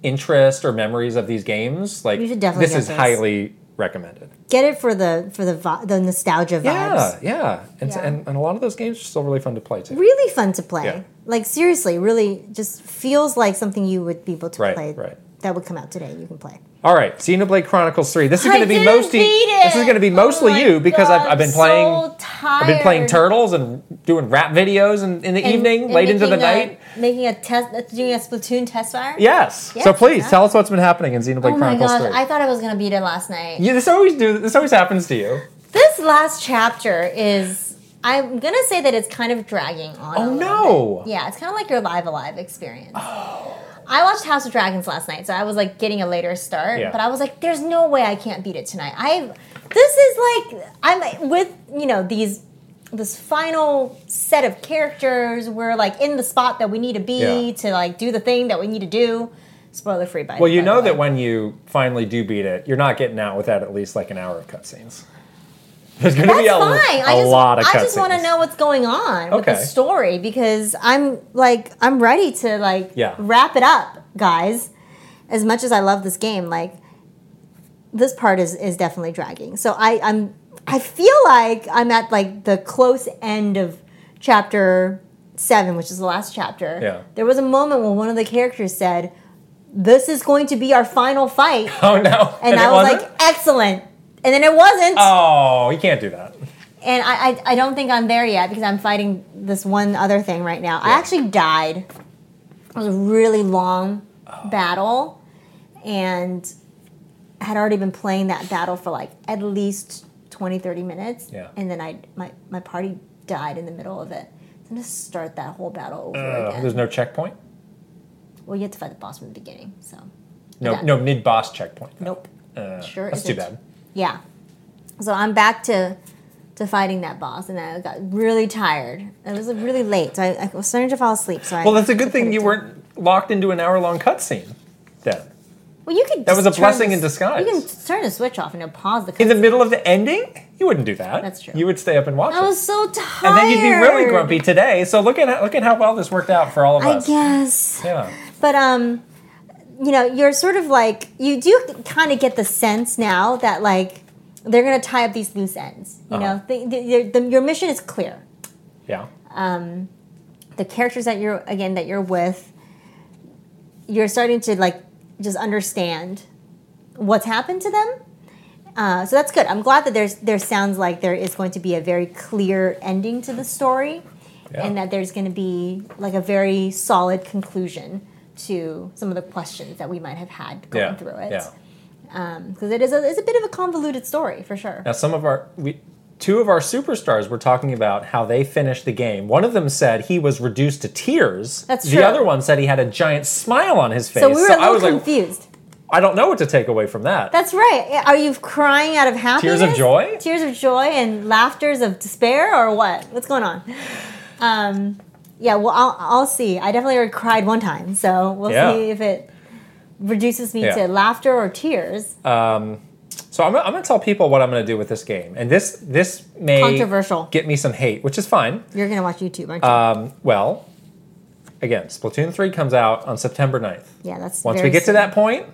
Speaker 2: interest or memories of these games, like
Speaker 1: You should definitely
Speaker 2: this
Speaker 1: get
Speaker 2: is
Speaker 1: this.
Speaker 2: highly recommended.
Speaker 1: get it for the for the vi- the nostalgia vibes.
Speaker 2: Yeah, yeah. And,
Speaker 1: Yeah.
Speaker 2: And, and a lot of those games are still really fun to play too.
Speaker 1: Really fun to play.
Speaker 2: Yeah.
Speaker 1: Like seriously, really just feels like something you would be able to
Speaker 2: Right,
Speaker 1: play.
Speaker 2: right.
Speaker 1: That would come out today. You can play.
Speaker 2: All right, Xenoblade Chronicles Three. This is
Speaker 1: I
Speaker 2: going to be
Speaker 1: didn't
Speaker 2: mostly.
Speaker 1: beat it.
Speaker 2: This is going to be mostly
Speaker 1: Oh my
Speaker 2: you because I've,
Speaker 1: God,
Speaker 2: I've been
Speaker 1: I'm
Speaker 2: playing.
Speaker 1: so
Speaker 2: I've been playing
Speaker 1: tired.
Speaker 2: turtles and doing rap videos in, in the
Speaker 1: And-
Speaker 2: evening,
Speaker 1: and
Speaker 2: late into the
Speaker 1: making a-
Speaker 2: night.
Speaker 1: Making a test, doing a Splatoon test fire.
Speaker 2: Yes.
Speaker 1: Yes,
Speaker 2: So please
Speaker 1: yeah.
Speaker 2: tell us what's been happening in Xenoblade
Speaker 1: Oh my
Speaker 2: Chronicles
Speaker 1: gosh,
Speaker 2: Three.
Speaker 1: I thought I was gonna beat it last night.
Speaker 2: yeah, this always do. This always happens to you.
Speaker 1: This last chapter is. I'm gonna say that it's kind of dragging on. a
Speaker 2: Oh
Speaker 1: little
Speaker 2: no. Oh.
Speaker 1: bit. Yeah, it's kind of like your live alive experience. I watched House of Dragons last night, so I was like getting a later start.
Speaker 2: Yeah.
Speaker 1: But I was like, "There's no way I can't beat it tonight." I, this is like I'm with you know these this final set of characters. We're like in the spot that we need to be
Speaker 2: Yeah.
Speaker 1: to like do the thing that we need to do. Spoiler free, by
Speaker 2: Well, you
Speaker 1: by
Speaker 2: know
Speaker 1: the way.
Speaker 2: that when you finally do beat it, you're not getting out without at least like an hour of cutscenes. There's going to
Speaker 1: That's
Speaker 2: be a,
Speaker 1: fine. I
Speaker 2: a
Speaker 1: just,
Speaker 2: lot of
Speaker 1: I
Speaker 2: cutscenes.
Speaker 1: just want to know what's going on with the
Speaker 2: Okay.
Speaker 1: story because I'm like I'm ready to like
Speaker 2: Yeah.
Speaker 1: wrap it up, guys. As much as I love this game, like this part is is definitely dragging. So I I'm I feel like I'm at like the close end of chapter 7, which is the last chapter.
Speaker 2: Yeah.
Speaker 1: There was a moment when one of the characters said, "This is going to be our final
Speaker 2: (laughs)
Speaker 1: fight."
Speaker 2: (laughs) Oh no!
Speaker 1: And, I
Speaker 2: it
Speaker 1: was
Speaker 2: wasn't?
Speaker 1: like, "Excellent." And then it wasn't.
Speaker 2: oh, you can't do that.
Speaker 1: And I, I, I don't think I'm there yet because I'm fighting this one other thing right now. I
Speaker 2: Yeah.
Speaker 1: actually died. It was a really long battle, and I had already been playing that battle for like at least 20, 30 minutes.
Speaker 2: Yeah.
Speaker 1: And then I my, my party died in the middle of it. So I'm gonna start that whole battle over
Speaker 2: Uh,
Speaker 1: again.
Speaker 2: there's no checkpoint.
Speaker 1: well, you have to fight the boss from the beginning, so
Speaker 2: No,
Speaker 1: Yeah.
Speaker 2: no mid boss checkpoint.
Speaker 1: nope.
Speaker 2: Uh,
Speaker 1: Sure
Speaker 2: that's too
Speaker 1: isn't.
Speaker 2: bad.
Speaker 1: Yeah. So I'm back to to fighting that boss, and I got really tired. It was really late, so I, I was starting to fall asleep. So I
Speaker 2: Well, that's a good
Speaker 1: I put
Speaker 2: thing
Speaker 1: it
Speaker 2: you
Speaker 1: down.
Speaker 2: weren't locked into an hour long cutscene. Then
Speaker 1: Well, you could.
Speaker 2: That was
Speaker 1: just
Speaker 2: a
Speaker 1: turn
Speaker 2: blessing
Speaker 1: the-
Speaker 2: in disguise.
Speaker 1: You can turn the switch off and it'll pause the.
Speaker 2: In the middle of the ending, you wouldn't do that.
Speaker 1: That's true.
Speaker 2: You would stay up and watch
Speaker 1: I
Speaker 2: it.
Speaker 1: was so tired.
Speaker 2: and then you'd be really grumpy today. So look at look at how well this worked out for all of
Speaker 1: I
Speaker 2: us.
Speaker 1: guess.
Speaker 2: Yeah.
Speaker 1: But um, you know, you're sort of like you do kind of get the sense now that like they're gonna tie up these loose ends. You
Speaker 2: Uh-huh.
Speaker 1: know, the, the, the, your mission is clear.
Speaker 2: Yeah.
Speaker 1: The characters that you're again that you're with, you're starting to like just understand what's happened to them. Uh, so that's good. I'm glad that there's there sounds like there is going to be a very clear ending to the story,
Speaker 2: Yeah.
Speaker 1: and that there's going to be like a very solid conclusion to some of the questions that we might have had going
Speaker 2: yeah.
Speaker 1: through it.
Speaker 2: Yeah.
Speaker 1: because it is a, it's a bit of a convoluted story for sure.
Speaker 2: Now, some of our we, two of our superstars were talking about how they finished the game. One of them said he was reduced to tears.
Speaker 1: That's
Speaker 2: The
Speaker 1: true.
Speaker 2: other one said he had a giant smile on his face.
Speaker 1: so we were a
Speaker 2: I
Speaker 1: little
Speaker 2: was like,
Speaker 1: confused.
Speaker 2: I don't know what to take away from that.
Speaker 1: That's right. Yeah, Are you crying out of happiness?
Speaker 2: Tears of joy?
Speaker 1: Tears of joy and laughters of despair, or what? What's going on? Um, yeah. Well, I'll, I'll see. I definitely already cried one time, so we'll
Speaker 2: Yeah.
Speaker 1: see if it reduces me
Speaker 2: Yeah.
Speaker 1: to laughter or tears.
Speaker 2: so I'm, I'm going to tell people what I'm going to do with this game, and this this may
Speaker 1: Controversial.
Speaker 2: get me some hate, which is fine.
Speaker 1: You're gonna watch YouTube, aren't you?
Speaker 2: Um, well, again, Splatoon three comes out on September 9th.
Speaker 1: yeah. That's
Speaker 2: Once
Speaker 1: very
Speaker 2: we get to
Speaker 1: soon.
Speaker 2: that point,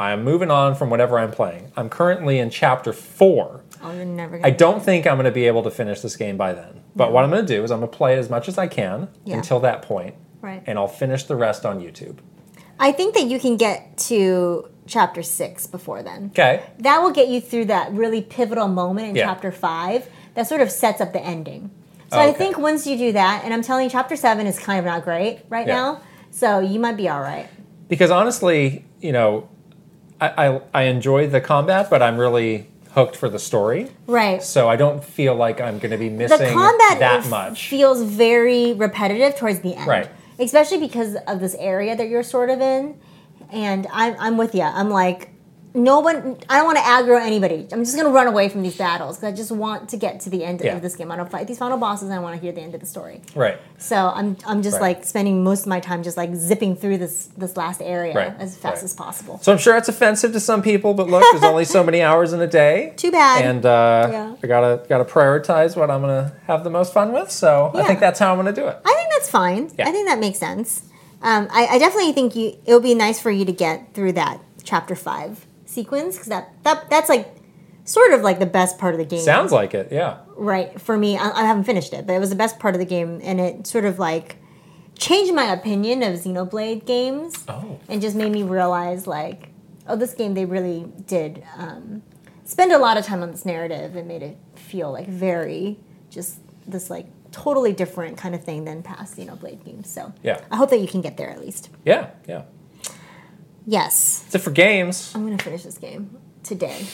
Speaker 2: I'm moving on from whatever I'm playing. I'm currently in chapter four.
Speaker 1: Oh, you're never. Gonna
Speaker 2: I don't think I'm going to be able to finish this game by then. But what I'm going to do is I'm going to play it as much as I can
Speaker 1: Yeah.
Speaker 2: until that point,
Speaker 1: Right.
Speaker 2: and I'll finish the rest on YouTube.
Speaker 1: I think that you can get to chapter six before then.
Speaker 2: Okay.
Speaker 1: that will get you through that really pivotal moment in
Speaker 2: Yeah. Oh,
Speaker 1: chapter five that sort of sets up the ending. So I
Speaker 2: Okay.
Speaker 1: think once you do that, and I'm telling you, chapter seven is kind of not great right
Speaker 2: Yeah.
Speaker 1: now, so you might be all right.
Speaker 2: Because honestly, you know, I, I I enjoy the combat, but I'm really hooked for the story.
Speaker 1: Right.
Speaker 2: So I don't feel like I'm going to be missing
Speaker 1: The combat
Speaker 2: that
Speaker 1: is-
Speaker 2: much.
Speaker 1: feels very repetitive towards the end,
Speaker 2: Right.
Speaker 1: Especially because of this area that you're sort of in, and I'm I'm with you. I'm like. No one. I don't want to aggro anybody. I'm just gonna run away from these battles because I just want to get to the end
Speaker 2: Yeah.
Speaker 1: of this game. I don't fight these final bosses. and I want to hear the end of the story.
Speaker 2: Right.
Speaker 1: So I'm I'm just
Speaker 2: Right.
Speaker 1: like spending most of my time just like zipping through this this last area
Speaker 2: Right,
Speaker 1: as fast
Speaker 2: right.
Speaker 1: as possible.
Speaker 2: So I'm sure it's offensive to some people, but look, there's only so many hours in a day.
Speaker 1: (laughs) Too bad.
Speaker 2: And uh,
Speaker 1: Yeah.
Speaker 2: I gotta gotta prioritize what I'm gonna have the most fun with. So I
Speaker 1: Yeah.
Speaker 2: think that's how I'm gonna do it.
Speaker 1: I think that's fine.
Speaker 2: Yeah.
Speaker 1: I think that makes sense. Um, I, I definitely think you it would be nice for you to get through that chapter five sequence because that, that that's like sort of like the best part of the game.
Speaker 2: Sounds like it. Yeah.
Speaker 1: right for me. I, I haven't finished it, but it was the best part of the game, and it sort of like changed my opinion of Xenoblade games.
Speaker 2: Oh.
Speaker 1: and just made me realize like oh this game they really did um, spend a lot of time on this narrative and made it feel like very just this like totally different kind of thing than past you know blade games so
Speaker 2: Yeah.
Speaker 1: i hope that you can get there at least
Speaker 2: Yeah. Yeah.
Speaker 1: yes
Speaker 2: That's it for games.
Speaker 1: i'm gonna finish this game today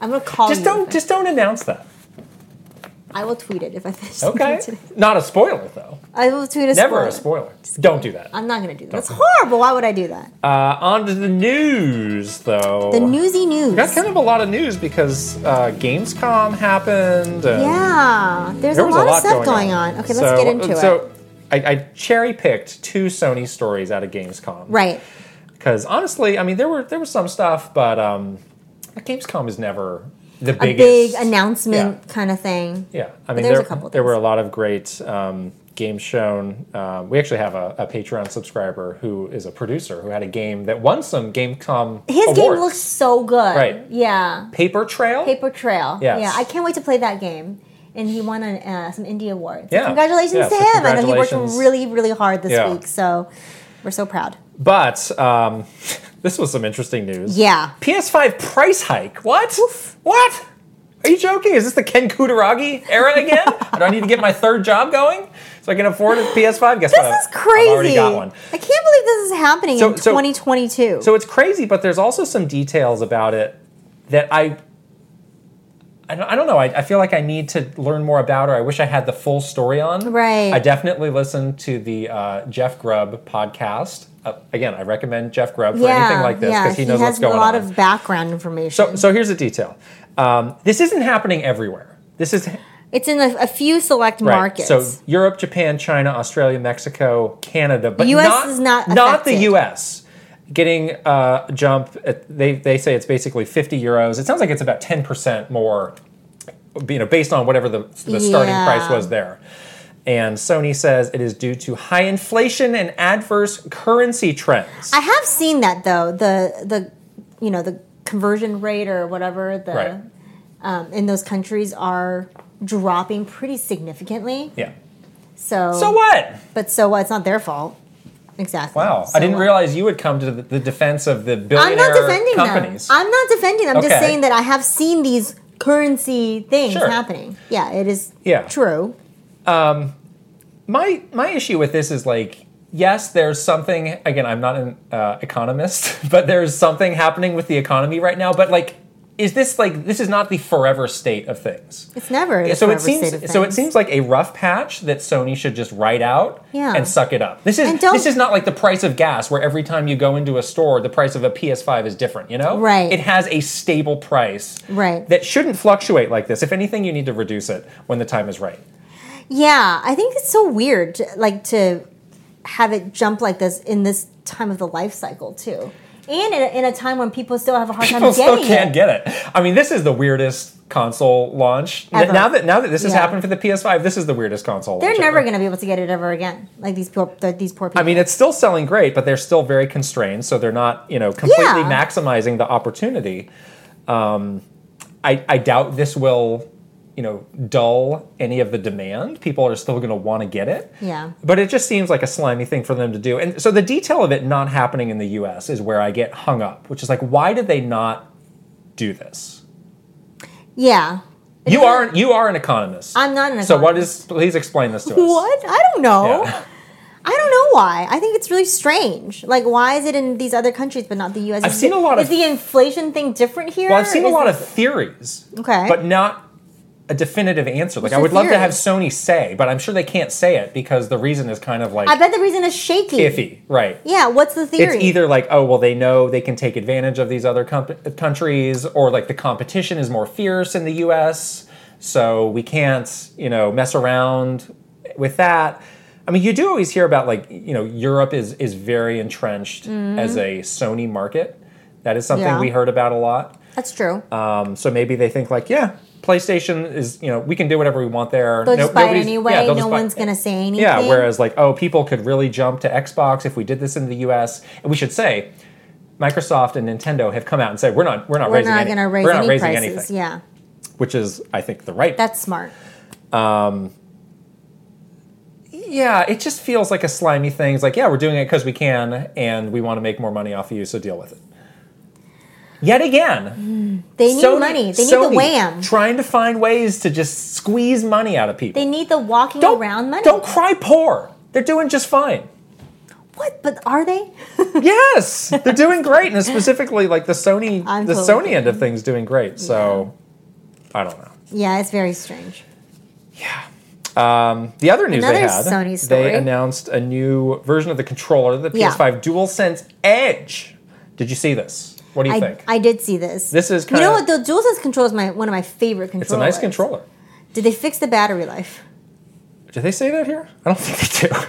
Speaker 1: i'm gonna call
Speaker 2: Just
Speaker 1: you if
Speaker 2: don't
Speaker 1: I-
Speaker 2: just don't
Speaker 1: (laughs)
Speaker 2: announce that.
Speaker 1: i will tweet it if i finish
Speaker 2: Okay.
Speaker 1: it today
Speaker 2: Not a spoiler though.
Speaker 1: i will tweet a
Speaker 2: Never
Speaker 1: spoiler.
Speaker 2: a spoiler. Don't do that. Uh,
Speaker 1: i'm not gonna do that that's
Speaker 2: do
Speaker 1: horrible why would i do that
Speaker 2: on to the news though.
Speaker 1: the newsy news
Speaker 2: Got kind of a lot of news because uh, Gamescom happened. And
Speaker 1: yeah there's
Speaker 2: There
Speaker 1: a
Speaker 2: was
Speaker 1: lot, of stuff going on, okay let's
Speaker 2: So- uh,
Speaker 1: get into it
Speaker 2: So I, I cherry picked two Sony stories out of Gamescom.
Speaker 1: right
Speaker 2: Because honestly, I mean, there were there was some stuff, but um, Gamescom is never the
Speaker 1: a
Speaker 2: biggest
Speaker 1: big announcement kind of thing.
Speaker 2: Yeah, I mean,
Speaker 1: there's
Speaker 2: there,
Speaker 1: a couple
Speaker 2: there were a
Speaker 1: things.
Speaker 2: lot of great um, games shown. Um, we actually have a, a Patreon subscriber who is a producer who had a game that won some Gamescom
Speaker 1: His game
Speaker 2: awards.
Speaker 1: looks so good.
Speaker 2: Right.
Speaker 1: Yeah.
Speaker 2: Paper Trail.
Speaker 1: Paper Trail.
Speaker 2: Yes.
Speaker 1: Yeah. I can't wait to play that game. And he won an, uh, some indie awards.
Speaker 2: Yeah.
Speaker 1: Congratulations
Speaker 2: Yeah,
Speaker 1: to
Speaker 2: so
Speaker 1: him. I know he worked
Speaker 2: congratulations.
Speaker 1: really, really hard this
Speaker 2: Yeah.
Speaker 1: week. So we're so proud.
Speaker 2: But um, (laughs) this was some interesting news.
Speaker 1: Yeah.
Speaker 2: PS5 price hike. What? What? Are you joking? Is this the Ken Kutaragi era
Speaker 1: (laughs)
Speaker 2: again? Do I need to get my third job going so I can afford a PS5? Guess
Speaker 1: This
Speaker 2: what? Uh, I've-
Speaker 1: is crazy.
Speaker 2: I've already got one.
Speaker 1: I can't believe this is happening
Speaker 2: So-
Speaker 1: in
Speaker 2: so-
Speaker 1: 2022.
Speaker 2: So it's crazy, but there's also some details about it that I. I don't, I don't know. I, I feel like I need to learn more about, or I wish I had the full story on.
Speaker 1: Right.
Speaker 2: I definitely listened to the uh, Jeff Grubb podcast. Uh, again, I recommend Jeff Grubb for anything like this
Speaker 1: yeah,
Speaker 2: because he knows
Speaker 1: has
Speaker 2: what's going
Speaker 1: a lot
Speaker 2: on.
Speaker 1: of background information.
Speaker 2: So, so here's the detail. Um, this isn't happening everywhere. This is right.
Speaker 1: it's in a, a few select markets.
Speaker 2: So Europe, Japan, China, Australia, Mexico, Canada, but
Speaker 1: US
Speaker 2: not,
Speaker 1: is not
Speaker 2: not the
Speaker 1: affected.
Speaker 2: U.S. getting uh, a jump, at, they they say it's basically 50 euros. It sounds like it's about 10 percent more, you know, based on whatever the, the starting
Speaker 1: Yeah.
Speaker 2: price was there. And Sony says it is due to high inflation and adverse currency trends.
Speaker 1: I have seen that though the the you know the conversion rate or whatever the
Speaker 2: Right.
Speaker 1: um, in those countries are dropping pretty significantly.
Speaker 2: yeah.
Speaker 1: So
Speaker 2: So what?
Speaker 1: But so what? It's not their fault. Exactly.
Speaker 2: Wow,
Speaker 1: So
Speaker 2: I didn't
Speaker 1: what?
Speaker 2: realize you would come to the, the defense of the
Speaker 1: I'm
Speaker 2: billionaire
Speaker 1: not defending
Speaker 2: companies.
Speaker 1: them. I'm not defending. them. I'm just
Speaker 2: Okay.
Speaker 1: saying that I have seen these currency things
Speaker 2: Sure.
Speaker 1: happening. Yeah, it is.
Speaker 2: Yeah.
Speaker 1: True.
Speaker 2: my my issue with this is like, yes, there's something. Again, I'm not an uh, economist, (laughs) but there's something happening with the economy right now. But like, is this like this is not the forever state of things?
Speaker 1: It's never. the
Speaker 2: so
Speaker 1: forever
Speaker 2: it
Speaker 1: state of
Speaker 2: seems so it
Speaker 1: things.
Speaker 2: seems like a rough patch that Sony should just write out
Speaker 1: Yeah.
Speaker 2: and suck it up. This is
Speaker 1: And don't-
Speaker 2: this is not like the price of gas where every time you go into a store the price of a PS5 is different, you know?
Speaker 1: Right.
Speaker 2: It has a stable price
Speaker 1: Right.
Speaker 2: that shouldn't fluctuate like this. If anything you need to reduce it when the time is right.
Speaker 1: Yeah, I think it's so weird, to- like to have it jump like this in this time of the life cycle too, and in a, in a time when people still have a hard
Speaker 2: People
Speaker 1: time getting
Speaker 2: still can't
Speaker 1: it.
Speaker 2: get it. I mean, this is the weirdest console launch. N-
Speaker 1: Ever.
Speaker 2: Now that now that this has
Speaker 1: Yeah.
Speaker 2: happened for the PS5, this is the weirdest console
Speaker 1: They're
Speaker 2: launch
Speaker 1: never
Speaker 2: ever.
Speaker 1: going to be able to get it ever again. Like these poor, the, these poor people.
Speaker 2: I mean, it's still selling great, but they're still very constrained, so they're not, you know, completely
Speaker 1: Yeah.
Speaker 2: maximizing the opportunity. Um, I, I doubt this will, you know, dull any of the demand. People are still going to want to get it.
Speaker 1: Yeah.
Speaker 2: But it just seems like a slimy thing for them to do. And so the detail of it not happening in the U.S. is where I get hung up, which is like, why did they not do this?
Speaker 1: yeah.
Speaker 2: You are you are an economist.
Speaker 1: I'm not an
Speaker 2: So what is? Please explain this to us.
Speaker 1: What? I don't know.
Speaker 2: Yeah.
Speaker 1: I don't know why. I think it's really strange. Like, why is it in these other countries but not the U.S.?
Speaker 2: I've
Speaker 1: Is
Speaker 2: seen
Speaker 1: it-
Speaker 2: a lot
Speaker 1: Is
Speaker 2: of-
Speaker 1: the inflation thing different here?
Speaker 2: Well, I've seen a
Speaker 1: Is
Speaker 2: lot
Speaker 1: it-
Speaker 2: of theories,
Speaker 1: Okay.
Speaker 2: but not a definitive answer. Like
Speaker 1: What's
Speaker 2: I
Speaker 1: your
Speaker 2: would love to
Speaker 1: theory?
Speaker 2: have Sony say, but I'm sure they can't say it because the reason is kind of like
Speaker 1: I bet the reason is shaky.
Speaker 2: iffy, right?
Speaker 1: Yeah. What's the theory?
Speaker 2: It's either like, oh, well, they know they can take advantage of these other comp- countries, or like the competition is more fierce in the U.S., so we can't, you know, mess around with that. I mean, you do always hear about like, you know, Europe is is very entrenched as a Sony market. That is something
Speaker 1: Mm-hmm. Yeah.
Speaker 2: we heard about a lot.
Speaker 1: That's true.
Speaker 2: Um, so maybe they think like, yeah, PlayStation is, you know, we can do whatever we want there.
Speaker 1: they'll
Speaker 2: No-
Speaker 1: just buy it
Speaker 2: nobody's-
Speaker 1: anyway.
Speaker 2: yeah, they'll
Speaker 1: no
Speaker 2: just buy-
Speaker 1: one's going to say anything.
Speaker 2: yeah, whereas like, oh, people could really jump to Xbox if we did this in the U.S. And we should say, Microsoft and Nintendo have come out and said we're not we're not
Speaker 1: we're
Speaker 2: raising
Speaker 1: not
Speaker 2: any-
Speaker 1: going to raise
Speaker 2: we're not
Speaker 1: any
Speaker 2: raising
Speaker 1: prices.
Speaker 2: anything,
Speaker 1: Yeah.
Speaker 2: which is I think the right.
Speaker 1: That's smart.
Speaker 2: yeah, it just feels like a slimy thing. It's like, yeah, we're doing it because we can and we want to make more money off of you, so deal with it. Yet again,
Speaker 1: They need
Speaker 2: Sony-
Speaker 1: money. They need
Speaker 2: Sony
Speaker 1: the wham.
Speaker 2: Trying to find ways to just squeeze money out of people.
Speaker 1: They need the walking
Speaker 2: don't
Speaker 1: around money.
Speaker 2: Don't cry poor. They're doing just
Speaker 1: (laughs)
Speaker 2: fine.
Speaker 1: What? But are they? (laughs)
Speaker 2: Yes, they're doing great, and specifically like the Sony,
Speaker 1: I'm
Speaker 2: the
Speaker 1: totally
Speaker 2: Sony end of things doing great. So I don't know.
Speaker 1: yeah, it's very strange.
Speaker 2: Um, The other news they
Speaker 1: Another
Speaker 2: had,
Speaker 1: Sony story.
Speaker 2: they announced a new version of the controller, the
Speaker 1: Yeah.
Speaker 2: PS5 DualSense Edge. Did you see this? What do you
Speaker 1: I,
Speaker 2: think?
Speaker 1: I did see this.
Speaker 2: This is
Speaker 1: you know what
Speaker 2: kinda-
Speaker 1: the DualSense controller is my one of my favorite controllers.
Speaker 2: it's a nice controller.
Speaker 1: Did they fix the battery life?
Speaker 2: Did they say that here? I don't (laughs) think they do.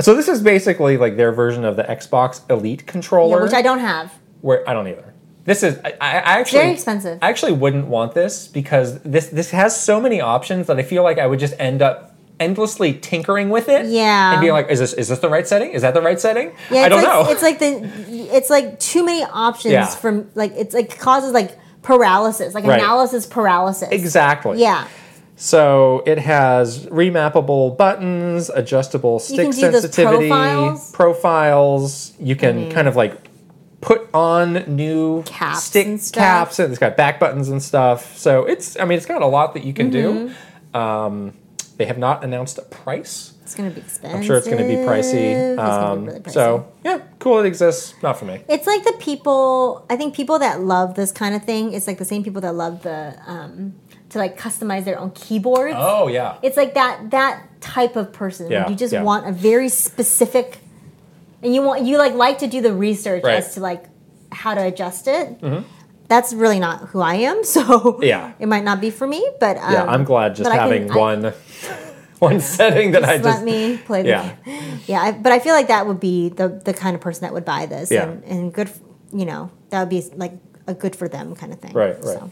Speaker 2: so this is basically like their version of the Xbox Elite controller,
Speaker 1: Yeah, which I don't have.
Speaker 2: Where I don't either. This is I, I I actually
Speaker 1: Very expensive.
Speaker 2: I actually wouldn't want this because this this has so many options that I feel like I would just end up endlessly tinkering with it.
Speaker 1: Yeah.
Speaker 2: And being like, is this is this the right setting? Is that the right setting?
Speaker 1: Yeah,
Speaker 2: I
Speaker 1: it's
Speaker 2: don't
Speaker 1: like,
Speaker 2: know.
Speaker 1: It's like the it's like too many options
Speaker 2: Yeah.
Speaker 1: from like it's like causes like paralysis, like
Speaker 2: Right.
Speaker 1: analysis paralysis.
Speaker 2: (laughs) exactly.
Speaker 1: Yeah.
Speaker 2: So it has remappable buttons, adjustable stick
Speaker 1: can do those
Speaker 2: sensitivity,
Speaker 1: profiles. Mm-hmm.
Speaker 2: profiles. You can kind of like put on new
Speaker 1: Caps
Speaker 2: stick
Speaker 1: and stuff.
Speaker 2: caps, and it's got back buttons and stuff. So it's, I mean, it's got a lot that you can
Speaker 1: Mm-hmm.
Speaker 2: do. Um, they have not announced a price.
Speaker 1: It's gonna be expensive.
Speaker 2: I'm sure it's going to be pricey.
Speaker 1: It's gonna be
Speaker 2: Um,
Speaker 1: really pricey.
Speaker 2: So yeah, cool. It exists. Not for me.
Speaker 1: It's like the people. I think people that love this kind of thing. It's like the same people that love the um, to like customize their own keyboards.
Speaker 2: Oh yeah.
Speaker 1: It's like that that type of person. Like,
Speaker 2: Yeah,
Speaker 1: you just
Speaker 2: yeah.
Speaker 1: want a very specific, and you want you like like to do the research
Speaker 2: Right. Mm-hmm.
Speaker 1: as to like how to adjust it. That's really not who I am, (laughs) so
Speaker 2: Yeah.
Speaker 1: it might not be for me. But um,
Speaker 2: yeah, I'm glad just
Speaker 1: but I can-
Speaker 2: having
Speaker 1: I-
Speaker 2: one (laughs) one setting that I
Speaker 1: Just
Speaker 2: just
Speaker 1: let me play the
Speaker 2: Yeah.
Speaker 1: game. Yeah, I, but I feel like that would be the the kind of person that would buy this.
Speaker 2: Yeah.
Speaker 1: And, and good, f- you know, that would be like a good for them kind of thing.
Speaker 2: Right, right.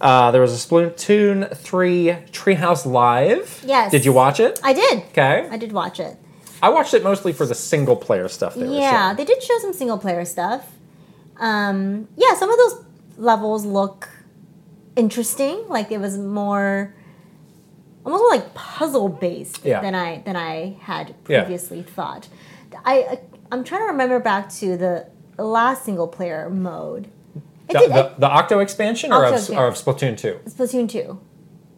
Speaker 2: Uh, there was a Splatoon 3 Treehouse Live.
Speaker 1: Yes.
Speaker 2: Did you watch it?
Speaker 1: I did.
Speaker 2: Okay.
Speaker 1: I did watch it.
Speaker 2: I watched it mostly for the single player stuff they were
Speaker 1: yeah,
Speaker 2: showing.
Speaker 1: they did show some single player stuff. Um, yeah, some of those levels look interesting. Like it was more, almost more like puzzle based
Speaker 2: Yeah.
Speaker 1: than I than I had
Speaker 2: Yeah.
Speaker 1: previously thought. I I- I'm trying to remember back to the last single player mode. It
Speaker 2: The,
Speaker 1: did,
Speaker 2: the, the Octo expansion or,
Speaker 1: Octo
Speaker 2: of, or of Splatoon 2?
Speaker 1: it- Splatoon two,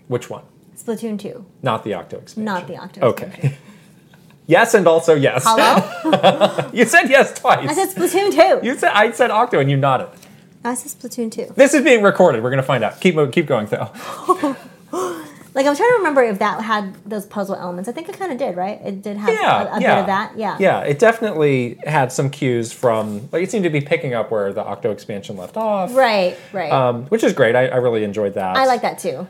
Speaker 2: Which one?
Speaker 1: Splatoon two,
Speaker 2: Not the Octo expansion.
Speaker 1: not the Octo.
Speaker 2: Okay. (laughs) yes, and also yes.
Speaker 1: Hello,
Speaker 2: (laughs) You said yes twice.
Speaker 1: I said Splatoon two.
Speaker 2: you said I said Octo, and you nodded.
Speaker 1: I said Splatoon two.
Speaker 2: This is being recorded. We're gonna find out. Keep mo- keep going though.
Speaker 1: Like I'm trying to remember if that had those puzzle elements. I think it kind of did, right? It did have
Speaker 2: Yeah,
Speaker 1: (laughs) a, a
Speaker 2: yeah.
Speaker 1: bit of that. Yeah.
Speaker 2: Yeah, it definitely had some cues from. Like it seemed to be picking up where the Octo expansion left off.
Speaker 1: Right. Right.
Speaker 2: Um, which is great. I, I really enjoyed that.
Speaker 1: I like that too.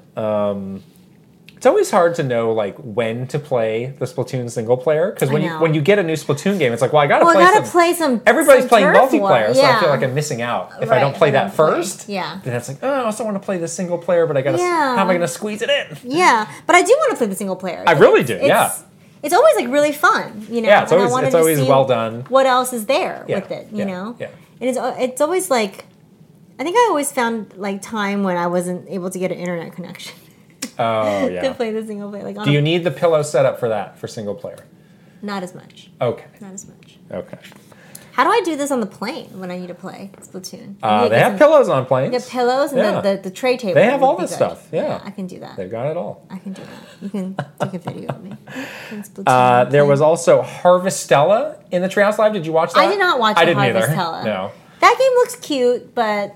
Speaker 2: It's always hard to know like when to play the Splatoon single player because when
Speaker 1: I
Speaker 2: you
Speaker 1: know.
Speaker 2: when you get a new Splatoon game, it's like, well, I gotta
Speaker 1: Well, I
Speaker 2: play.
Speaker 1: gotta
Speaker 2: some-
Speaker 1: play some.
Speaker 2: Everybody's
Speaker 1: some
Speaker 2: playing
Speaker 1: turf war.
Speaker 2: multiplayer, so I
Speaker 1: Yeah.
Speaker 2: feel like I'm missing out if I
Speaker 1: Right,
Speaker 2: don't play
Speaker 1: if I don't
Speaker 2: that
Speaker 1: play.
Speaker 2: first.
Speaker 1: Yeah.
Speaker 2: Then it's like, oh, I also want to play the single player, but I gotta. s-
Speaker 1: Yeah.
Speaker 2: How am I gonna squeeze it in?
Speaker 1: (laughs) Yeah, but I do want to play the single player.
Speaker 2: I really do,
Speaker 1: It's,
Speaker 2: yeah.
Speaker 1: It's always like really fun, you know.
Speaker 2: Yeah, it's
Speaker 1: and I
Speaker 2: always-
Speaker 1: wanted
Speaker 2: it's
Speaker 1: to
Speaker 2: always
Speaker 1: see
Speaker 2: well done.
Speaker 1: What else is there
Speaker 2: Yeah,
Speaker 1: with it? You
Speaker 2: yeah,
Speaker 1: know.
Speaker 2: yeah.
Speaker 1: And it's it's always like, I think I always found like time when I wasn't able to get an internet connection (laughs)
Speaker 2: Oh
Speaker 1: to
Speaker 2: yeah.
Speaker 1: play the single player. Like, on
Speaker 2: Do you
Speaker 1: a,
Speaker 2: need the pillow setup for that for single player?
Speaker 1: not as much.
Speaker 2: Okay.
Speaker 1: Not as much.
Speaker 2: Okay.
Speaker 1: How do I do this on the plane when I need to play Splatoon? I need
Speaker 2: Uh,
Speaker 1: to
Speaker 2: they
Speaker 1: get
Speaker 2: have
Speaker 1: some-
Speaker 2: pillows on planes.
Speaker 1: The pillows and
Speaker 2: Yeah.
Speaker 1: the, the, the tray table.
Speaker 2: They have
Speaker 1: would
Speaker 2: all
Speaker 1: be
Speaker 2: this
Speaker 1: good.
Speaker 2: stuff, yeah.
Speaker 1: I can do that.
Speaker 2: They've got it all.
Speaker 1: I can do that. You can take a video of me. in Splatoon.
Speaker 2: Uh, there was
Speaker 1: Play.
Speaker 2: also Harvestella in the Treehouse Live. Did you watch that?
Speaker 1: I did not watch
Speaker 2: I
Speaker 1: the
Speaker 2: didn't either.
Speaker 1: Harvestella.
Speaker 2: (laughs) No.
Speaker 1: that game looks cute, but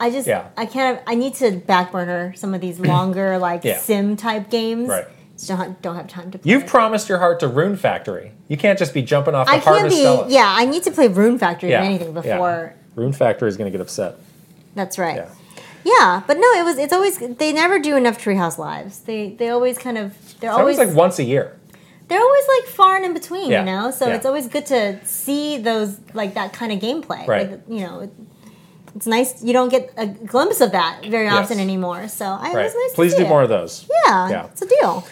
Speaker 1: I just
Speaker 2: Yeah.
Speaker 1: I can't. I need to back burner some of these
Speaker 2: (clears throat)
Speaker 1: longer like
Speaker 2: Yeah.
Speaker 1: sim type games.
Speaker 2: Right.
Speaker 1: Just don't, don't have time to play.
Speaker 2: You've promised your heart to Rune Factory. You can't just be jumping off the
Speaker 1: I can't be.
Speaker 2: Harvestella.
Speaker 1: Yeah, I need to play Rune Factory
Speaker 2: Yeah,
Speaker 1: or anything
Speaker 2: yeah.
Speaker 1: before.
Speaker 2: Rune Factory is going to get upset.
Speaker 1: That's right.
Speaker 2: Yeah.
Speaker 1: Yeah. but no, it was. It's always they never do enough Treehouse Lives. They they always kind of they're
Speaker 2: That
Speaker 1: always
Speaker 2: was like once a year.
Speaker 1: they're always like far and in between,
Speaker 2: Yeah,
Speaker 1: you know. So
Speaker 2: yeah.
Speaker 1: it's always good to see those like that kind of gameplay.
Speaker 2: Right.
Speaker 1: Like, you know, it, it's nice. You don't get a glimpse of that very
Speaker 2: Yes.
Speaker 1: often anymore. So I, it
Speaker 2: Right.
Speaker 1: was nice.
Speaker 2: Please
Speaker 1: to see
Speaker 2: do more
Speaker 1: It.
Speaker 2: of those.
Speaker 1: yeah,
Speaker 2: Yeah.
Speaker 1: it's a deal.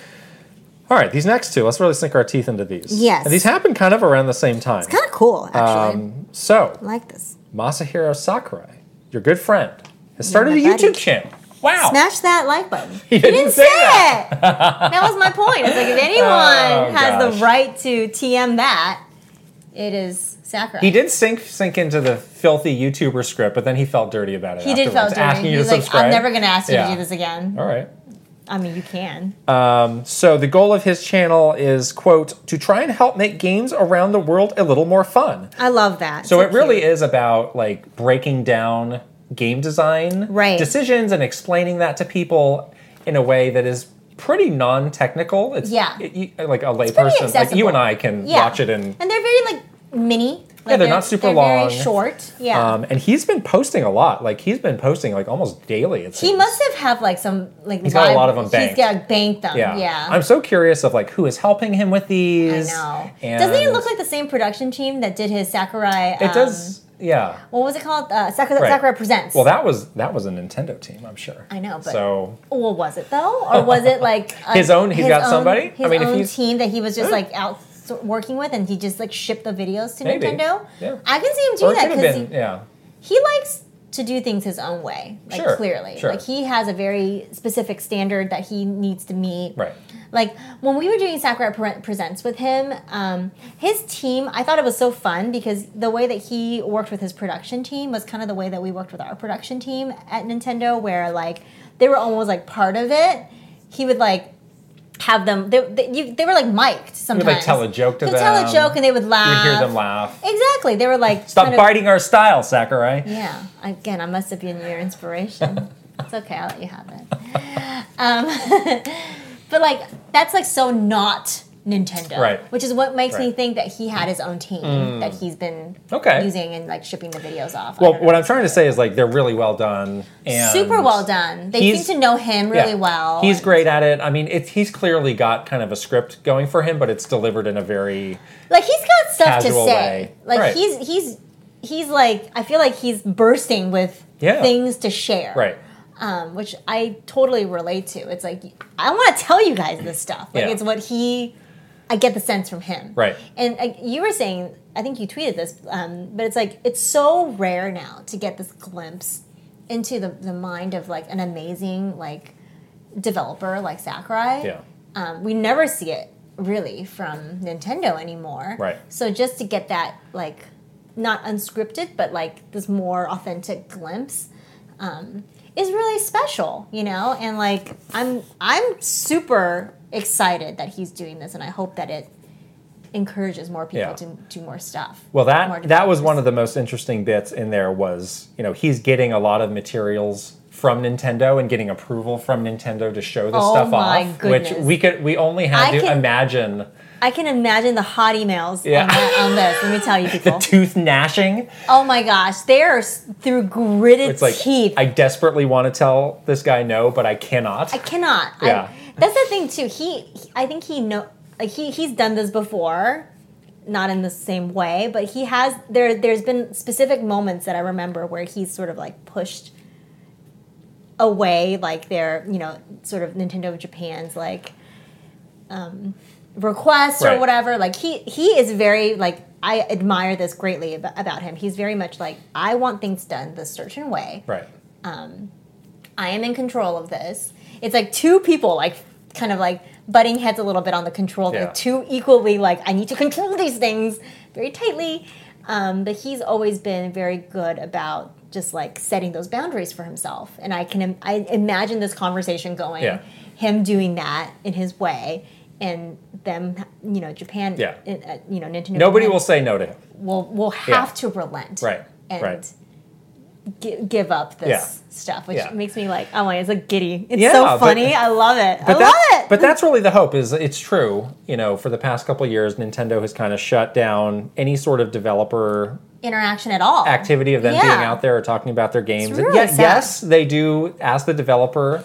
Speaker 2: All right, these next two, let's really sink our teeth into these.
Speaker 1: Yes.
Speaker 2: And these happen kind of around the same time. Um,
Speaker 1: Kind of cool, actually.
Speaker 2: so,
Speaker 1: I like this.
Speaker 2: Masahiro Sakurai, your good friend, has started a
Speaker 1: my
Speaker 2: YouTube
Speaker 1: buddy.
Speaker 2: channel. Wow.
Speaker 1: Smash that like button.
Speaker 2: (laughs) He didn't say that.
Speaker 1: it. that was my point. It's like
Speaker 2: (laughs)
Speaker 1: if anyone has
Speaker 2: Oh, gosh.
Speaker 1: the right to TM that, it is Sakurai.
Speaker 2: He did sink sink into the filthy YouTuber script, but then he felt dirty about it.
Speaker 1: He did felt
Speaker 2: afterwards,
Speaker 1: dirty.
Speaker 2: Asking you
Speaker 1: He's
Speaker 2: to
Speaker 1: like,
Speaker 2: subscribe.
Speaker 1: I'm never gonna ask you
Speaker 2: Yeah.
Speaker 1: to do this again.
Speaker 2: All right.
Speaker 1: I mean, you can.
Speaker 2: So the goal of his channel is quote to try and help make games around the world a little more fun.
Speaker 1: I love that.
Speaker 2: So it really
Speaker 1: cute.
Speaker 2: is about like breaking down game design
Speaker 1: Right.
Speaker 2: decisions and explaining that to people in a way that is pretty non-technical. It's
Speaker 1: Yeah.
Speaker 2: it- you- like a
Speaker 1: pretty
Speaker 2: layperson, like you
Speaker 1: accessible.
Speaker 2: and I can
Speaker 1: Yeah.
Speaker 2: watch it and
Speaker 1: and they're very like mini. Like,
Speaker 2: they're not super long.
Speaker 1: Very short. Yeah.
Speaker 2: um, and he's been posting a lot. Like he's been posting like almost daily. It
Speaker 1: he
Speaker 2: seems.
Speaker 1: must have have like some like. He's
Speaker 2: got a lot of them banked.
Speaker 1: He's got banked them.
Speaker 2: Yeah.
Speaker 1: Yeah.
Speaker 2: I'm so curious of like who is helping him with
Speaker 1: I
Speaker 2: these.
Speaker 1: know.
Speaker 2: And
Speaker 1: Doesn't he look like the same production team that did his Sakurai? um,
Speaker 2: It does. Yeah.
Speaker 1: What was it called? Uh, Sakurai,
Speaker 2: Right.
Speaker 1: Sakurai Presents.
Speaker 2: Well, that was that was a Nintendo team, I'm sure.
Speaker 1: I know, but-
Speaker 2: so
Speaker 1: Well, was it though, or was it like
Speaker 2: (laughs)
Speaker 1: a,
Speaker 2: His own- he's
Speaker 1: He's
Speaker 2: got somebody? I
Speaker 1: His
Speaker 2: mean, if
Speaker 1: own
Speaker 2: he's- Hmm.
Speaker 1: team that he was just like out s- working with, and he just like shipped the videos to
Speaker 2: Maybe.
Speaker 1: Nintendo.
Speaker 2: Yeah.
Speaker 1: I can see him
Speaker 2: or
Speaker 1: doing
Speaker 2: it
Speaker 1: that
Speaker 2: could have
Speaker 1: because
Speaker 2: been
Speaker 1: he,
Speaker 2: yeah.
Speaker 1: he likes to do things his own way like
Speaker 2: Sure,
Speaker 1: clearly
Speaker 2: sure.
Speaker 1: like he has a very specific standard that he needs to meet
Speaker 2: Right.
Speaker 1: like when we were doing sakurai Pre- presents with him um, his team i thought it was so fun because the way that he worked with his production team was kind of the way that we worked with our production team at nintendo where like they were almost like part of it he would like have them they, they, you, they were like mic'd sometimes
Speaker 2: tell a joke to
Speaker 1: He'd tell
Speaker 2: them.
Speaker 1: a joke and they would
Speaker 2: You would
Speaker 1: laugh
Speaker 2: hear them laugh.
Speaker 1: exactly they were like
Speaker 2: Stop
Speaker 1: kind of-
Speaker 2: biting our style, Sakurai.
Speaker 1: yeah. Again, I must have been your inspiration. it's okay. (laughs) I'll let you have it. Um, but like, that's like so not Nintendo,
Speaker 2: Right.
Speaker 1: Which is what makes me
Speaker 2: Right. Mm.
Speaker 1: think that he had his own team that he's been
Speaker 2: Okay.
Speaker 1: using and like shipping the videos off. I
Speaker 2: Well,
Speaker 1: don't
Speaker 2: what
Speaker 1: know.
Speaker 2: I'm trying to say is like they're really well done. And
Speaker 1: super well done. They
Speaker 2: he's-
Speaker 1: seem to know him
Speaker 2: Yeah.
Speaker 1: really well.
Speaker 2: He's great at it. I mean, it's, he's clearly got kind of a script going for him, but it's delivered in a very
Speaker 1: like he's got stuff to
Speaker 2: Casual
Speaker 1: say.
Speaker 2: way.
Speaker 1: Like
Speaker 2: Right.
Speaker 1: he's he's he's like I feel like he's bursting with
Speaker 2: Yeah.
Speaker 1: things to share.
Speaker 2: right.
Speaker 1: um, which I totally relate to. It's like I want to tell you guys this stuff. Like
Speaker 2: Yeah.
Speaker 1: it's what he, I get the sense from him.
Speaker 2: Right.
Speaker 1: And uh, you were saying, I think you tweeted this, um, but it's like it's so rare now to get this glimpse into the, the mind of like an amazing like developer like Sakurai.
Speaker 2: Yeah.
Speaker 1: Um, we never see it really from Nintendo anymore.
Speaker 2: Right.
Speaker 1: So just to get that like not unscripted, but like this more authentic glimpse um, is really special, you know. And like I'm I'm super excited that he's doing this, and I hope that it encourages more people
Speaker 2: Yeah.
Speaker 1: to do more stuff.
Speaker 2: Well,
Speaker 1: more
Speaker 2: that that was
Speaker 1: developers.
Speaker 2: one of the most interesting bits in there was you know he's getting a lot of materials from Nintendo and getting approval from Nintendo to show this
Speaker 1: Oh
Speaker 2: stuff
Speaker 1: my
Speaker 2: off, which
Speaker 1: goodness.
Speaker 2: we could we only had
Speaker 1: I
Speaker 2: to
Speaker 1: can-
Speaker 2: imagine
Speaker 1: I can imagine the hot emails
Speaker 2: Yeah.
Speaker 1: on, that, on this. Let me tell you, people.
Speaker 2: (laughs) tooth gnashing.
Speaker 1: oh my gosh, they are s- through gritted
Speaker 2: It's like
Speaker 1: teeth.
Speaker 2: I desperately want to tell this guy no, but I cannot.
Speaker 1: I cannot. I-
Speaker 2: Yeah.
Speaker 1: that's the thing too. He, he- I think he know, like he, he's done this before, not in the same way, but he has. There, there's been specific moments that I remember where he's sort of like pushed away, like their, you know, sort of Nintendo of Japan's like um, request or
Speaker 2: Right.
Speaker 1: whatever. Like he, he is very like. I admire this greatly ab- about him. He's very much like I want things done this certain way.
Speaker 2: right.
Speaker 1: I am in control of this. It's like two people like kind of like butting heads a little bit on the control thing.
Speaker 2: Yeah.
Speaker 1: Two equally like I need to control these things very tightly. Um, but he's always been very good about just like setting those boundaries for himself. And I can Im- I imagine this conversation going,
Speaker 2: Yeah.
Speaker 1: him doing that in his way, and them, you know, Japan,
Speaker 2: Yeah.
Speaker 1: uh, uh, you know, Nintendo.
Speaker 2: Nobody
Speaker 1: Japan
Speaker 2: will say no to him.
Speaker 1: will will have to relent,
Speaker 2: Right,
Speaker 1: And
Speaker 2: right.
Speaker 1: gi- give up this
Speaker 2: Yeah.
Speaker 1: stuff, which
Speaker 2: Yeah.
Speaker 1: makes me like, oh my, it's like giddy. It's
Speaker 2: Yeah,
Speaker 1: so
Speaker 2: but-
Speaker 1: funny. I love it. I
Speaker 2: But that-
Speaker 1: love it.
Speaker 2: But that's really the hope. Is it's true. You know, for the past couple of years, Nintendo has kind of shut down any sort of developer
Speaker 1: Interaction at all
Speaker 2: activity of them
Speaker 1: Yeah.
Speaker 2: being out there or talking about their games.
Speaker 1: really
Speaker 2: And yet-
Speaker 1: sad.
Speaker 2: yes, they do ask the developer.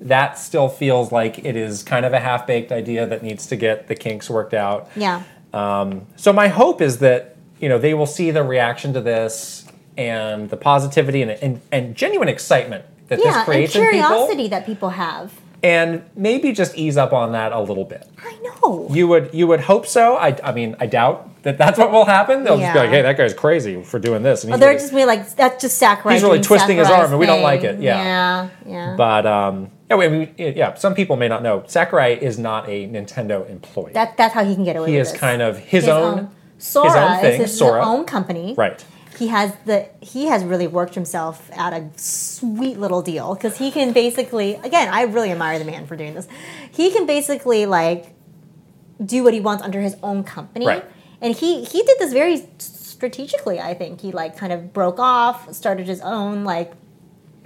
Speaker 2: That still feels like it is kind of a half baked idea that needs to get the kinks worked out.
Speaker 1: Yeah,
Speaker 2: So my hope is that you know they will see the reaction to this and the positivity and and, and genuine excitement that
Speaker 1: yeah,
Speaker 2: this
Speaker 1: and
Speaker 2: creates in
Speaker 1: curiosity
Speaker 2: people,
Speaker 1: that people have.
Speaker 2: and maybe just ease up on that a little bit.
Speaker 1: I know.
Speaker 2: You would you would hope so. I, I mean I doubt that that's what will happen. They'll just be
Speaker 1: Yeah.
Speaker 2: like, hey, that guy's crazy for doing this. And
Speaker 1: But
Speaker 2: he's
Speaker 1: they're
Speaker 2: really-
Speaker 1: just really like that's just Sakurai.
Speaker 2: He's really
Speaker 1: doing
Speaker 2: twisting his
Speaker 1: Sakurai's
Speaker 2: arm, and we don't like
Speaker 1: thing.
Speaker 2: it. Yeah.
Speaker 1: yeah, yeah.
Speaker 2: But um, yeah, we, we, yeah, some people may not know Sakurai is not a Nintendo employee.
Speaker 1: that that's how he can get away.
Speaker 2: he
Speaker 1: with
Speaker 2: is
Speaker 1: this.
Speaker 2: kind of his, own,
Speaker 1: Sora
Speaker 2: thing,
Speaker 1: is his
Speaker 2: Sora.
Speaker 1: own company,
Speaker 2: right.
Speaker 1: he has the he has really worked himself out a sweet little deal because he can basically again i really admire the man for doing this he can basically like do what he wants under his own company
Speaker 2: Right.
Speaker 1: and he he did this very strategically i think he like kind of broke off started his own like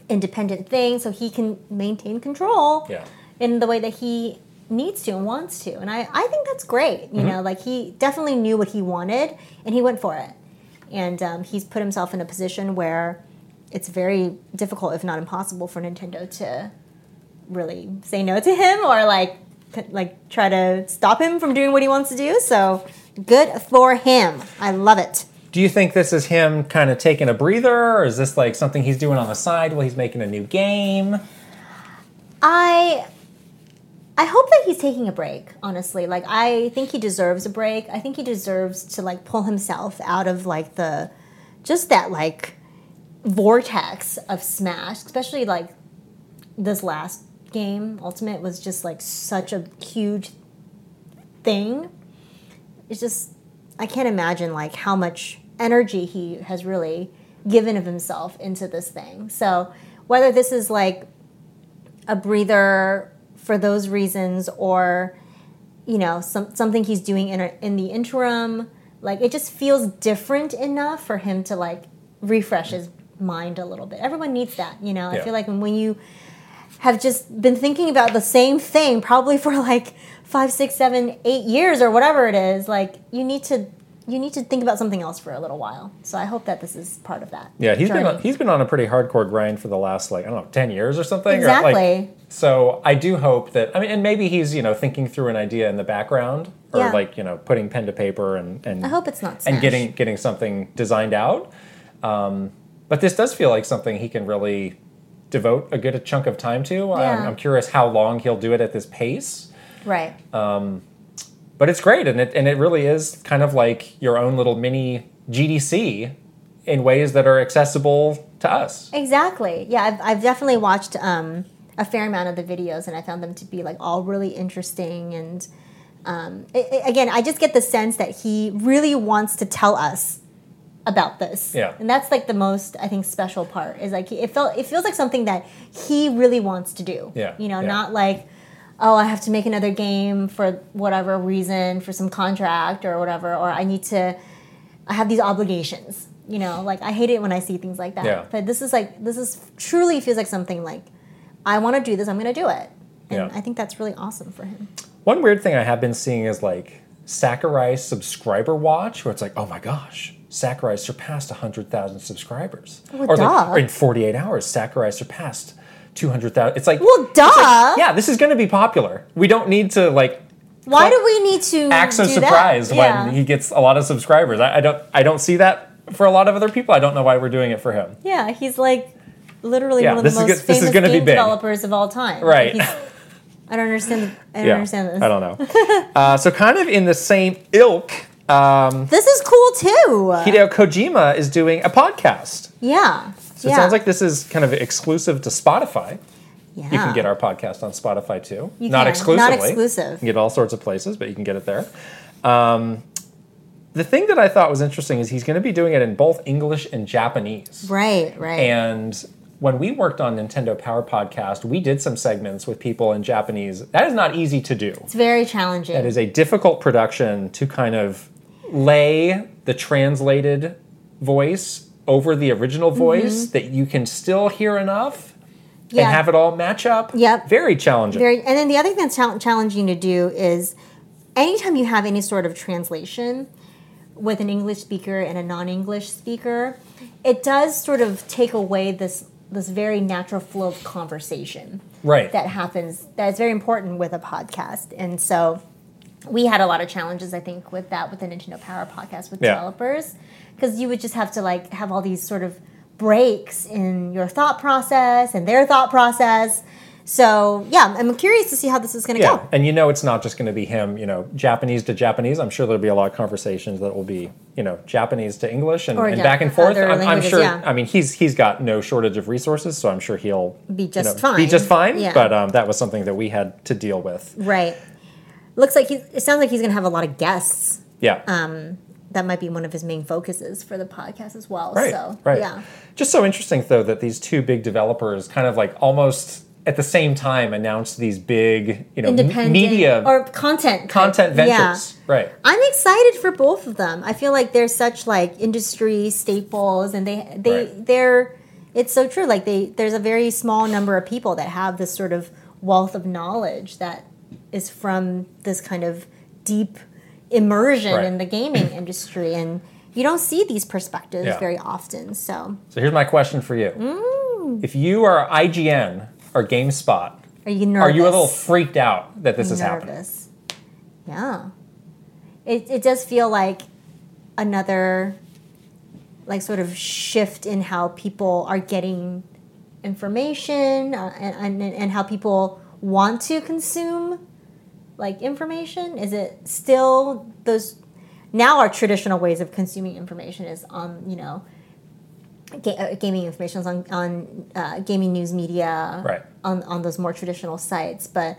Speaker 1: independent thing so he can maintain control
Speaker 2: Yeah.
Speaker 1: in the way that he needs to and wants to and i, I think that's great you know like he definitely knew what he wanted and he went for it and um, he's put himself in a position where it's very difficult if not impossible for nintendo to really say no to him or like c- like try to stop him from doing what he wants to do so good for him i love it
Speaker 2: Do you think this is him kind of taking a breather, or is this like something he's doing on the side while he's making a new game?
Speaker 1: I I hope that he's taking a break, honestly. Like I think he deserves a break. I think he deserves to like pull himself out of like the just that like vortex of smash, especially like this last game ultimate was just like such a huge thing. It's just I can't imagine like how much energy he has really given of himself into this thing. So whether this is like a breather for those reasons or you know some, something he's doing in, a, in the interim like it just feels different enough for him to like refresh his mind a little bit everyone needs that you know i
Speaker 2: Yeah.
Speaker 1: feel like when you have just been thinking about the same thing probably for like five, six, seven, eight years or whatever it is. Like you need to you need to think about something else for a little while. So I hope that this is part of that.
Speaker 2: Yeah, he's been
Speaker 1: journey.
Speaker 2: on, he's been on a pretty hardcore grind for the last like I don't know ten years or something. or, like-
Speaker 1: Exactly.
Speaker 2: so I do hope that I mean, and maybe he's you know thinking through an idea in the background or
Speaker 1: Yeah.
Speaker 2: like you know putting pen to paper and and
Speaker 1: I hope it's not
Speaker 2: and
Speaker 1: Smash.
Speaker 2: getting getting something designed out. Um, but this does feel like something he can really devote a good chunk of time to. I'm,
Speaker 1: Yeah.
Speaker 2: I'm curious how long he'll do it at this pace.
Speaker 1: right.
Speaker 2: But it's great, and it and it really is kind of like your own little mini GDC in ways that are accessible to us.
Speaker 1: Exactly. Yeah, I've, I've definitely watched um, a fair amount of the videos, and I found them to be like all really interesting. And um, i i again, I just get the sense that he really wants to tell us about this.
Speaker 2: Yeah.
Speaker 1: And that's like the most I think special part is like it felt it feels like something that he really wants to do.
Speaker 2: Yeah,
Speaker 1: You know,
Speaker 2: yeah.
Speaker 1: not like oh I have to make another game for whatever reason for some contract or whatever, or I need to I have these obligations. You know, like I hate it when I see things like that.
Speaker 2: Yeah.
Speaker 1: But this is like this is truly feels like something like I want to do this. I'm going to do it. And
Speaker 2: Yeah.
Speaker 1: I think that's really awesome for him.
Speaker 2: One weird thing I have been seeing is like Sakurai subscriber watch, where it's like, oh my gosh, Sakurai surpassed 100,000 subscribers.
Speaker 1: Well,
Speaker 2: or, like,
Speaker 1: duh.
Speaker 2: or in 48 hours, Sakurai surpassed 200,000. It's like,
Speaker 1: Well, duh.
Speaker 2: yeah, this is going to be popular. We don't need to like
Speaker 1: Why do we need to
Speaker 2: act so
Speaker 1: do
Speaker 2: surprised
Speaker 1: that? Yeah.
Speaker 2: when he gets a lot of subscribers. I, I don't, I don't see that for a lot of other people. I don't know why we're doing it for him.
Speaker 1: Yeah, he's like literally
Speaker 2: Yeah,
Speaker 1: one of
Speaker 2: this
Speaker 1: the
Speaker 2: is
Speaker 1: most
Speaker 2: good- this is
Speaker 1: famous
Speaker 2: gonna be
Speaker 1: game
Speaker 2: big.
Speaker 1: developers of all time. Like,
Speaker 2: Right.
Speaker 1: he's- I don't understand. I don't
Speaker 2: Yeah,
Speaker 1: understand this.
Speaker 2: I don't know. (laughs) uh, so kind of in the same ilk, um,
Speaker 1: This is cool too.
Speaker 2: Hideo Kojima is doing a podcast.
Speaker 1: yeah.
Speaker 2: So it sounds like this is kind of exclusive to Spotify.
Speaker 1: yeah.
Speaker 2: You can get our podcast on Spotify too.
Speaker 1: Ah. You
Speaker 2: not
Speaker 1: can.
Speaker 2: exclusively.
Speaker 1: Not exclusive.
Speaker 2: You can get all sorts of places, but you can get it there. Um, the thing that I thought was interesting is he's going to be doing it in both English and Japanese.
Speaker 1: Right. Right.
Speaker 2: And when we worked on Nintendo Power Podcast, we did some segments with people in Japanese. That is not easy to do.
Speaker 1: it's very challenging.
Speaker 2: It is a difficult production to kind of lay the translated voice over the original
Speaker 1: Mm-hmm.
Speaker 2: voice that you can still hear enough
Speaker 1: yeah.
Speaker 2: and have it all match up.
Speaker 1: Yep.
Speaker 2: Very challenging.
Speaker 1: Very, and then the other thing that's chal- challenging to do is anytime you have any sort of translation with an English speaker and a non-English speaker, it does sort of take away this this very natural flow of conversation
Speaker 2: right.
Speaker 1: that happens that is very important with a podcast. And so we had a lot of challenges, I think, with that with the Nintendo Power podcast with
Speaker 2: Yeah.
Speaker 1: developers because you would just have to like have all these sort of breaks in your thought process and their thought process. So yeah, I'm curious to see how this is going to
Speaker 2: yeah.
Speaker 1: go.
Speaker 2: And you know it's not just going to be him, you know, Japanese to Japanese. I'm sure there'll be a lot of conversations that will be, you know, Japanese to English and,
Speaker 1: Or
Speaker 2: and
Speaker 1: yeah,
Speaker 2: back and forth.
Speaker 1: other
Speaker 2: I'm, I'm
Speaker 1: languages,
Speaker 2: sure
Speaker 1: yeah.
Speaker 2: I mean he's he's got no shortage of resources, so I'm sure he'll
Speaker 1: Be
Speaker 2: you
Speaker 1: just
Speaker 2: know, Be
Speaker 1: fine.
Speaker 2: just fine.
Speaker 1: Yeah.
Speaker 2: But um, that was something that we had to deal with.
Speaker 1: Right. Looks like he's, it sounds like he's going to have a lot of guests.
Speaker 2: Yeah.
Speaker 1: Um, That might be one of his main focuses for the podcast as well.
Speaker 2: Right.
Speaker 1: so
Speaker 2: right.
Speaker 1: yeah.
Speaker 2: Just so interesting though that these two big developers kind of like almost at the same time announced these big, you know, m-
Speaker 1: Independent
Speaker 2: media
Speaker 1: or content
Speaker 2: content
Speaker 1: type-
Speaker 2: ventures. Right.
Speaker 1: I'm excited for both of them. I feel like they're such like industry staples, and they they
Speaker 2: Right.
Speaker 1: they're it's so true. Like they there's a very small number of people that have this sort of wealth of knowledge that is from this kind of deep immersion
Speaker 2: Right.
Speaker 1: in the gaming industry, and you don't see these perspectives
Speaker 2: Yeah.
Speaker 1: very often. So
Speaker 2: So here's my question for you.
Speaker 1: Mm.
Speaker 2: If you are IGN or GameSpot,
Speaker 1: are you nervous?
Speaker 2: are you a little freaked out that this is happening?
Speaker 1: nervous? Yeah, it it does feel like another like sort of shift in how people are getting information uh, and, and and how people want to consume like information. Is it still those now our traditional ways of consuming information is on you know. Ga- uh, gaming information is on on uh, gaming news media,
Speaker 2: Right.
Speaker 1: On on those more traditional sites, but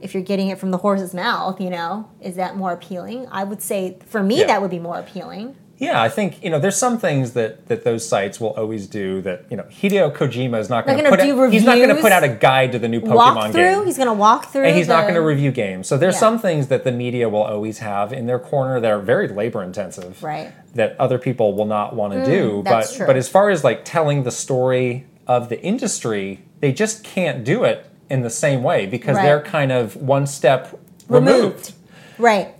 Speaker 1: if you're getting it from the horse's mouth, you know, is that more appealing? I would say for me
Speaker 2: Yeah.
Speaker 1: that would be more appealing.
Speaker 2: Yeah, I think, you know, there's some things that that those sites will always do that, you know, Hideo Kojima is not going to
Speaker 1: gonna
Speaker 2: put
Speaker 1: do
Speaker 2: out, he's not going to
Speaker 1: reviews,
Speaker 2: put out a guide to the new Pokemon
Speaker 1: walk through.
Speaker 2: game.
Speaker 1: He's going to walk through.
Speaker 2: and he's not
Speaker 1: the-
Speaker 2: going to review games. So there's
Speaker 1: Yeah.
Speaker 2: some things that the media will always have in their corner that are very labor intensive,
Speaker 1: Right.
Speaker 2: That other people will not want to do.
Speaker 1: Mm, that's
Speaker 2: but
Speaker 1: true.
Speaker 2: but as far as like telling the story of the industry, they just can't do it in the same way because
Speaker 1: Right.
Speaker 2: they're kind of one step removed.
Speaker 1: Removed. Right.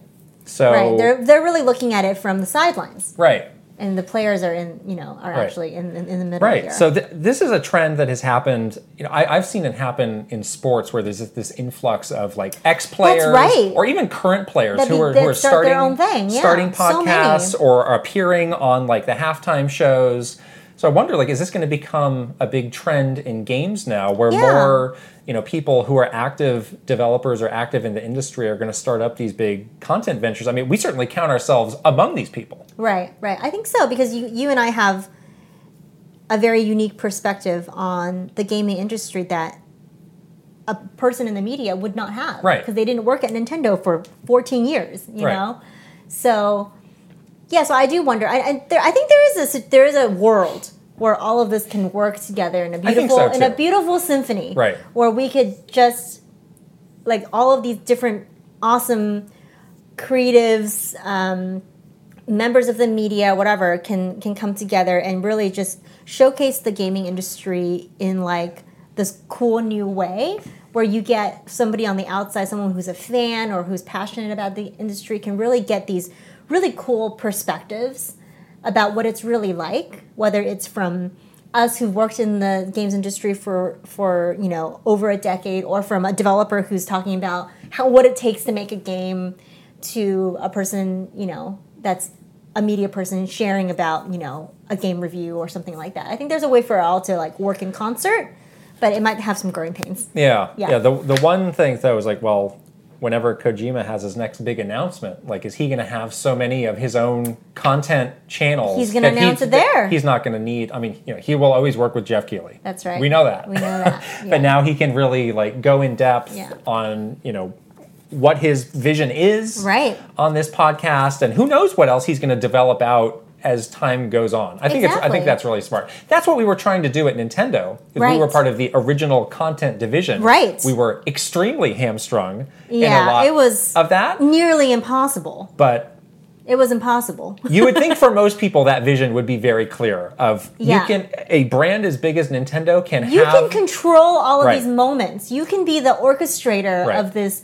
Speaker 2: So
Speaker 1: Right. They're they're really looking at it from the sidelines,
Speaker 2: right.
Speaker 1: and the players are in you know are
Speaker 2: Right.
Speaker 1: actually in, in in the middle.
Speaker 2: Right.
Speaker 1: Here.
Speaker 2: So th- this is a trend that has happened. You know, I, I've seen it happen in sports where there's this influx of like ex players,
Speaker 1: right.
Speaker 2: or even current players
Speaker 1: That
Speaker 2: who
Speaker 1: be-
Speaker 2: are
Speaker 1: that
Speaker 2: who are
Speaker 1: start
Speaker 2: starting
Speaker 1: their own thing, yeah.
Speaker 2: starting
Speaker 1: So many.
Speaker 2: podcasts or are appearing on like the halftime shows. So I wonder, like, is this going to become a big trend in games now, where
Speaker 1: Yeah.
Speaker 2: more you know people who are active developers or active in the industry are going to start up these big content ventures? I mean, we certainly count ourselves among these people.
Speaker 1: Right, right. I think so because you you and I have a very unique perspective on the gaming industry that a person in the media would not have,
Speaker 2: Right.
Speaker 1: Because they didn't work at Nintendo for 14 years, you
Speaker 2: Right.
Speaker 1: know. So, yeah. So I do wonder. I I, there, I think there is a s- there is a world where all of this can work together in a
Speaker 2: think
Speaker 1: beautiful
Speaker 2: so,
Speaker 1: in a
Speaker 2: too.
Speaker 1: beautiful symphony,
Speaker 2: Right.
Speaker 1: Where we could just like all of these different awesome creatives um, members of the media whatever can can come together and really just showcase the gaming industry in like this cool new way where you get somebody on the outside someone who's a fan or who's passionate about the industry can really get these really cool perspectives about what it's really like whether it's from us who've worked in the games industry for for you know over a decade or from a developer who's talking about how what it takes to make a game to a person you know that's a media person sharing about you know a game review or something like that i think there's a way for all to like work in concert but it might have some growing pains
Speaker 2: Yeah.
Speaker 1: Yeah.
Speaker 2: The the one thing though is like, well, whenever Kojima has his next big announcement, like is he gonna have so many of his own content channels?
Speaker 1: He's gonna
Speaker 2: that
Speaker 1: announce it there.
Speaker 2: He's not gonna need I mean, you know, he will always work with Jeff Keighley.
Speaker 1: That's right.
Speaker 2: We know that. (laughs)
Speaker 1: we know that yeah.
Speaker 2: But now he can really like go in depth
Speaker 1: Yeah.
Speaker 2: on, you know, what his vision is
Speaker 1: Right.
Speaker 2: on this podcast and who knows what else he's going to develop out as time goes on. I think it's I
Speaker 1: Exactly.
Speaker 2: think that's really smart. That's what we were trying to do at Nintendo. is We
Speaker 1: Right.
Speaker 2: were part of the original content division.
Speaker 1: Right.
Speaker 2: We were extremely hamstrung in
Speaker 1: Yeah,
Speaker 2: a lot
Speaker 1: it was-
Speaker 2: of that.
Speaker 1: nearly impossible
Speaker 2: But
Speaker 1: it was impossible (laughs)
Speaker 2: you would think for most people that vision would be very clear of
Speaker 1: Yeah.
Speaker 2: you can a brand as big as Nintendo can
Speaker 1: you
Speaker 2: have
Speaker 1: can control all of
Speaker 2: Right.
Speaker 1: these moments you can be the orchestrator
Speaker 2: Right.
Speaker 1: of this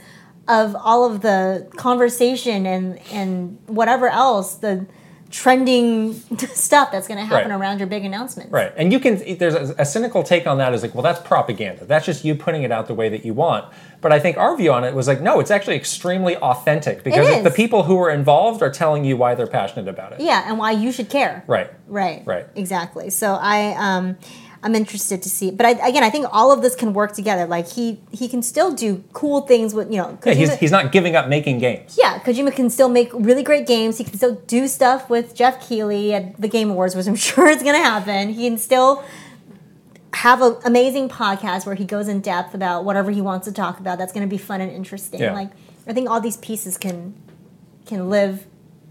Speaker 1: of all of the conversation and and whatever else the trending (laughs) stuff that's going to happen
Speaker 2: Right.
Speaker 1: around your big announcements
Speaker 2: Right. And you can, there's a, a cynical take on that is like, well, that's propaganda. That's just you putting it out the way that you want. But I think our view on it was like, no, it's actually extremely authentic because
Speaker 1: It is.
Speaker 2: the people who are involved are telling you why they're passionate about it.
Speaker 1: yeah and why you should care
Speaker 2: Right.
Speaker 1: right
Speaker 2: Right.
Speaker 1: exactly so i um i'm interested to see but I, again i think all of this can work together like he he can still do cool things with you know
Speaker 2: Yeah, he's,
Speaker 1: Kojima-
Speaker 2: he's not giving up making games.
Speaker 1: yeah, Kojima can still make really great games. He can still do stuff with Jeff Keighley at the Game Awards, which I'm (laughs) sure is going to happen. He can still have an amazing podcast where he goes in depth about whatever he wants to talk about. That's going to be fun and interesting.
Speaker 2: Yeah.
Speaker 1: Like I think all these pieces can can live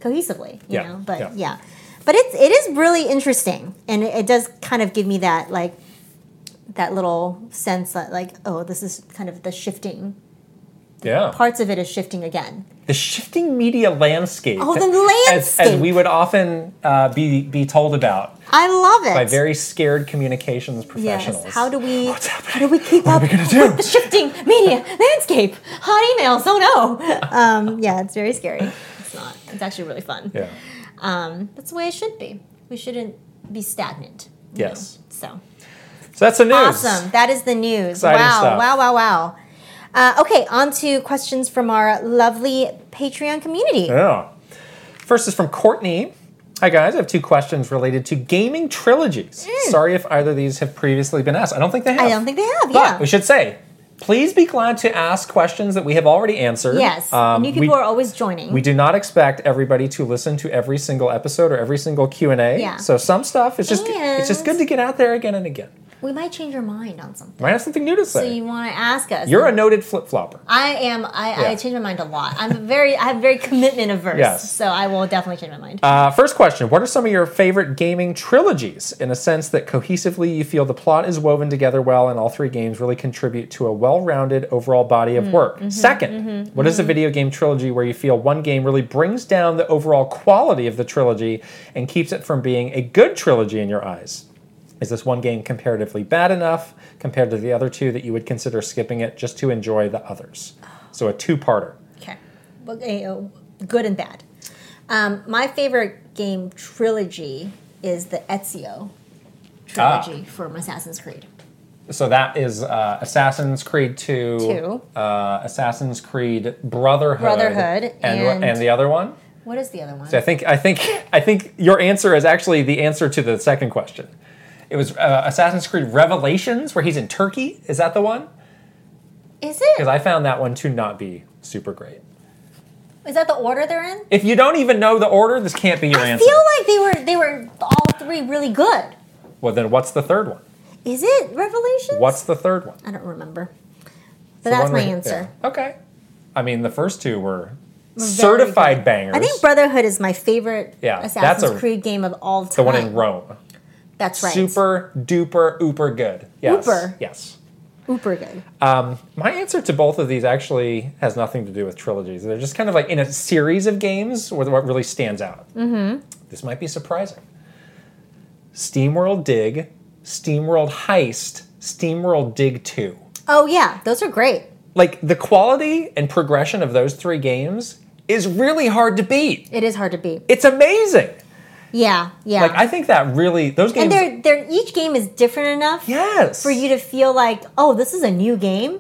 Speaker 1: cohesively. You
Speaker 2: Yeah,
Speaker 1: know, but
Speaker 2: yeah.
Speaker 1: yeah. but it's it is really interesting, and it, it does kind of give me that like that little sense that like oh, this is kind of the shifting
Speaker 2: Yeah.
Speaker 1: parts of it is shifting again.
Speaker 2: the shifting media landscape.
Speaker 1: Oh, the
Speaker 2: As, as
Speaker 1: landscape.
Speaker 2: we would often uh, be, be told about
Speaker 1: I love it.
Speaker 2: by very scared communications professionals.
Speaker 1: Yes. How do we?
Speaker 2: What's happening?
Speaker 1: How do we keep
Speaker 2: What are
Speaker 1: up
Speaker 2: we gonna do?
Speaker 1: with the shifting media landscape? Hot emails.
Speaker 2: (laughs)
Speaker 1: Oh no. Um, yeah, it's very scary. It's not. It's actually really fun.
Speaker 2: Yeah.
Speaker 1: Um, that's the way it should be. We shouldn't be stagnant. you
Speaker 2: Yes.
Speaker 1: know? So
Speaker 2: So that's the news.
Speaker 1: awesome. That is the news.
Speaker 2: Exciting
Speaker 1: wow.
Speaker 2: stuff.
Speaker 1: Wow. Wow. Wow. Uh, okay, on to questions from our lovely Patreon community.
Speaker 2: Yeah. Oh. First is from Courtney. Hi guys, I have two questions related to gaming trilogies. Sorry if either of these have previously been asked. I don't think they have.
Speaker 1: Mm. I don't think they have.
Speaker 2: But
Speaker 1: yeah.
Speaker 2: we should say, please be glad to ask questions that we have already answered.
Speaker 1: yes.
Speaker 2: Um,
Speaker 1: New people
Speaker 2: we,
Speaker 1: are always joining.
Speaker 2: we do not expect everybody to listen to every single episode or every single Q and A.
Speaker 1: Yeah.
Speaker 2: So some stuff it's just it's just
Speaker 1: And-
Speaker 2: good to get out there again and again.
Speaker 1: we might change our mind on something.
Speaker 2: Might have something new to
Speaker 1: So
Speaker 2: say.
Speaker 1: you want to ask us?
Speaker 2: You're a noted flip flopper.
Speaker 1: I am. I,
Speaker 2: Yeah.
Speaker 1: I change my mind a lot. I'm a very. I have very commitment averse.
Speaker 2: Yes.
Speaker 1: So I will definitely change my mind.
Speaker 2: Uh, first question What are some of your favorite gaming trilogies in a sense that cohesively you feel the plot is woven together well and all three games really contribute to a well rounded overall body of work? 2nd what is a video game trilogy where you feel one game really brings down the overall quality of the trilogy and keeps it from being a good trilogy in your eyes? Is this one game comparatively bad enough compared to the other two that you would consider skipping it just to enjoy the others? So a two-parter.
Speaker 1: Okay. Well, eh, oh, Good and bad. Um, my favorite game trilogy is the Ezio
Speaker 2: Ah.
Speaker 1: trilogy from Assassin's Creed.
Speaker 2: So that is uh, Assassin's Creed 2,
Speaker 1: Two.
Speaker 2: Uh, Assassin's Creed Brotherhood,
Speaker 1: Brotherhood,
Speaker 2: and, wha-
Speaker 1: and-
Speaker 2: and the other one.
Speaker 1: What is the other one?
Speaker 2: So I think I think I think your answer is actually the answer to the second question. It was uh, Assassin's Creed Revelations, where he's in Turkey. Is that the one?
Speaker 1: Is
Speaker 2: Because
Speaker 1: it?
Speaker 2: I found that one to not be super great.
Speaker 1: Is that the order they're in?
Speaker 2: If you don't even know the order, this can't be your
Speaker 1: I
Speaker 2: answer.
Speaker 1: feel like they were they were all three really good.
Speaker 2: well, then what's the third one?
Speaker 1: Is it Revelations?
Speaker 2: What's the third one?
Speaker 1: I don't remember. But
Speaker 2: The
Speaker 1: that's
Speaker 2: one
Speaker 1: my
Speaker 2: where-
Speaker 1: answer.
Speaker 2: yeah. Okay. I mean, the first two were certified bangers.
Speaker 1: I think Brotherhood is my favorite
Speaker 2: Yeah, that's
Speaker 1: Assassin's
Speaker 2: a-
Speaker 1: Creed game of all time.
Speaker 2: the one in Rome.
Speaker 1: That's right.
Speaker 2: Super duper ooper good. Yes.
Speaker 1: Ooper.
Speaker 2: Yes.
Speaker 1: Uber good.
Speaker 2: My answer to both of these actually has nothing to do with trilogies. They're just kind of like in a series of games where what really stands out. Mm-hmm. This might be surprising. SteamWorld Dig, SteamWorld Heist, SteamWorld Dig 2.
Speaker 1: Oh yeah, those are great.
Speaker 2: Like the quality and progression of those three games is really hard to beat.
Speaker 1: It is hard to beat.
Speaker 2: It's amazing.
Speaker 1: Yeah, yeah.
Speaker 2: Like I think that really those
Speaker 1: and
Speaker 2: games
Speaker 1: they're they're each game is different enough
Speaker 2: yes.
Speaker 1: for you to feel like, oh, this is a new game,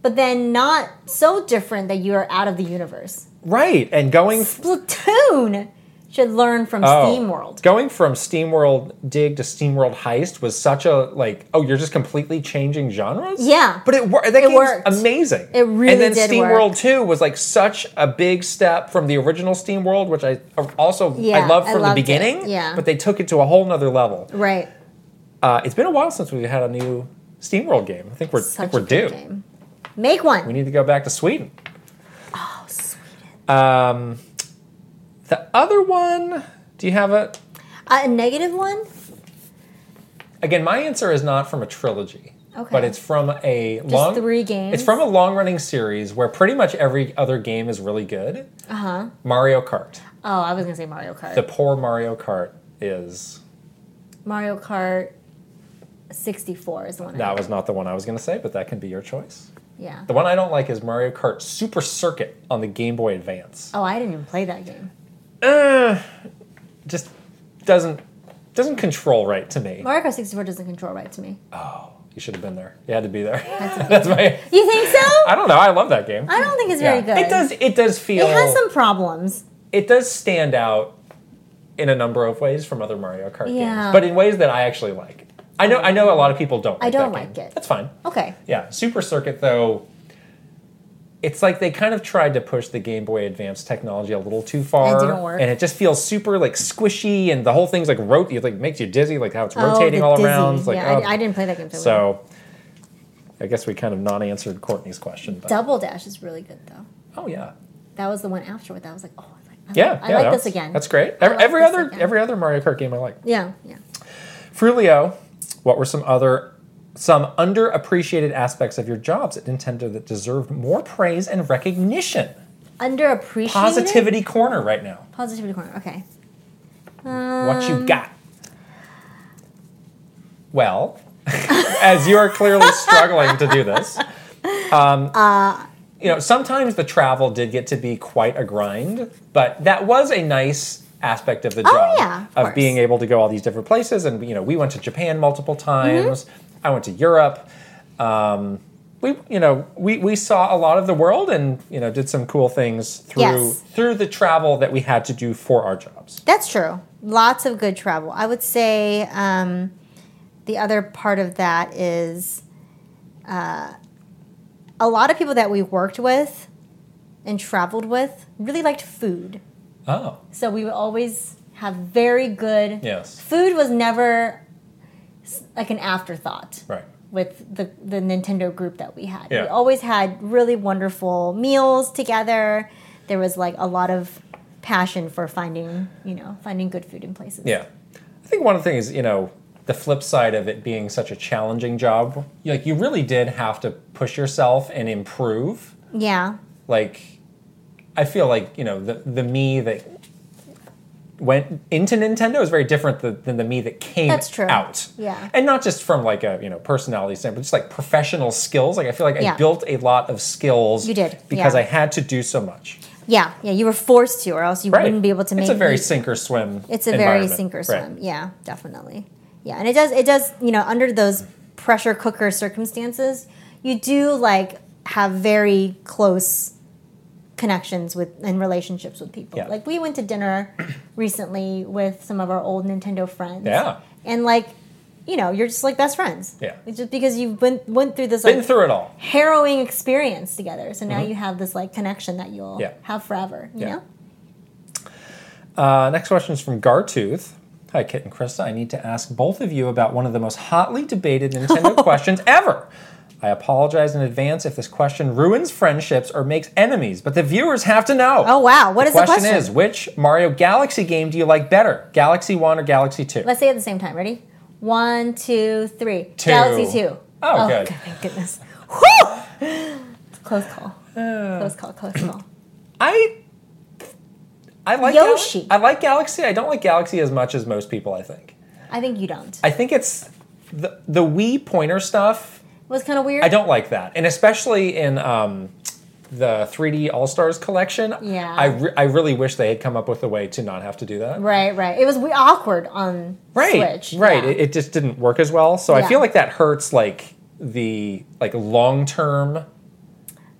Speaker 1: but then not so different that you are out of the universe.
Speaker 2: right. And going
Speaker 1: Splatoon should learn from
Speaker 2: Oh.
Speaker 1: SteamWorld.
Speaker 2: Going from SteamWorld Dig to SteamWorld Heist was such a like, oh, you're just completely changing genres.
Speaker 1: Yeah.
Speaker 2: but it worked. That
Speaker 1: It
Speaker 2: game's
Speaker 1: worked.
Speaker 2: amazing.
Speaker 1: It really
Speaker 2: And then
Speaker 1: did
Speaker 2: SteamWorld
Speaker 1: work.
Speaker 2: Two was like such a big step from the original SteamWorld, which I uh, also I
Speaker 1: Yeah,
Speaker 2: love
Speaker 1: I
Speaker 2: from the
Speaker 1: loved it.
Speaker 2: beginning.
Speaker 1: Yeah.
Speaker 2: but they took it to a whole nother level.
Speaker 1: Right.
Speaker 2: Uh, it's been a while since we had a new SteamWorld game. I think we're I think
Speaker 1: Such
Speaker 2: we're
Speaker 1: a good
Speaker 2: due.
Speaker 1: game. Make one.
Speaker 2: We need to go back to Sweden. Oh, Sweden. Um, the other one. Do you have it?
Speaker 1: Uh, a negative one?
Speaker 2: again, my answer is not from a trilogy.
Speaker 1: Okay.
Speaker 2: But it's from a long
Speaker 1: three games?
Speaker 2: It's from a long running series where pretty much every other game is really good. Uh huh.
Speaker 1: Uh-huh.
Speaker 2: Mario Kart.
Speaker 1: Oh, I was gonna say Mario Kart.
Speaker 2: The poor Mario Kart is
Speaker 1: Mario Kart 64 is the one. I
Speaker 2: that was not the one I was gonna say, but that can be your choice.
Speaker 1: yeah.
Speaker 2: The one I don't like is Mario Kart Super Circuit on the Game Boy Advance.
Speaker 1: Oh, I didn't even play that game.
Speaker 2: Just doesn't doesn't control right to me.
Speaker 1: Mario Kart 64 doesn't control right to me.
Speaker 2: You should have been there. You had to be there. That's, (laughs) my
Speaker 1: You think so?
Speaker 2: I don't know, I love that game.
Speaker 1: I don't think it's very
Speaker 2: Yeah.
Speaker 1: good.
Speaker 2: It does it does feel
Speaker 1: It has some problems.
Speaker 2: it does stand out in a number of ways from other Mario Kart
Speaker 1: Yeah.
Speaker 2: games, but in ways that I actually like. I know I know a lot of people don't. Like
Speaker 1: I don't
Speaker 2: that
Speaker 1: like
Speaker 2: game.
Speaker 1: it.
Speaker 2: That's fine.
Speaker 1: Okay.
Speaker 2: Yeah, Super Circuit though. It's like they kind of tried to push the Game Boy Advance technology a little too far,
Speaker 1: didn't work.
Speaker 2: and it just feels super like squishy, and the whole thing's like rot. It like makes you dizzy, like how it's rotating
Speaker 1: Oh, the
Speaker 2: all
Speaker 1: dizzy.
Speaker 2: around. It's like,
Speaker 1: yeah,
Speaker 2: oh.
Speaker 1: I, I didn't play that game. So, well.
Speaker 2: so. I guess we kind of non-answered Courtney's question. But,
Speaker 1: Double Dash is really good though.
Speaker 2: oh yeah,
Speaker 1: That was the one afterward that I was like, oh, I like, I
Speaker 2: yeah,
Speaker 1: like, I
Speaker 2: yeah,
Speaker 1: like
Speaker 2: no,
Speaker 1: this again.
Speaker 2: That's great.
Speaker 1: I
Speaker 2: Every,
Speaker 1: like
Speaker 2: every
Speaker 1: this
Speaker 2: other
Speaker 1: again.
Speaker 2: every other Mario Kart game I like.
Speaker 1: Yeah, yeah.
Speaker 2: Frulio, what were some other some underappreciated aspects of your jobs at Nintendo that deserved more praise and recognition?
Speaker 1: Underappreciated.
Speaker 2: Positivity corner right now.
Speaker 1: Positivity corner. Okay.
Speaker 2: what
Speaker 1: Um,
Speaker 2: you got? Well, (laughs) as you are clearly struggling to do this, um,
Speaker 1: Uh,
Speaker 2: you know sometimes the travel did get to be quite a grind, but that was a nice aspect of the job
Speaker 1: Oh, yeah, of
Speaker 2: of
Speaker 1: course.
Speaker 2: being able to go all these different places. And you know, we went to Japan multiple
Speaker 1: Mm-hmm.
Speaker 2: times. I went to Europe. Um, we, you know, we, we saw a lot of the world and you know did some cool things through
Speaker 1: Yes.
Speaker 2: through the travel that we had to do for our jobs.
Speaker 1: That's true. Lots of good travel. I would say um, the other part of that is uh, a lot of people that we worked with and traveled with really liked food.
Speaker 2: Oh,
Speaker 1: So we would always have very good.
Speaker 2: yes,
Speaker 1: Food was never s- like an afterthought
Speaker 2: right.
Speaker 1: with the, the Nintendo group that we had.
Speaker 2: Yeah.
Speaker 1: We always had really wonderful meals together. There was like a lot of passion for finding, you know, finding good food in places.
Speaker 2: Yeah, I think one of the things you know the flip side of it being such a challenging job, you- like you really did have to push yourself and improve.
Speaker 1: Yeah.
Speaker 2: Like, I feel like you know the the me that went into Nintendo is very different th- than the me that came
Speaker 1: That's true.
Speaker 2: out.
Speaker 1: Yeah.
Speaker 2: And not just from like a, you know, personality standpoint, just like professional skills. Like I feel like I
Speaker 1: Yeah.
Speaker 2: built a lot of skills
Speaker 1: You did,
Speaker 2: because
Speaker 1: yeah.
Speaker 2: I had to do so much.
Speaker 1: Yeah, yeah, you were forced to, or else you
Speaker 2: Right.
Speaker 1: wouldn't be able to make.
Speaker 2: It's a very
Speaker 1: you-
Speaker 2: sink or swim.
Speaker 1: it's a very
Speaker 2: environment.
Speaker 1: sink or
Speaker 2: Right.
Speaker 1: swim. Yeah, definitely. Yeah, and it does. It does. You know, under those pressure cooker circumstances, you do like have very close connections with and relationships with people.
Speaker 2: Yeah.
Speaker 1: Like we went to dinner (clears throat) recently with some of our old Nintendo friends.
Speaker 2: Yeah.
Speaker 1: and like. You know, you're just like best friends.
Speaker 2: Yeah.
Speaker 1: It's just because you went went through this
Speaker 2: Been
Speaker 1: like,
Speaker 2: through it all.
Speaker 1: harrowing experience together. So now you have this like connection that you'll
Speaker 2: Yeah.
Speaker 1: have forever. You
Speaker 2: Yeah.
Speaker 1: know?
Speaker 2: Uh, next question is from Gartooth. Hi, Kit and Krista. I need to ask both of you about one of the most hotly
Speaker 1: (laughs)
Speaker 2: debated Nintendo questions ever. I apologize in advance if this question ruins friendships or makes enemies, but the viewers have to know.
Speaker 1: Oh wow, What is
Speaker 2: the question
Speaker 1: the question?
Speaker 2: is which Mario Galaxy game do you like better, Galaxy One or Galaxy Two?
Speaker 1: Let's say it at the same time. Ready? One, two, three.
Speaker 2: Two.
Speaker 1: Galaxy two.
Speaker 2: Oh, good.
Speaker 1: good, Thank goodness. Whew! It's a Close call.
Speaker 2: Oh.
Speaker 1: Close call. Close call.
Speaker 2: I I like
Speaker 1: Yoshi.
Speaker 2: Gal- I like Galaxy. I don't like Galaxy as much as most people. I think.
Speaker 1: I think you don't. It
Speaker 2: I think it's the the Wii pointer stuff.
Speaker 1: was kind of weird.
Speaker 2: I don't like that, and especially in um, the 3D All Stars collection.
Speaker 1: Yeah.
Speaker 2: I, re- I really wish they had come up with a way to not have to do that.
Speaker 1: Right, right. It was we- awkward on
Speaker 2: right,
Speaker 1: Switch.
Speaker 2: right.
Speaker 1: Yeah.
Speaker 2: It, it just didn't work as well. So I
Speaker 1: Yeah.
Speaker 2: feel like that hurts like the like long term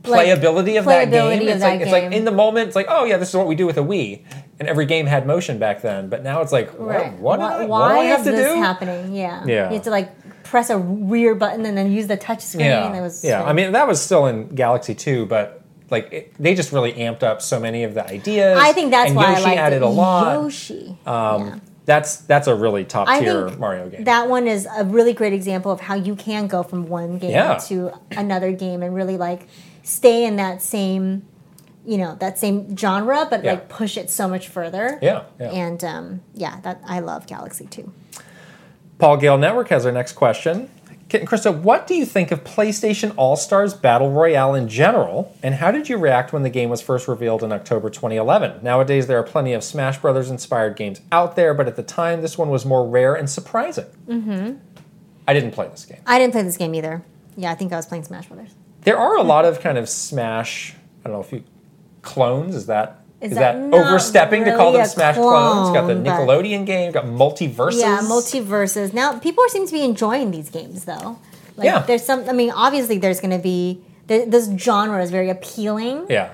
Speaker 2: playability of that game.
Speaker 1: playability of
Speaker 2: it's
Speaker 1: that
Speaker 2: like it's like
Speaker 1: game.
Speaker 2: in the moment, it's like oh yeah, this is what we do with a Wii, and every game had motion back then. But now it's like what
Speaker 1: Right.
Speaker 2: what,
Speaker 1: Why-
Speaker 2: did I- what
Speaker 1: why
Speaker 2: do I have
Speaker 1: is
Speaker 2: to
Speaker 1: this
Speaker 2: do?
Speaker 1: happening? Yeah.
Speaker 2: Yeah.
Speaker 1: You have to like press a rear button and then use the touch screen.
Speaker 2: Yeah,
Speaker 1: It was
Speaker 2: yeah. I mean that was still in Galaxy Two, but like it, they just really amped up so many of the ideas.
Speaker 1: I think that's
Speaker 2: and
Speaker 1: why
Speaker 2: Yoshi
Speaker 1: I liked
Speaker 2: added
Speaker 1: it.
Speaker 2: a lot.
Speaker 1: Yoshi.
Speaker 2: Um,
Speaker 1: Yeah.
Speaker 2: That's that's a really top
Speaker 1: I
Speaker 2: tier
Speaker 1: think
Speaker 2: Mario game.
Speaker 1: That one is a really great example of how you can go from one game
Speaker 2: Yeah.
Speaker 1: to another game and really like stay in that same, you know, that same genre, but
Speaker 2: Yeah.
Speaker 1: like push it so much further.
Speaker 2: yeah, yeah.
Speaker 1: And um, yeah, that I love Galaxy too.
Speaker 2: Paul Gale Network has our next question. Kit and Krista, what do you think of PlayStation All Stars Battle Royale in general, and how did you react when the game was first revealed in October 2011? Nowadays, there are plenty of Smash Brothers inspired games out there, but at the time, this one was more rare and surprising. Mm-hmm. I didn't play this game.
Speaker 1: I didn't play this game either. Yeah, I think I was playing Smash Brothers.
Speaker 2: There are a lot of kind of Smash. I don't know if you clones is that
Speaker 1: Is
Speaker 2: is,
Speaker 1: that
Speaker 2: that,
Speaker 1: not
Speaker 2: overstepping to call
Speaker 1: really
Speaker 2: them
Speaker 1: a
Speaker 2: Smash clones? Got the
Speaker 1: clone, but-
Speaker 2: Nickelodeon game. Got multiverses.
Speaker 1: Yeah, multiverses. Now people seem to be enjoying these games though. Like
Speaker 2: Yeah.
Speaker 1: there's some I mean, obviously there's gonna be th- this genre is very appealing.
Speaker 2: Yeah,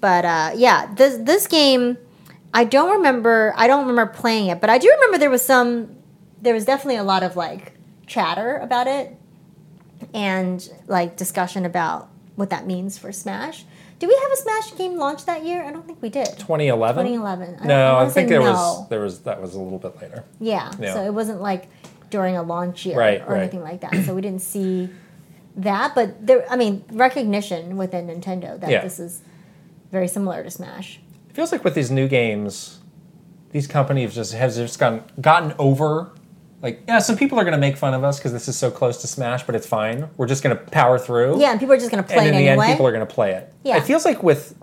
Speaker 1: but uh, yeah, this this game, I don't remember. I don't remember playing it, but I do remember there was some. There was definitely a lot of like chatter about it, and like discussion about what that means for Smash. Did we have a Smash game launch that year? I don't think we did.
Speaker 2: 2011.
Speaker 1: 2011. I don't- I
Speaker 2: No, I
Speaker 1: wanna
Speaker 2: think
Speaker 1: say
Speaker 2: there
Speaker 1: no.
Speaker 2: was there was that was a little bit later.
Speaker 1: Yeah,
Speaker 2: Yeah.
Speaker 1: so it wasn't like during a launch year
Speaker 2: Right,
Speaker 1: or
Speaker 2: right.
Speaker 1: anything like that. So we didn't see that, but there. I mean, recognition within Nintendo that
Speaker 2: Yeah.
Speaker 1: this is very similar to Smash.
Speaker 2: It feels like with these new games, these companies just has just gotten gotten over. Like, yeah, some people are going to make fun of us because this is so close to Smash, but it's fine. We're just going to power through.
Speaker 1: Yeah, and people are just going to play
Speaker 2: and in
Speaker 1: it
Speaker 2: the
Speaker 1: anyway.
Speaker 2: end, people are going to play it.
Speaker 1: Yeah.
Speaker 2: It feels like with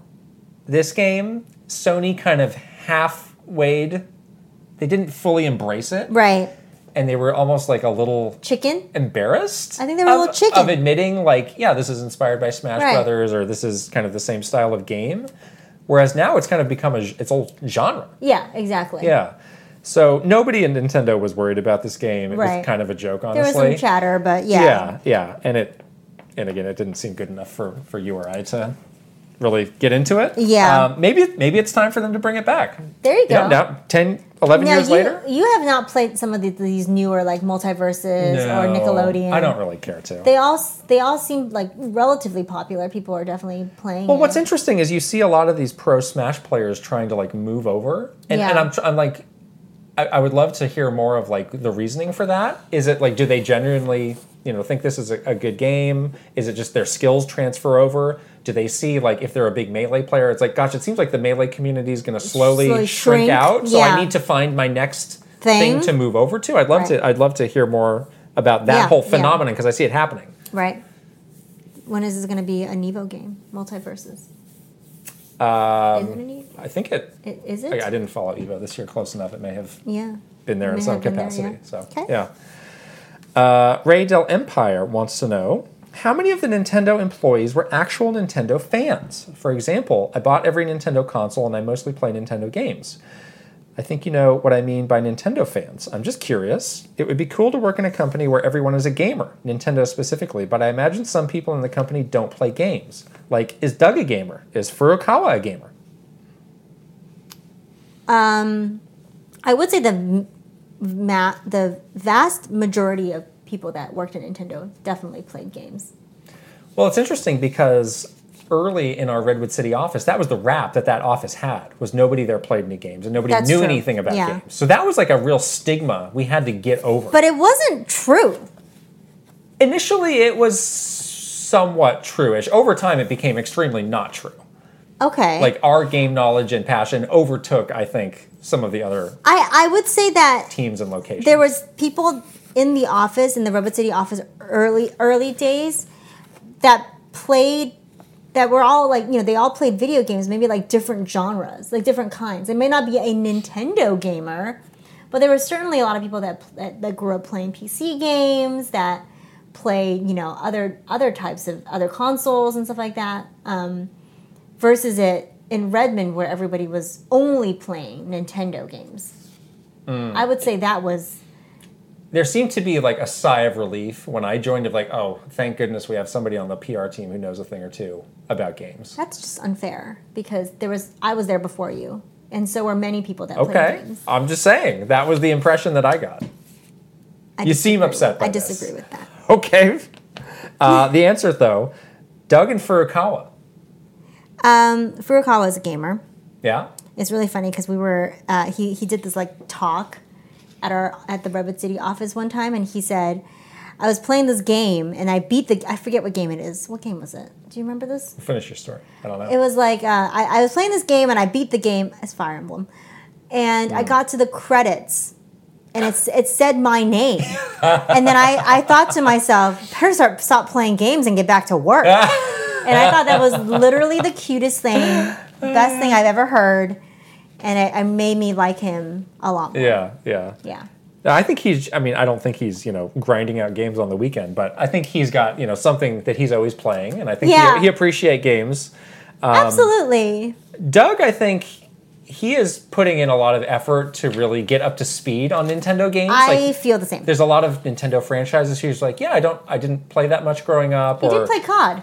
Speaker 2: this game, Sony kind of half weighed. They didn't fully embrace it,
Speaker 1: Right.
Speaker 2: and they were almost like a little
Speaker 1: Chicken?
Speaker 2: embarrassed.
Speaker 1: I think they were a
Speaker 2: of,
Speaker 1: little chicken.
Speaker 2: of admitting, like, yeah, this is inspired by Smash
Speaker 1: Right.
Speaker 2: Brothers, or this is kind of the same style of game. Whereas now it's kind of become a its old genre.
Speaker 1: Yeah, exactly.
Speaker 2: Yeah. So nobody in Nintendo was worried about this game. It
Speaker 1: Right.
Speaker 2: was kind of a joke,
Speaker 1: There
Speaker 2: honestly.
Speaker 1: was some chatter, but yeah.
Speaker 2: Yeah, yeah, and it, and again, it didn't seem good enough for for you or I to really get into it.
Speaker 1: Yeah.
Speaker 2: um, maybe maybe it's time for them to bring it back.
Speaker 1: There you go.
Speaker 2: know, now 10, 11
Speaker 1: Now
Speaker 2: years
Speaker 1: you,
Speaker 2: later.
Speaker 1: you have not played some of the, these newer like multiverses or
Speaker 2: No,
Speaker 1: Nickelodeon.
Speaker 2: I don't really care to.
Speaker 1: They all s- they all seem like relatively popular. People are definitely playing.
Speaker 2: well, what's
Speaker 1: it.
Speaker 2: interesting is you see a lot of these pro Smash players trying to like move over, and,
Speaker 1: Yeah.
Speaker 2: and I'm tr- I'm like. I I would love to hear more of like the reasoning for that. Is it like do they genuinely you know think this is a, a good game? Is it just their skills transfer over? Do they see like if they're a big melee player, it's like gosh, it seems like the melee community is going to slowly,
Speaker 1: Slowly
Speaker 2: shrink,
Speaker 1: shrink,
Speaker 2: out. So
Speaker 1: yeah.
Speaker 2: I need to find my next
Speaker 1: Thing.
Speaker 2: thing, to move over to. I'd love
Speaker 1: Right.
Speaker 2: to. I'd love to hear more about that
Speaker 1: Yeah,
Speaker 2: whole
Speaker 1: yeah.
Speaker 2: phenomenon because I see it happening.
Speaker 1: right? When is this going to be a Nevo game? Multiverses. Isn't it neat?
Speaker 2: I think it.
Speaker 1: I- Is it?
Speaker 2: Um, I, I didn't follow Evo this year close enough. It may have
Speaker 1: Yeah.
Speaker 2: been there
Speaker 1: May
Speaker 2: in some
Speaker 1: have been there,
Speaker 2: capacity.
Speaker 1: yeah.
Speaker 2: So
Speaker 1: Okay.
Speaker 2: yeah. Uh, Ray Del Empire wants to know how many of the Nintendo employees were actual Nintendo fans. For example, I bought every Nintendo console and I mostly play Nintendo games. I think you know what I mean by Nintendo fans. I'm just curious. It would be cool to work in a company where everyone is a gamer, Nintendo specifically, but I imagine some people in the company don't play games. Like, is Doug a gamer? Is Furukawa a gamer?
Speaker 1: Um, I would say the m- ma- the vast majority of people that worked at Nintendo definitely played games.
Speaker 2: Well, it's interesting because early in our Redwood City office, that was the rap that that office had was nobody there played any games and nobody
Speaker 1: That's
Speaker 2: knew
Speaker 1: true.
Speaker 2: anything about
Speaker 1: Yeah.
Speaker 2: games. So that was like a real stigma we had to get over.
Speaker 1: But it wasn't true.
Speaker 2: initially, it was somewhat true-ish. Over time, it became extremely not true.
Speaker 1: Okay.
Speaker 2: Like our game knowledge and passion overtook, I think, some of the other
Speaker 1: I, I would say that
Speaker 2: teams and locations.
Speaker 1: there was people in the office in the Redwood City office early early days that played that were all like you know they all played video games maybe like different genres like different kinds they may not be a Nintendo gamer but there were certainly a lot of people that that, that grew up playing PC games that played you know other other types of other consoles and stuff like that um, versus it in Redmond where everybody was only playing Nintendo games I would say that was
Speaker 2: there seemed to be like a sigh of relief when I joined of like, oh, thank goodness we have somebody on the PR team who knows a thing or two about games.
Speaker 1: That's just unfair because there was I was there before you, and so were many people that
Speaker 2: Okay,
Speaker 1: played games.
Speaker 2: I'm just saying that was the impression that I got. (laughs)
Speaker 1: I
Speaker 2: You seem
Speaker 1: disagree
Speaker 2: upset
Speaker 1: with-
Speaker 2: by
Speaker 1: I
Speaker 2: this.
Speaker 1: disagree with that.
Speaker 2: Okay. Uh, the answer though, Doug and Furukawa.
Speaker 1: Um, Furukawa is a gamer.
Speaker 2: Yeah.
Speaker 1: It's really funny because we were uh, he he did this like talk at our at the Redwood City office one time, and he said. I was playing this game and I beat the. I forget what game it is. What game was it? Do you remember this?
Speaker 2: Finish your story. I don't know.
Speaker 1: It was like uh, I, I was playing this game and I beat the game as Fire Emblem, and
Speaker 2: Mm.
Speaker 1: I got to the credits, and it's it said my name, and then I, I thought to myself, better start stop playing games and get back to work, and I thought that was literally the cutest thing, best thing I've ever heard, and it, it made me like him a lot more.
Speaker 2: yeah, yeah.
Speaker 1: Yeah.
Speaker 2: I think he's. I mean, I don't think he's. You know, grinding out games on the weekend, but I think he's got. You know, something that he's always playing, and I think
Speaker 1: Yeah.
Speaker 2: he, he appreciate games. Um,
Speaker 1: Absolutely.
Speaker 2: Doug, I think he is putting in a lot of effort to really get up to speed on Nintendo games.
Speaker 1: I
Speaker 2: like,
Speaker 1: feel the same.
Speaker 2: there's a lot of Nintendo franchises who's like, yeah, I don't, I didn't play that much growing up.
Speaker 1: He
Speaker 2: or
Speaker 1: did play COD.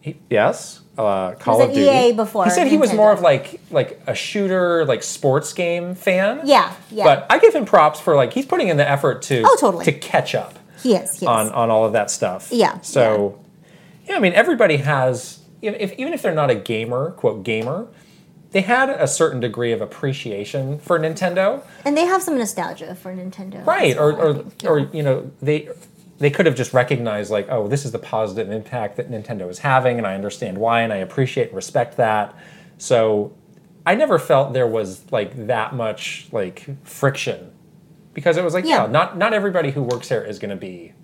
Speaker 2: He- yes, uh, Call
Speaker 1: was
Speaker 2: of
Speaker 1: at
Speaker 2: Duty.
Speaker 1: EA before
Speaker 2: he said he was more
Speaker 1: Nintendo.
Speaker 2: of like like a shooter, like sports game fan.
Speaker 1: Yeah, yeah.
Speaker 2: But I give him props for like he's putting in the effort to
Speaker 1: Oh, totally.
Speaker 2: to catch up
Speaker 1: He is. He is.
Speaker 2: on on all of that stuff.
Speaker 1: Yeah,
Speaker 2: So, yeah, I mean, everybody has even if even if they're not a gamer, quote gamer, they had a certain degree of appreciation for Nintendo,
Speaker 1: and they have some nostalgia for Nintendo. as
Speaker 2: right? Or
Speaker 1: well, I
Speaker 2: or
Speaker 1: think.
Speaker 2: or you know they. They could have just recognized, like, oh, this is the positive impact that Nintendo is having, and I understand why, and I appreciate and respect that. So, I never felt there was like that much like friction, because it was like,
Speaker 1: Yeah.
Speaker 2: yeah, not not everybody who works here is going to be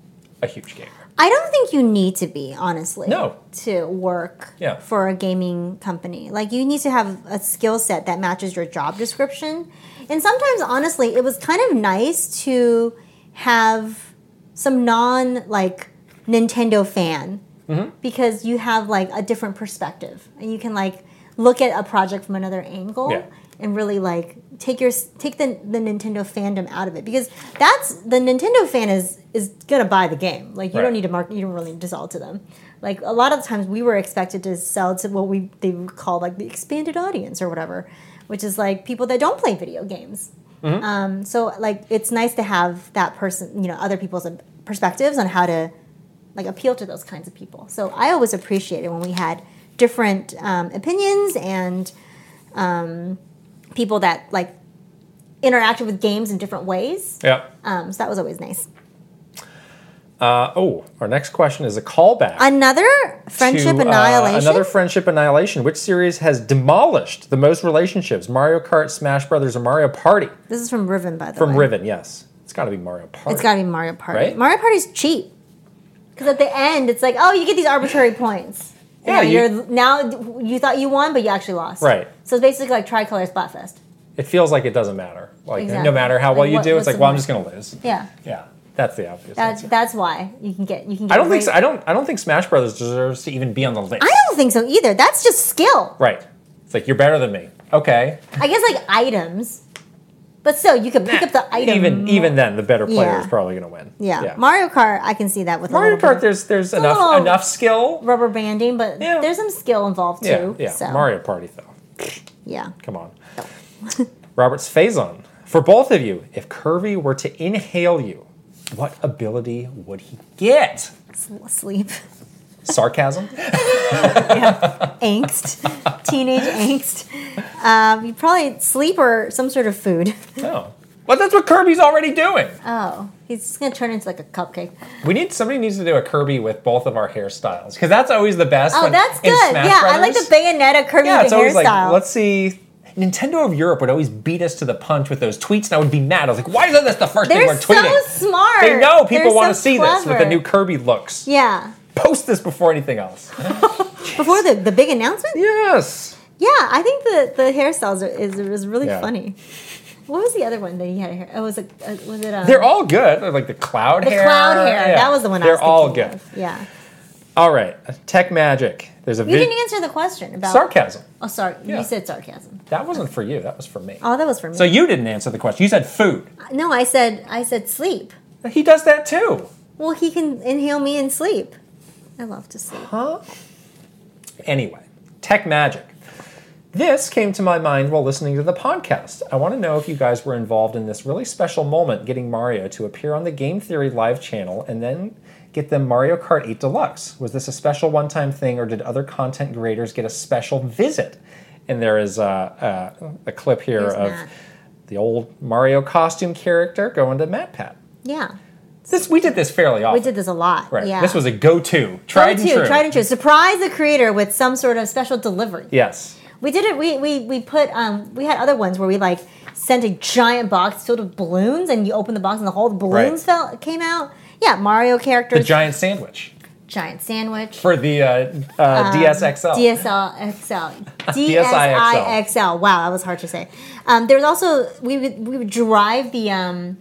Speaker 2: a huge gamer.
Speaker 1: I don't think you need to be, honestly.
Speaker 2: No.
Speaker 1: To work
Speaker 2: Yeah.
Speaker 1: for a gaming company. Like, you need to have a skill set that matches your job description. And sometimes, honestly, it was kind of nice to have some non, like, Nintendo fan
Speaker 2: Mm-hmm.
Speaker 1: because you have, like, a different perspective and you can, like, look at a project from another angle.
Speaker 2: Yeah.
Speaker 1: And really like take your take the, the Nintendo fandom out of it because that's the Nintendo fan is is gonna buy the game like you
Speaker 2: Right.
Speaker 1: don't need to market. You don't really need to sell it to them. Like a lot of times, we were expected to sell to what we they would call like the expanded audience or whatever, which is like people that don't play video games. Um, so like it's nice to have that person, you know, other people's um, perspectives on how to like appeal to those kinds of people. So I always appreciated when we had different um, opinions and um, people that like interacted with games in different ways.
Speaker 2: Yeah.
Speaker 1: Um, so that was always nice.
Speaker 2: Oh, our next question is a callback.
Speaker 1: Another friendship
Speaker 2: to, uh,
Speaker 1: annihilation.
Speaker 2: another friendship annihilation. Which series has demolished the most relationships? Mario Kart, Smash Brothers, or Mario Party?
Speaker 1: This is from Riven, by the way.
Speaker 2: From Riven, yes. It's got to be Mario Party.
Speaker 1: It's got to be Mario Party.
Speaker 2: Right?
Speaker 1: Mario Party's cheap because at the end it's like, oh, you get these arbitrary points.
Speaker 2: Yeah,
Speaker 1: now
Speaker 2: you-
Speaker 1: you, are now you thought you won, but you actually lost.
Speaker 2: Right.
Speaker 1: So it's basically like tricolor splatfest.
Speaker 2: It feels like it doesn't matter. Like
Speaker 1: Exactly.
Speaker 2: no matter how
Speaker 1: Like,
Speaker 2: well you
Speaker 1: what-
Speaker 2: do,
Speaker 1: what's
Speaker 2: it's like,
Speaker 1: the
Speaker 2: well, I'm
Speaker 1: point?
Speaker 2: just gonna lose.
Speaker 1: Yeah.
Speaker 2: Yeah. That's the obvious.
Speaker 1: That's
Speaker 2: answer.
Speaker 1: that's why you can get you can. Get
Speaker 2: I don't think
Speaker 1: great-
Speaker 2: so. I don't. I don't think Smash Brothers deserves to even be on the list.
Speaker 1: I don't think so either. That's just skill.
Speaker 2: Right. It's like you're better than me. Okay.
Speaker 1: I guess like items, but still you could pick up the item.
Speaker 2: Even even then, the better player is
Speaker 1: Yeah.
Speaker 2: probably gonna win.
Speaker 1: yeah. Mario Kart. I can see that with a
Speaker 2: Mario
Speaker 1: little bit
Speaker 2: Kart. There's there's enough
Speaker 1: little-
Speaker 2: enough skill.
Speaker 1: of rubber banding, but
Speaker 2: Yeah.
Speaker 1: there's some skill involved
Speaker 2: Yeah.
Speaker 1: too.
Speaker 2: Yeah.
Speaker 1: So.
Speaker 2: Mario Party though.
Speaker 1: Yeah.
Speaker 2: Come on.
Speaker 1: (laughs)
Speaker 2: Robert Sphazon. For both of you, if Kirby were to inhale you, what ability would he get?
Speaker 1: S- Sleep. (laughs)
Speaker 2: Sarcasm?
Speaker 1: angst. (laughs) Teenage angst. Um, you probably sleep or some sort of food. (laughs)
Speaker 2: no. Well, that's what Kirby's already doing.
Speaker 1: Oh, he's just gonna turn into like a cupcake.
Speaker 2: We need somebody needs to do a Kirby with both of our hairstyles because that's always the best.
Speaker 1: Oh,
Speaker 2: when-
Speaker 1: that's
Speaker 2: in
Speaker 1: good.
Speaker 2: Smash
Speaker 1: Yeah, I like the
Speaker 2: Brothers.
Speaker 1: Bayonetta Kirby
Speaker 2: Yeah, it's always
Speaker 1: hairstyle.
Speaker 2: like let's see. Nintendo of Europe would always beat us to the punch with those tweets, and I would be mad. I was like, why isn't this the 1st thing
Speaker 1: They're
Speaker 2: we're
Speaker 1: so
Speaker 2: tweeting?
Speaker 1: smart.
Speaker 2: They know people
Speaker 1: They're
Speaker 2: want to
Speaker 1: so
Speaker 2: see this with the
Speaker 1: clever.
Speaker 2: new Kirby looks.
Speaker 1: Yeah.
Speaker 2: Post this before anything else.
Speaker 1: Before the, the big announcement?
Speaker 2: yes.
Speaker 1: Yeah, I think the the hairstyles are, is is really
Speaker 2: Yeah.
Speaker 1: funny. What was the other one that he had a hair? Oh, was it uh, was it um,
Speaker 2: They're all good. They're Like the cloud
Speaker 1: the
Speaker 2: hair.
Speaker 1: cloud hair?
Speaker 2: Yeah.
Speaker 1: That was the one. I
Speaker 2: They're
Speaker 1: was
Speaker 2: all
Speaker 1: thinking
Speaker 2: good.
Speaker 1: Of. Yeah,
Speaker 2: All right. Tech magic. There's a
Speaker 1: you
Speaker 2: vid-
Speaker 1: didn't answer the question about
Speaker 2: sarcasm.
Speaker 1: Oh, sorry,
Speaker 2: Yeah.
Speaker 1: you said sarcasm.
Speaker 2: That wasn't for you. That was for me.
Speaker 1: Oh, that was for me.
Speaker 2: So you didn't answer the question. You said food.
Speaker 1: no, I said I said sleep.
Speaker 2: He does that too.
Speaker 1: Well, he can inhale me and sleep. I love to sleep.
Speaker 2: Huh? Anyway, tech magic. This came to my mind while listening to the podcast. I want to know if you guys were involved in this really special moment getting Mario to appear on the Game Theory live channel and then get them Mario Kart 8 Deluxe. Was this a special one time thing or did other content creators get a special visit? And there is a, uh a clip here
Speaker 1: Here's
Speaker 2: of
Speaker 1: Matt.
Speaker 2: the old Mario costume character going to MatPat.
Speaker 1: Yeah,
Speaker 2: This, we did this fairly often.
Speaker 1: we did this a lot.
Speaker 2: Right.
Speaker 1: Yeah,
Speaker 2: This was a go to, tried
Speaker 1: Go
Speaker 2: and
Speaker 1: to,
Speaker 2: true.
Speaker 1: Tried and true. Surprise the creator with some sort of special delivery.
Speaker 2: Yes.
Speaker 1: We did it. We we we put um we had other ones where we like sent a giant box filled with balloons and you open the box and the whole balloons fell came out. Yeah, Mario characters.
Speaker 2: The giant sandwich
Speaker 1: giant sandwich.
Speaker 2: for the uh, uh,
Speaker 1: Um,
Speaker 2: DSXL.
Speaker 1: DSL XL.
Speaker 2: DSI
Speaker 1: DSI XL. Wow, that was hard to say. Um, there was also we would we would drive the um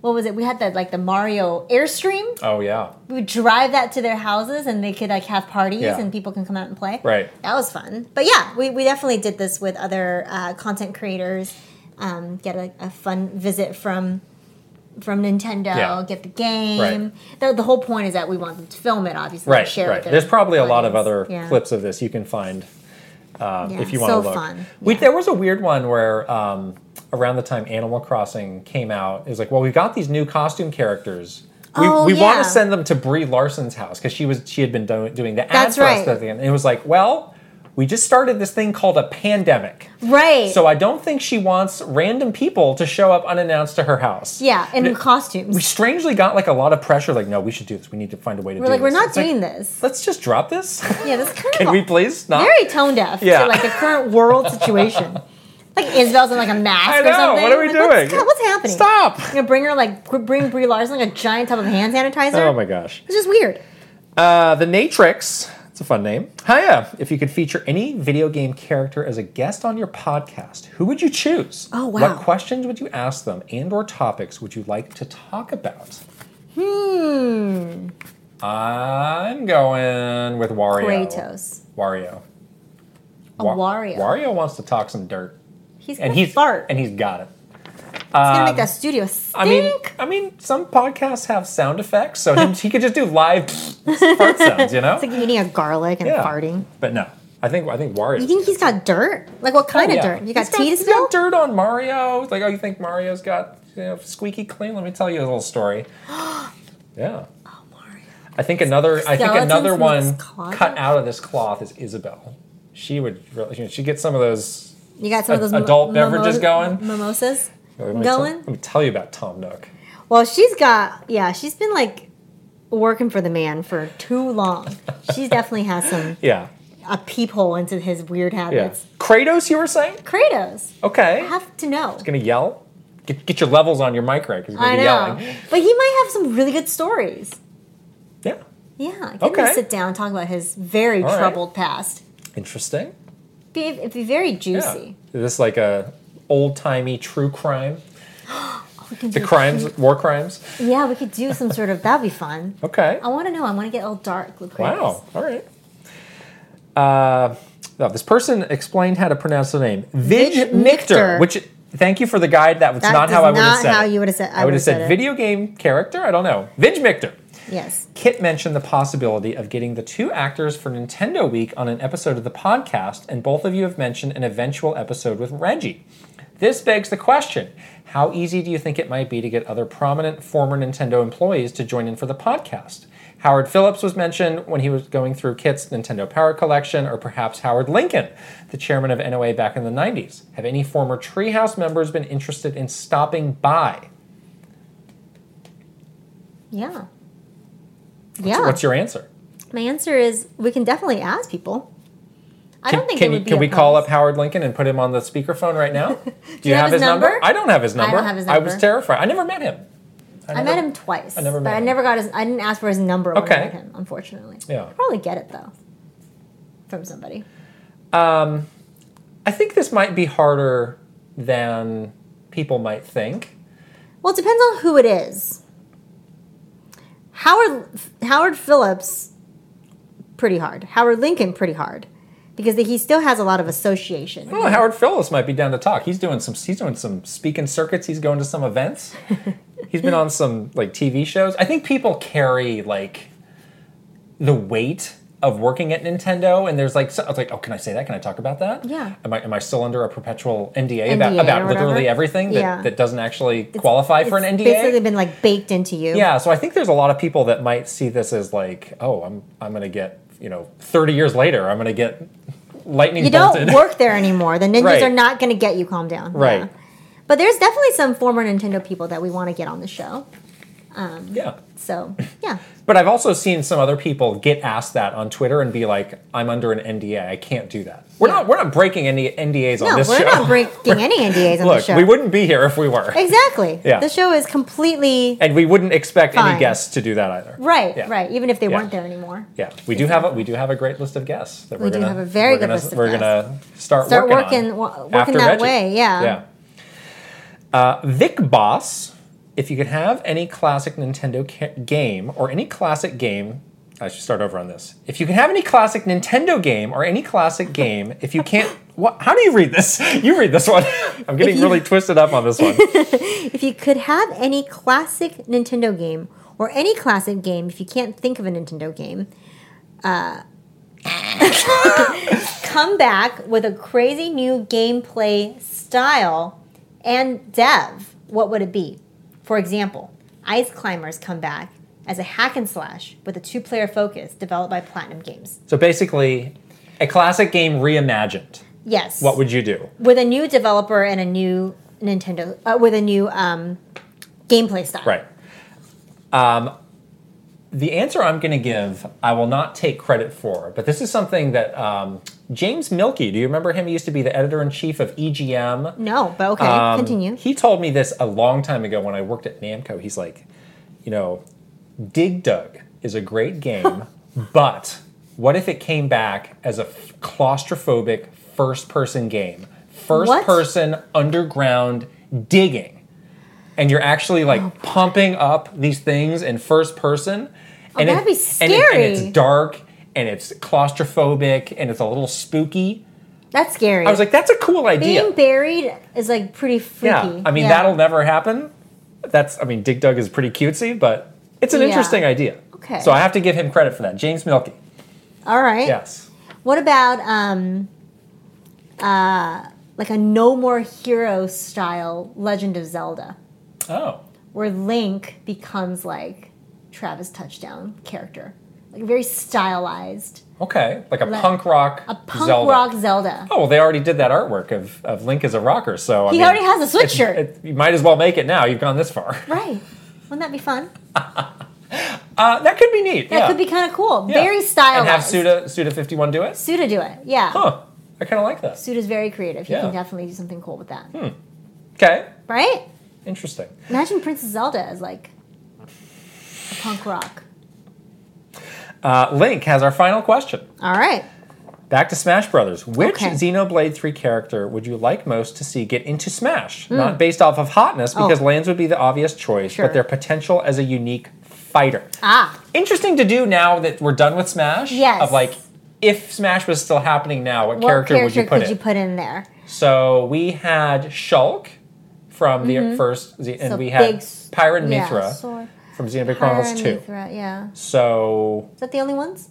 Speaker 1: what was it? We had that like the Mario Airstream.
Speaker 2: oh yeah,
Speaker 1: We would drive that to their houses and they could like have parties
Speaker 2: Yeah.
Speaker 1: and people can come out and play.
Speaker 2: right.
Speaker 1: That was fun. But yeah, we, we definitely did this with other uh, content creators. Um, get a, a fun visit from from Nintendo,
Speaker 2: Yeah.
Speaker 1: get the game. The, the whole point is that we want them to film it, obviously. and
Speaker 2: Right,
Speaker 1: share
Speaker 2: right.
Speaker 1: With their
Speaker 2: There's probably a lot of
Speaker 1: audience.
Speaker 2: other
Speaker 1: Yeah.
Speaker 2: clips of this you can find um,
Speaker 1: Yeah,
Speaker 2: if you want to
Speaker 1: so
Speaker 2: look.
Speaker 1: fun.
Speaker 2: We,
Speaker 1: Yeah.
Speaker 2: there was a weird one where um, around the time Animal Crossing came out, it was like, well, we've got these new costume characters. We,
Speaker 1: Oh,
Speaker 2: we want
Speaker 1: yeah.
Speaker 2: to send them to Brie Larson's house because she was she had been do- doing the ad
Speaker 1: That's
Speaker 2: for us
Speaker 1: right.
Speaker 2: at the end. And it was like, well, we just started this thing called a pandemic.
Speaker 1: Right.
Speaker 2: So I don't think she wants random people to show up unannounced to her house.
Speaker 1: yeah, in
Speaker 2: We
Speaker 1: costumes.
Speaker 2: strangely got like a lot of pressure, like, no, we should do this. We need to find a way to
Speaker 1: We, are
Speaker 2: do
Speaker 1: like,
Speaker 2: this.
Speaker 1: we're not
Speaker 2: It's like,
Speaker 1: doing this.
Speaker 2: Let's just drop
Speaker 1: (laughs)
Speaker 2: this.
Speaker 1: Yeah, this is kind
Speaker 2: (laughs) Can
Speaker 1: of
Speaker 2: we please not?
Speaker 1: very tone deaf
Speaker 2: Yeah.
Speaker 1: to like the current world
Speaker 2: (laughs)
Speaker 1: situation. Like Isabel's in like a mask
Speaker 2: I
Speaker 1: or
Speaker 2: know.
Speaker 1: something.
Speaker 2: What are we
Speaker 1: Like,
Speaker 2: doing?
Speaker 1: What's, what's happening?
Speaker 2: Stop. (laughs)
Speaker 1: You're gonna bring her like gr- bring Brie Larson like a giant tub of hand sanitizer.
Speaker 2: Oh my gosh.
Speaker 1: It's just weird.
Speaker 2: Uh, the Natrix. It's a fun name. Hiya. If you could feature any video game character as a guest on your podcast, who would you choose?
Speaker 1: Oh, wow.
Speaker 2: What questions would you ask them, and/or topics would you like to talk about?
Speaker 1: Hmm.
Speaker 2: I'm going with Wario.
Speaker 1: Kratos.
Speaker 2: Wario.
Speaker 1: A Wario.
Speaker 2: Wario wants to talk some dirt,
Speaker 1: He's gonna
Speaker 2: and he's
Speaker 1: fart.
Speaker 2: and he's got it. Um,
Speaker 1: he's gonna make that studio stink.
Speaker 2: I mean, I mean, some podcasts have sound effects, so him, he could just do live (laughs) fart sounds, you know?
Speaker 1: it's like eating a garlic and
Speaker 2: Yeah.
Speaker 1: farting.
Speaker 2: But no, I think I think Wario.
Speaker 1: You think he's got dirt? Like what kind of dirt? You got tea to
Speaker 2: Oh, he's
Speaker 1: spill?
Speaker 2: got dirt on Mario. It's like, oh, you think Mario's got you know, squeaky clean? Let me tell you a
Speaker 1: (gasps)
Speaker 2: little story. yeah. I think another. I think
Speaker 1: Oh, Skeletons
Speaker 2: another
Speaker 1: in
Speaker 2: one
Speaker 1: this closet?
Speaker 2: cut out of this cloth is Isabel. She would. Really, she gets some of those.
Speaker 1: You got some of
Speaker 2: A-
Speaker 1: those mo-
Speaker 2: adult
Speaker 1: mimo-
Speaker 2: beverages going?
Speaker 1: Mimosas
Speaker 2: Let me tell-
Speaker 1: going.
Speaker 2: let me tell you about Tom Nook.
Speaker 1: Well, she's got yeah, she's been like working for the man for too long.
Speaker 2: (laughs)
Speaker 1: she definitely has some
Speaker 2: Yeah.
Speaker 1: a peephole into his weird
Speaker 2: Yeah.
Speaker 1: habits.
Speaker 2: Kratos, you were saying?
Speaker 1: Kratos,
Speaker 2: Okay.
Speaker 1: I have to know.
Speaker 2: gonna yell. Get, get your levels on your mic right because you're gonna
Speaker 1: I
Speaker 2: be
Speaker 1: know,
Speaker 2: yelling.
Speaker 1: but he might have some really good stories.
Speaker 2: Yeah.
Speaker 1: Yeah, get him
Speaker 2: Okay.
Speaker 1: to sit down and talk about his very
Speaker 2: All right.
Speaker 1: troubled past.
Speaker 2: Interesting.
Speaker 1: Be, it'd be very
Speaker 2: Yeah.
Speaker 1: juicy.
Speaker 2: Is this like a old timey true crime?
Speaker 1: We can
Speaker 2: The
Speaker 1: do-
Speaker 2: crimes, war crimes.
Speaker 1: Yeah, we could do some sort of. That'd be fun.
Speaker 2: Okay.
Speaker 1: I want to know. I want to get all dark. Look
Speaker 2: Wow. All right. Uh, no, this person explained how to pronounce the name Vij
Speaker 1: Vij
Speaker 2: Michter,
Speaker 1: Michter.
Speaker 2: which thank you for the guide. That was
Speaker 1: That
Speaker 2: not
Speaker 1: is
Speaker 2: how I would have
Speaker 1: not
Speaker 2: said.
Speaker 1: how
Speaker 2: it.
Speaker 1: you would have said- I
Speaker 2: I would
Speaker 1: would
Speaker 2: have
Speaker 1: have
Speaker 2: said,
Speaker 1: said it.
Speaker 2: video game character. I don't know. Vij Michter.
Speaker 1: Yes.
Speaker 2: Kit mentioned the possibility of getting the two actors for Nintendo Week on an episode of the podcast, and both of you have mentioned an eventual episode with Reggie. This begs the question how easy do you think it might be to get other prominent former Nintendo employees to join in for the podcast? Howard Phillips was mentioned when he was going through Kit's Nintendo Power Collection, or perhaps Howard Lincoln, the chairman of NOA back in the 90s. Have any former Treehouse members been interested in stopping by?
Speaker 1: Yeah. Yeah.
Speaker 2: What's your answer?
Speaker 1: My answer is we can definitely ask people. I
Speaker 2: Can,
Speaker 1: don't think
Speaker 2: can,
Speaker 1: it
Speaker 2: you-
Speaker 1: would be
Speaker 2: can
Speaker 1: a
Speaker 2: we call up
Speaker 1: problem.
Speaker 2: Howard Lincoln and put him on the speakerphone
Speaker 1: (laughs)
Speaker 2: right now? Do
Speaker 1: you have his number?
Speaker 2: I don't have his
Speaker 1: I don't
Speaker 2: number.
Speaker 1: have his
Speaker 2: I was
Speaker 1: number.
Speaker 2: terrified. I never met him.
Speaker 1: I met him twice. I
Speaker 2: never
Speaker 1: but
Speaker 2: met
Speaker 1: I
Speaker 2: him.
Speaker 1: never got his. I didn't ask for his number when
Speaker 2: Okay.
Speaker 1: I met him, unfortunately.
Speaker 2: Yeah.
Speaker 1: I'd probably get it though from somebody.
Speaker 2: I think this might be harder than people might think.
Speaker 1: Well, it depends on who it is. Howard Howard Phillips, pretty hard. Howard Lincoln, pretty hard, because he still has a lot of association.
Speaker 2: Well, Oh, Howard Phillips might be down to talk. He's doing some. He's doing some speaking circuits. He's going to some
Speaker 1: (laughs)
Speaker 2: events. he's been on some like TV shows. I think people carry like the weight of working at Nintendo, and there's like, so, I was like, oh, can I say that? Can I talk about that?
Speaker 1: Yeah.
Speaker 2: Am I am I still under a perpetual NDA, about
Speaker 1: NDA
Speaker 2: about
Speaker 1: or
Speaker 2: literally
Speaker 1: whatever?
Speaker 2: everything that,
Speaker 1: Yeah.
Speaker 2: that doesn't actually qualify for an
Speaker 1: It's
Speaker 2: NDA?
Speaker 1: basically been like baked into you.
Speaker 2: Yeah, so I think there's a lot of people that might see this as like, oh, I'm I'm gonna get you know 30 years later, I'm gonna get lightning
Speaker 1: You
Speaker 2: bolted.
Speaker 1: don't work there anymore. The ninjas
Speaker 2: Right.
Speaker 1: are not going to get you. Calm down.
Speaker 2: (laughs) right.
Speaker 1: Yeah. But there's definitely some former Nintendo people that we want to get on the show.
Speaker 2: Yeah.
Speaker 1: So
Speaker 2: (laughs)
Speaker 1: yeah,
Speaker 2: But I've also seen some other people get asked that on Twitter and be like, "I'm under an NDA. I can't do that." We're not we're not breaking any NDAs on
Speaker 1: no,
Speaker 2: this
Speaker 1: we're
Speaker 2: show. (laughs)
Speaker 1: not breaking any NDAs on the
Speaker 2: Look,
Speaker 1: show.
Speaker 2: we wouldn't be here if we were,
Speaker 1: exactly.
Speaker 2: Yeah.
Speaker 1: The show is completely
Speaker 2: and we wouldn't expect any
Speaker 1: Fine.
Speaker 2: guests to do that either.
Speaker 1: right,
Speaker 2: Yeah.
Speaker 1: right. Even if they
Speaker 2: Yeah.
Speaker 1: weren't there anymore.
Speaker 2: Yeah, we do have a we do have a great list of guests that we're
Speaker 1: We do
Speaker 2: gonna
Speaker 1: have a very
Speaker 2: we're
Speaker 1: good
Speaker 2: gonna,
Speaker 1: list of
Speaker 2: we're
Speaker 1: guests.
Speaker 2: gonna start
Speaker 1: Start
Speaker 2: working,
Speaker 1: working-
Speaker 2: on
Speaker 1: wo- working
Speaker 2: after
Speaker 1: that
Speaker 2: Reggie.
Speaker 1: way, yeah.
Speaker 2: yeah. Uh, Vic Boss, if you could have any classic Nintendo ca- game or any classic game, I should start over on this. If you can have any classic Nintendo game or any classic game, if you can't, (laughs) what? How do you read this? You read this one. (laughs) I'm getting
Speaker 1: you-
Speaker 2: really twisted up on this one.
Speaker 1: If you could have any classic Nintendo game or any classic game, if you can't think of a Nintendo game, uh, (laughs) come back with a crazy new gameplay style and dev, what would it be? For example, Ice Climbers come back as a hack and slash with a two player focus developed by Platinum Games.
Speaker 2: So basically, a classic game reimagined.
Speaker 1: Yes.
Speaker 2: What would you do?
Speaker 1: with a new developer and a new Nintendo, uh, with a new um, gameplay style.
Speaker 2: Right. Um, the answer I'm going to give, I will not take credit for, but this is something that um, James Milkey, do you remember him? He used to be the editor in chief of E EGM.
Speaker 1: No, but okay,
Speaker 2: Um,
Speaker 1: continue.
Speaker 2: He told me this a long time ago when I worked at Namco. He's like, you know, Dig Dug is
Speaker 1: (laughs)
Speaker 2: a great game, but what if it came back as a f- claustrophobic first person game? First
Speaker 1: What?
Speaker 2: person underground digging. And you're actually
Speaker 1: Oh,
Speaker 2: like pumping up these things in first person. and
Speaker 1: Oh, that'd be
Speaker 2: And, it, and
Speaker 1: scary.
Speaker 2: it's dark and it's claustrophobic and it's a little spooky.
Speaker 1: That's scary.
Speaker 2: I was like, that's a cool idea.
Speaker 1: being buried is like pretty freaky.
Speaker 2: Yeah, I mean
Speaker 1: Yeah.
Speaker 2: that'll never happen. That's I mean Dig Dug is pretty cutesy, but it's an
Speaker 1: Yeah.
Speaker 2: interesting idea.
Speaker 1: Okay.
Speaker 2: So I have to give him credit for that, James Milkey.
Speaker 1: All right.
Speaker 2: Yes.
Speaker 1: What about um, uh, like a No More Hero style Legend of Zelda,
Speaker 2: Oh.
Speaker 1: where Link becomes like Travis Touchdown character, like very stylized,
Speaker 2: Okay. Like a
Speaker 1: Like
Speaker 2: punk rock.
Speaker 1: a punk
Speaker 2: Zelda.
Speaker 1: rock Zelda.
Speaker 2: Oh well, they already did that artwork of, of Link as a rocker, so I
Speaker 1: He
Speaker 2: mean,
Speaker 1: already has a Switch shirt.
Speaker 2: it- you might as well make it now. You've gone this far. (laughs)
Speaker 1: right. Wouldn't that be fun?
Speaker 2: Uh, that could be neat.
Speaker 1: That
Speaker 2: yeah.
Speaker 1: could be kind of cool.
Speaker 2: Yeah.
Speaker 1: Very stylized.
Speaker 2: And have Suda Suda fifty one do it.
Speaker 1: Suda do it. Yeah.
Speaker 2: Huh. I kind of like that.
Speaker 1: Suda's very creative. He
Speaker 2: Yeah. Hmm.
Speaker 1: can definitely do something cool with that.
Speaker 2: Okay.
Speaker 1: Right?
Speaker 2: Interesting.
Speaker 1: Imagine Princess Zelda as like a punk rock.
Speaker 2: Uh, Link has our final question.
Speaker 1: All right.
Speaker 2: Back to Smash Brothers. Which
Speaker 1: Okay.
Speaker 2: Xenoblade 3 character would you like most to see get into Smash? Not based off of hotness, because
Speaker 1: Hmm. Oh.
Speaker 2: Lands would be the obvious choice,
Speaker 1: Sure.
Speaker 2: but their potential as a unique fighter.
Speaker 1: Ah,
Speaker 2: Interesting to do now that we're done with Smash.
Speaker 1: Yes.
Speaker 2: Of like, if Smash was still happening now, what,
Speaker 1: what
Speaker 2: character, would you put
Speaker 1: could
Speaker 2: in?
Speaker 1: you put in there?
Speaker 2: So we had Shulk from the first, Z- and
Speaker 1: Mm-hmm. So
Speaker 2: we
Speaker 1: big
Speaker 2: had
Speaker 1: s-
Speaker 2: Pyron
Speaker 1: yeah,
Speaker 2: Mithra
Speaker 1: sword.
Speaker 2: from Xenoblade Chronicles 2.
Speaker 1: Pyra, Yeah.
Speaker 2: So,
Speaker 1: Is that the only ones?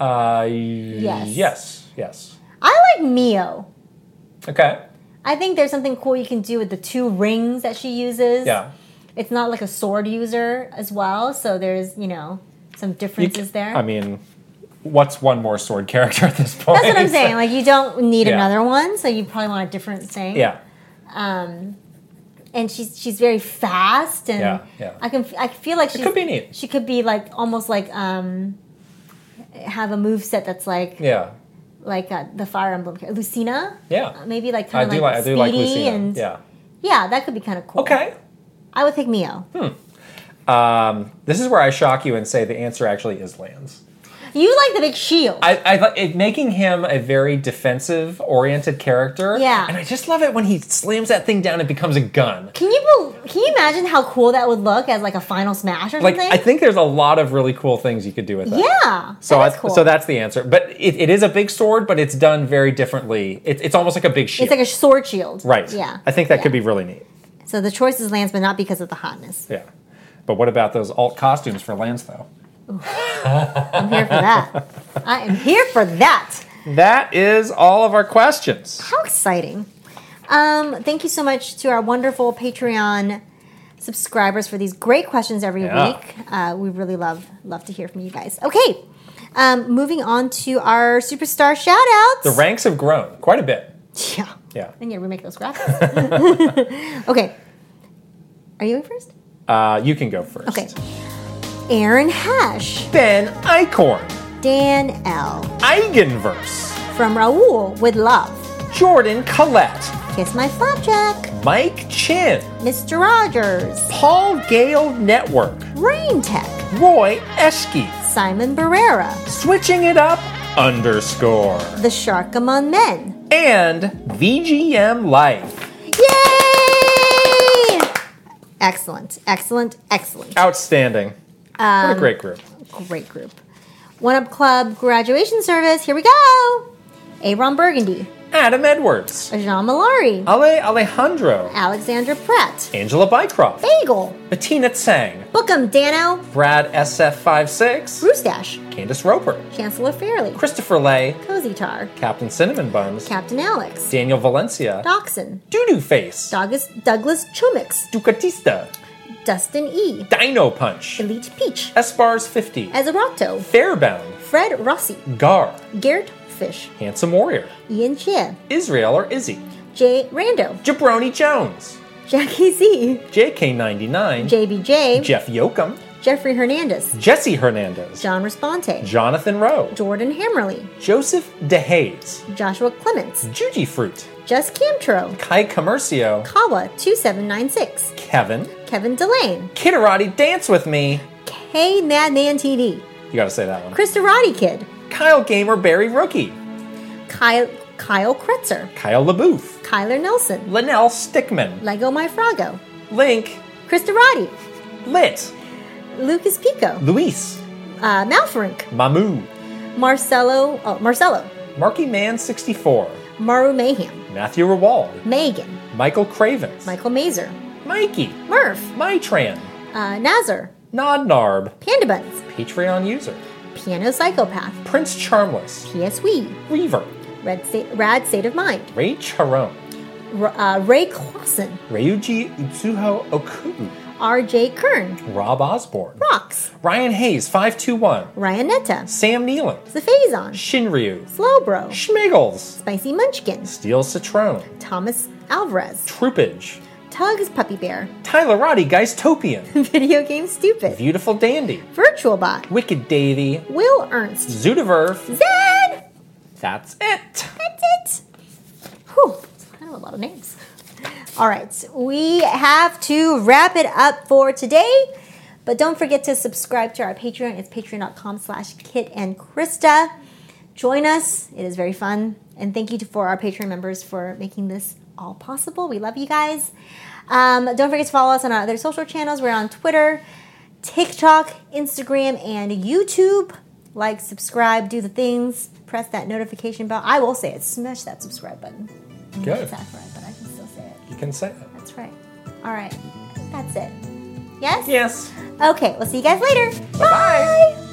Speaker 2: uh,
Speaker 1: Yes.
Speaker 2: yes, yes.
Speaker 1: I like Mio.
Speaker 2: Okay.
Speaker 1: I think there's something cool you can do with the two rings that she uses.
Speaker 2: Yeah.
Speaker 1: It's not like a sword user as well, so there's, you know, some
Speaker 2: You
Speaker 1: differences
Speaker 2: c-
Speaker 1: there.
Speaker 2: I mean, what's one more sword character at this point?
Speaker 1: That's what I'm saying. Like you don't need
Speaker 2: Yeah.
Speaker 1: another one, so you probably want a different thing.
Speaker 2: (laughs) yeah.
Speaker 1: And she's she's very fast, and
Speaker 2: Yeah, yeah.
Speaker 1: I can f- I feel like she
Speaker 2: could be neat.
Speaker 1: She could be like almost like um, have a move set that's like
Speaker 2: Yeah.
Speaker 1: like uh, the Fire Emblem character. Lucina.
Speaker 2: Yeah.
Speaker 1: Uh, maybe like
Speaker 2: I
Speaker 1: kind
Speaker 2: do
Speaker 1: of
Speaker 2: like,
Speaker 1: like,
Speaker 2: I do
Speaker 1: speedy
Speaker 2: like Lucina.
Speaker 1: and yeah.
Speaker 2: Yeah.
Speaker 1: that could be kind of cool.
Speaker 2: Okay. Hmm.
Speaker 1: I would pick Mio.
Speaker 2: This is where I shock you and say the answer actually is Lands.
Speaker 1: You like the big shield.
Speaker 2: I, I like it, making him a very defensive oriented character.
Speaker 1: Yeah.
Speaker 2: And I just love it when he slams that thing down and becomes a gun.
Speaker 1: can you bel can you imagine how cool that would look as like a final smash or
Speaker 2: Like
Speaker 1: something?
Speaker 2: I think there's a lot of really cool things you could do with that.
Speaker 1: yeah.
Speaker 2: So
Speaker 1: that is
Speaker 2: I-
Speaker 1: cool.
Speaker 2: so that's the answer. But it, it is a big sword, but it's done very differently. It, it's almost like a big shield.
Speaker 1: it's like a sword shield.
Speaker 2: right.
Speaker 1: Yeah.
Speaker 2: I think that
Speaker 1: Yeah.
Speaker 2: could be really neat.
Speaker 1: So the choice is Lance, but not because of the hotness.
Speaker 2: Yeah. But what about those alt costumes for Lance though?
Speaker 1: I'm here for
Speaker 2: (laughs)
Speaker 1: that. I am here for that.
Speaker 2: That is all of our questions.
Speaker 1: How exciting. Um, thank you so much to our wonderful Patreon subscribers for these great questions every
Speaker 2: Yeah.
Speaker 1: week. Uh, we really love love to hear from you guys. Okay. Um, moving on to our superstar shout outs.
Speaker 2: The ranks have grown quite a bit.
Speaker 1: (laughs) yeah.
Speaker 2: Yeah.
Speaker 1: I need to remake those graphics.
Speaker 2: (laughs)
Speaker 1: okay. Are you going first?
Speaker 2: Uh, you can go first.
Speaker 1: Okay. Aaron Hash,
Speaker 2: Ben Icorn,
Speaker 1: Dan L,
Speaker 2: Eigenverse.
Speaker 1: from Raul with love.
Speaker 2: Jordan Collette,
Speaker 1: Kiss My Flapjack,
Speaker 2: Mike Chin,
Speaker 1: Mr. Rogers,
Speaker 2: Paul Gale Network,
Speaker 1: Rain Tech,
Speaker 2: Roy Eschke,
Speaker 1: Simon Barrera,
Speaker 2: Switching It Up underscore,
Speaker 1: The Shark Among Men.
Speaker 2: and VGM Life.
Speaker 1: Yay! Excellent, excellent, excellent.
Speaker 2: Outstanding. what a great group.
Speaker 1: Great group. One Up Club graduation service, here we go! Aaron Burgundy,
Speaker 2: Adam Edwards,
Speaker 1: Jean Malari,
Speaker 2: Ale Alejandro,
Speaker 1: Alexandra Pratt,
Speaker 2: Angela Bycroft,
Speaker 1: Bagel,
Speaker 2: Bettina Tsang,
Speaker 1: Bookum Dano,
Speaker 2: Brad SF56,
Speaker 1: Brewstash,
Speaker 2: Candace Roper,
Speaker 1: Chancellor Fairley,
Speaker 2: Christopher Lay,
Speaker 1: Cozy Tar,
Speaker 2: Captain Cinnamon Buns,
Speaker 1: Captain Alex,
Speaker 2: Daniel Valencia,
Speaker 1: Doxon,
Speaker 2: Doodoo Face,
Speaker 1: Douglas, Douglas Chumix,
Speaker 2: Ducatista,
Speaker 1: Dustin E,
Speaker 2: Dino Punch,
Speaker 1: Elite Peach,
Speaker 2: Esbars 50,
Speaker 1: Azerotto,
Speaker 2: Fairbound,
Speaker 1: Fred Rossi,
Speaker 2: Gar,
Speaker 1: Garrett Fish,
Speaker 2: Handsome Warrior,
Speaker 1: Ian Chia,
Speaker 2: Israel or Izzy,
Speaker 1: Jay Rando,
Speaker 2: Jabroni Jones,
Speaker 1: Jackie Z,
Speaker 2: JK99,
Speaker 1: JBJ,
Speaker 2: Jeff Yoakum,
Speaker 1: Jeffrey Hernandez,
Speaker 2: Jesse Hernandez,
Speaker 1: John Responte,
Speaker 2: Jonathan Rowe,
Speaker 1: Jordan Hammerly,
Speaker 2: Joseph DeHaze,
Speaker 1: Joshua Clements,
Speaker 2: Juji Fruit,
Speaker 1: Jess Camtro,
Speaker 2: Kai Comercio,
Speaker 1: Kawa2796,
Speaker 2: Kevin,
Speaker 1: Kevin Delane,
Speaker 2: Kitterati Dance With Me,
Speaker 1: Hey Madman TV,
Speaker 2: you gotta say that one,
Speaker 1: Chris Dorati Kid,
Speaker 2: Kyle Gamer Barry Rookie,
Speaker 1: Kyle, Kyle Kretzer,
Speaker 2: Kyle LaBouffe,
Speaker 1: Kyler Nelson,
Speaker 2: Linnell Stickman,
Speaker 1: Lego My Frago,
Speaker 2: Link,
Speaker 1: Chris Dorati,
Speaker 2: Lit,
Speaker 1: Lucas Pico,
Speaker 2: Luis,
Speaker 1: uh, Malfrink,
Speaker 2: Mamu,
Speaker 1: Marcelo, oh, Marcelo,
Speaker 2: Marky Man 64,
Speaker 1: Maru Mayhem,
Speaker 2: Matthew Rewald,
Speaker 1: Megan,
Speaker 2: Michael Cravens,
Speaker 1: Michael Mazer,
Speaker 2: Mikey,
Speaker 1: Murph,
Speaker 2: Mytran,
Speaker 1: uh, Nazar,
Speaker 2: Nodnarb,
Speaker 1: Panda Buns,
Speaker 2: Patreon user,
Speaker 1: Piano Psychopath,
Speaker 2: Prince Charmless,
Speaker 1: P.S. Wee,
Speaker 2: Reaver,
Speaker 1: Red Sa- Rad State of Mind,
Speaker 2: Ray Charon,
Speaker 1: R- uh, Ray Clausen,
Speaker 2: Ryuji Utsuho Oku,
Speaker 1: R.J. Kern,
Speaker 2: Rob Osborne,
Speaker 1: Rox,
Speaker 2: Ryan Hayes 521,
Speaker 1: Ryanetta,
Speaker 2: Sam Nealand,
Speaker 1: Zephazon,
Speaker 2: Shinryu,
Speaker 1: Slowbro,
Speaker 2: Schmiggles,
Speaker 1: Spicy Munchkin,
Speaker 2: Steel Citrone,
Speaker 1: Thomas Alvarez,
Speaker 2: Troopage,
Speaker 1: Tugs Puppy Bear, (laughs)
Speaker 2: Tyler Roddy Geistopian,
Speaker 1: Video Game Stupid,
Speaker 2: Beautiful Dandy,
Speaker 1: Virtual Bot,
Speaker 2: Wicked Davy,
Speaker 1: Will Ernst,
Speaker 2: Zudiverf,
Speaker 1: Zed!
Speaker 2: that's it.
Speaker 1: That's it. Whew, I know a lot of names. All right, we have to wrap it up for today. But don't forget to subscribe to our Patreon. It's patreon.com slash Kit and Krista. Join us. It is very fun. And thank you to, for our Patreon members for making this all possible. We love you guys. Um, don't forget to follow us on our other social channels. We're on Twitter, TikTok, Instagram, and YouTube. Like, subscribe, do the things, press that notification bell. I will say it. Smash that subscribe button.
Speaker 2: Good.
Speaker 1: It's not right, but I can still say it.
Speaker 2: You can say that.
Speaker 1: That's right. All right. That's it. Yes?
Speaker 2: Yes.
Speaker 1: Okay, we'll see you guys later. Bye.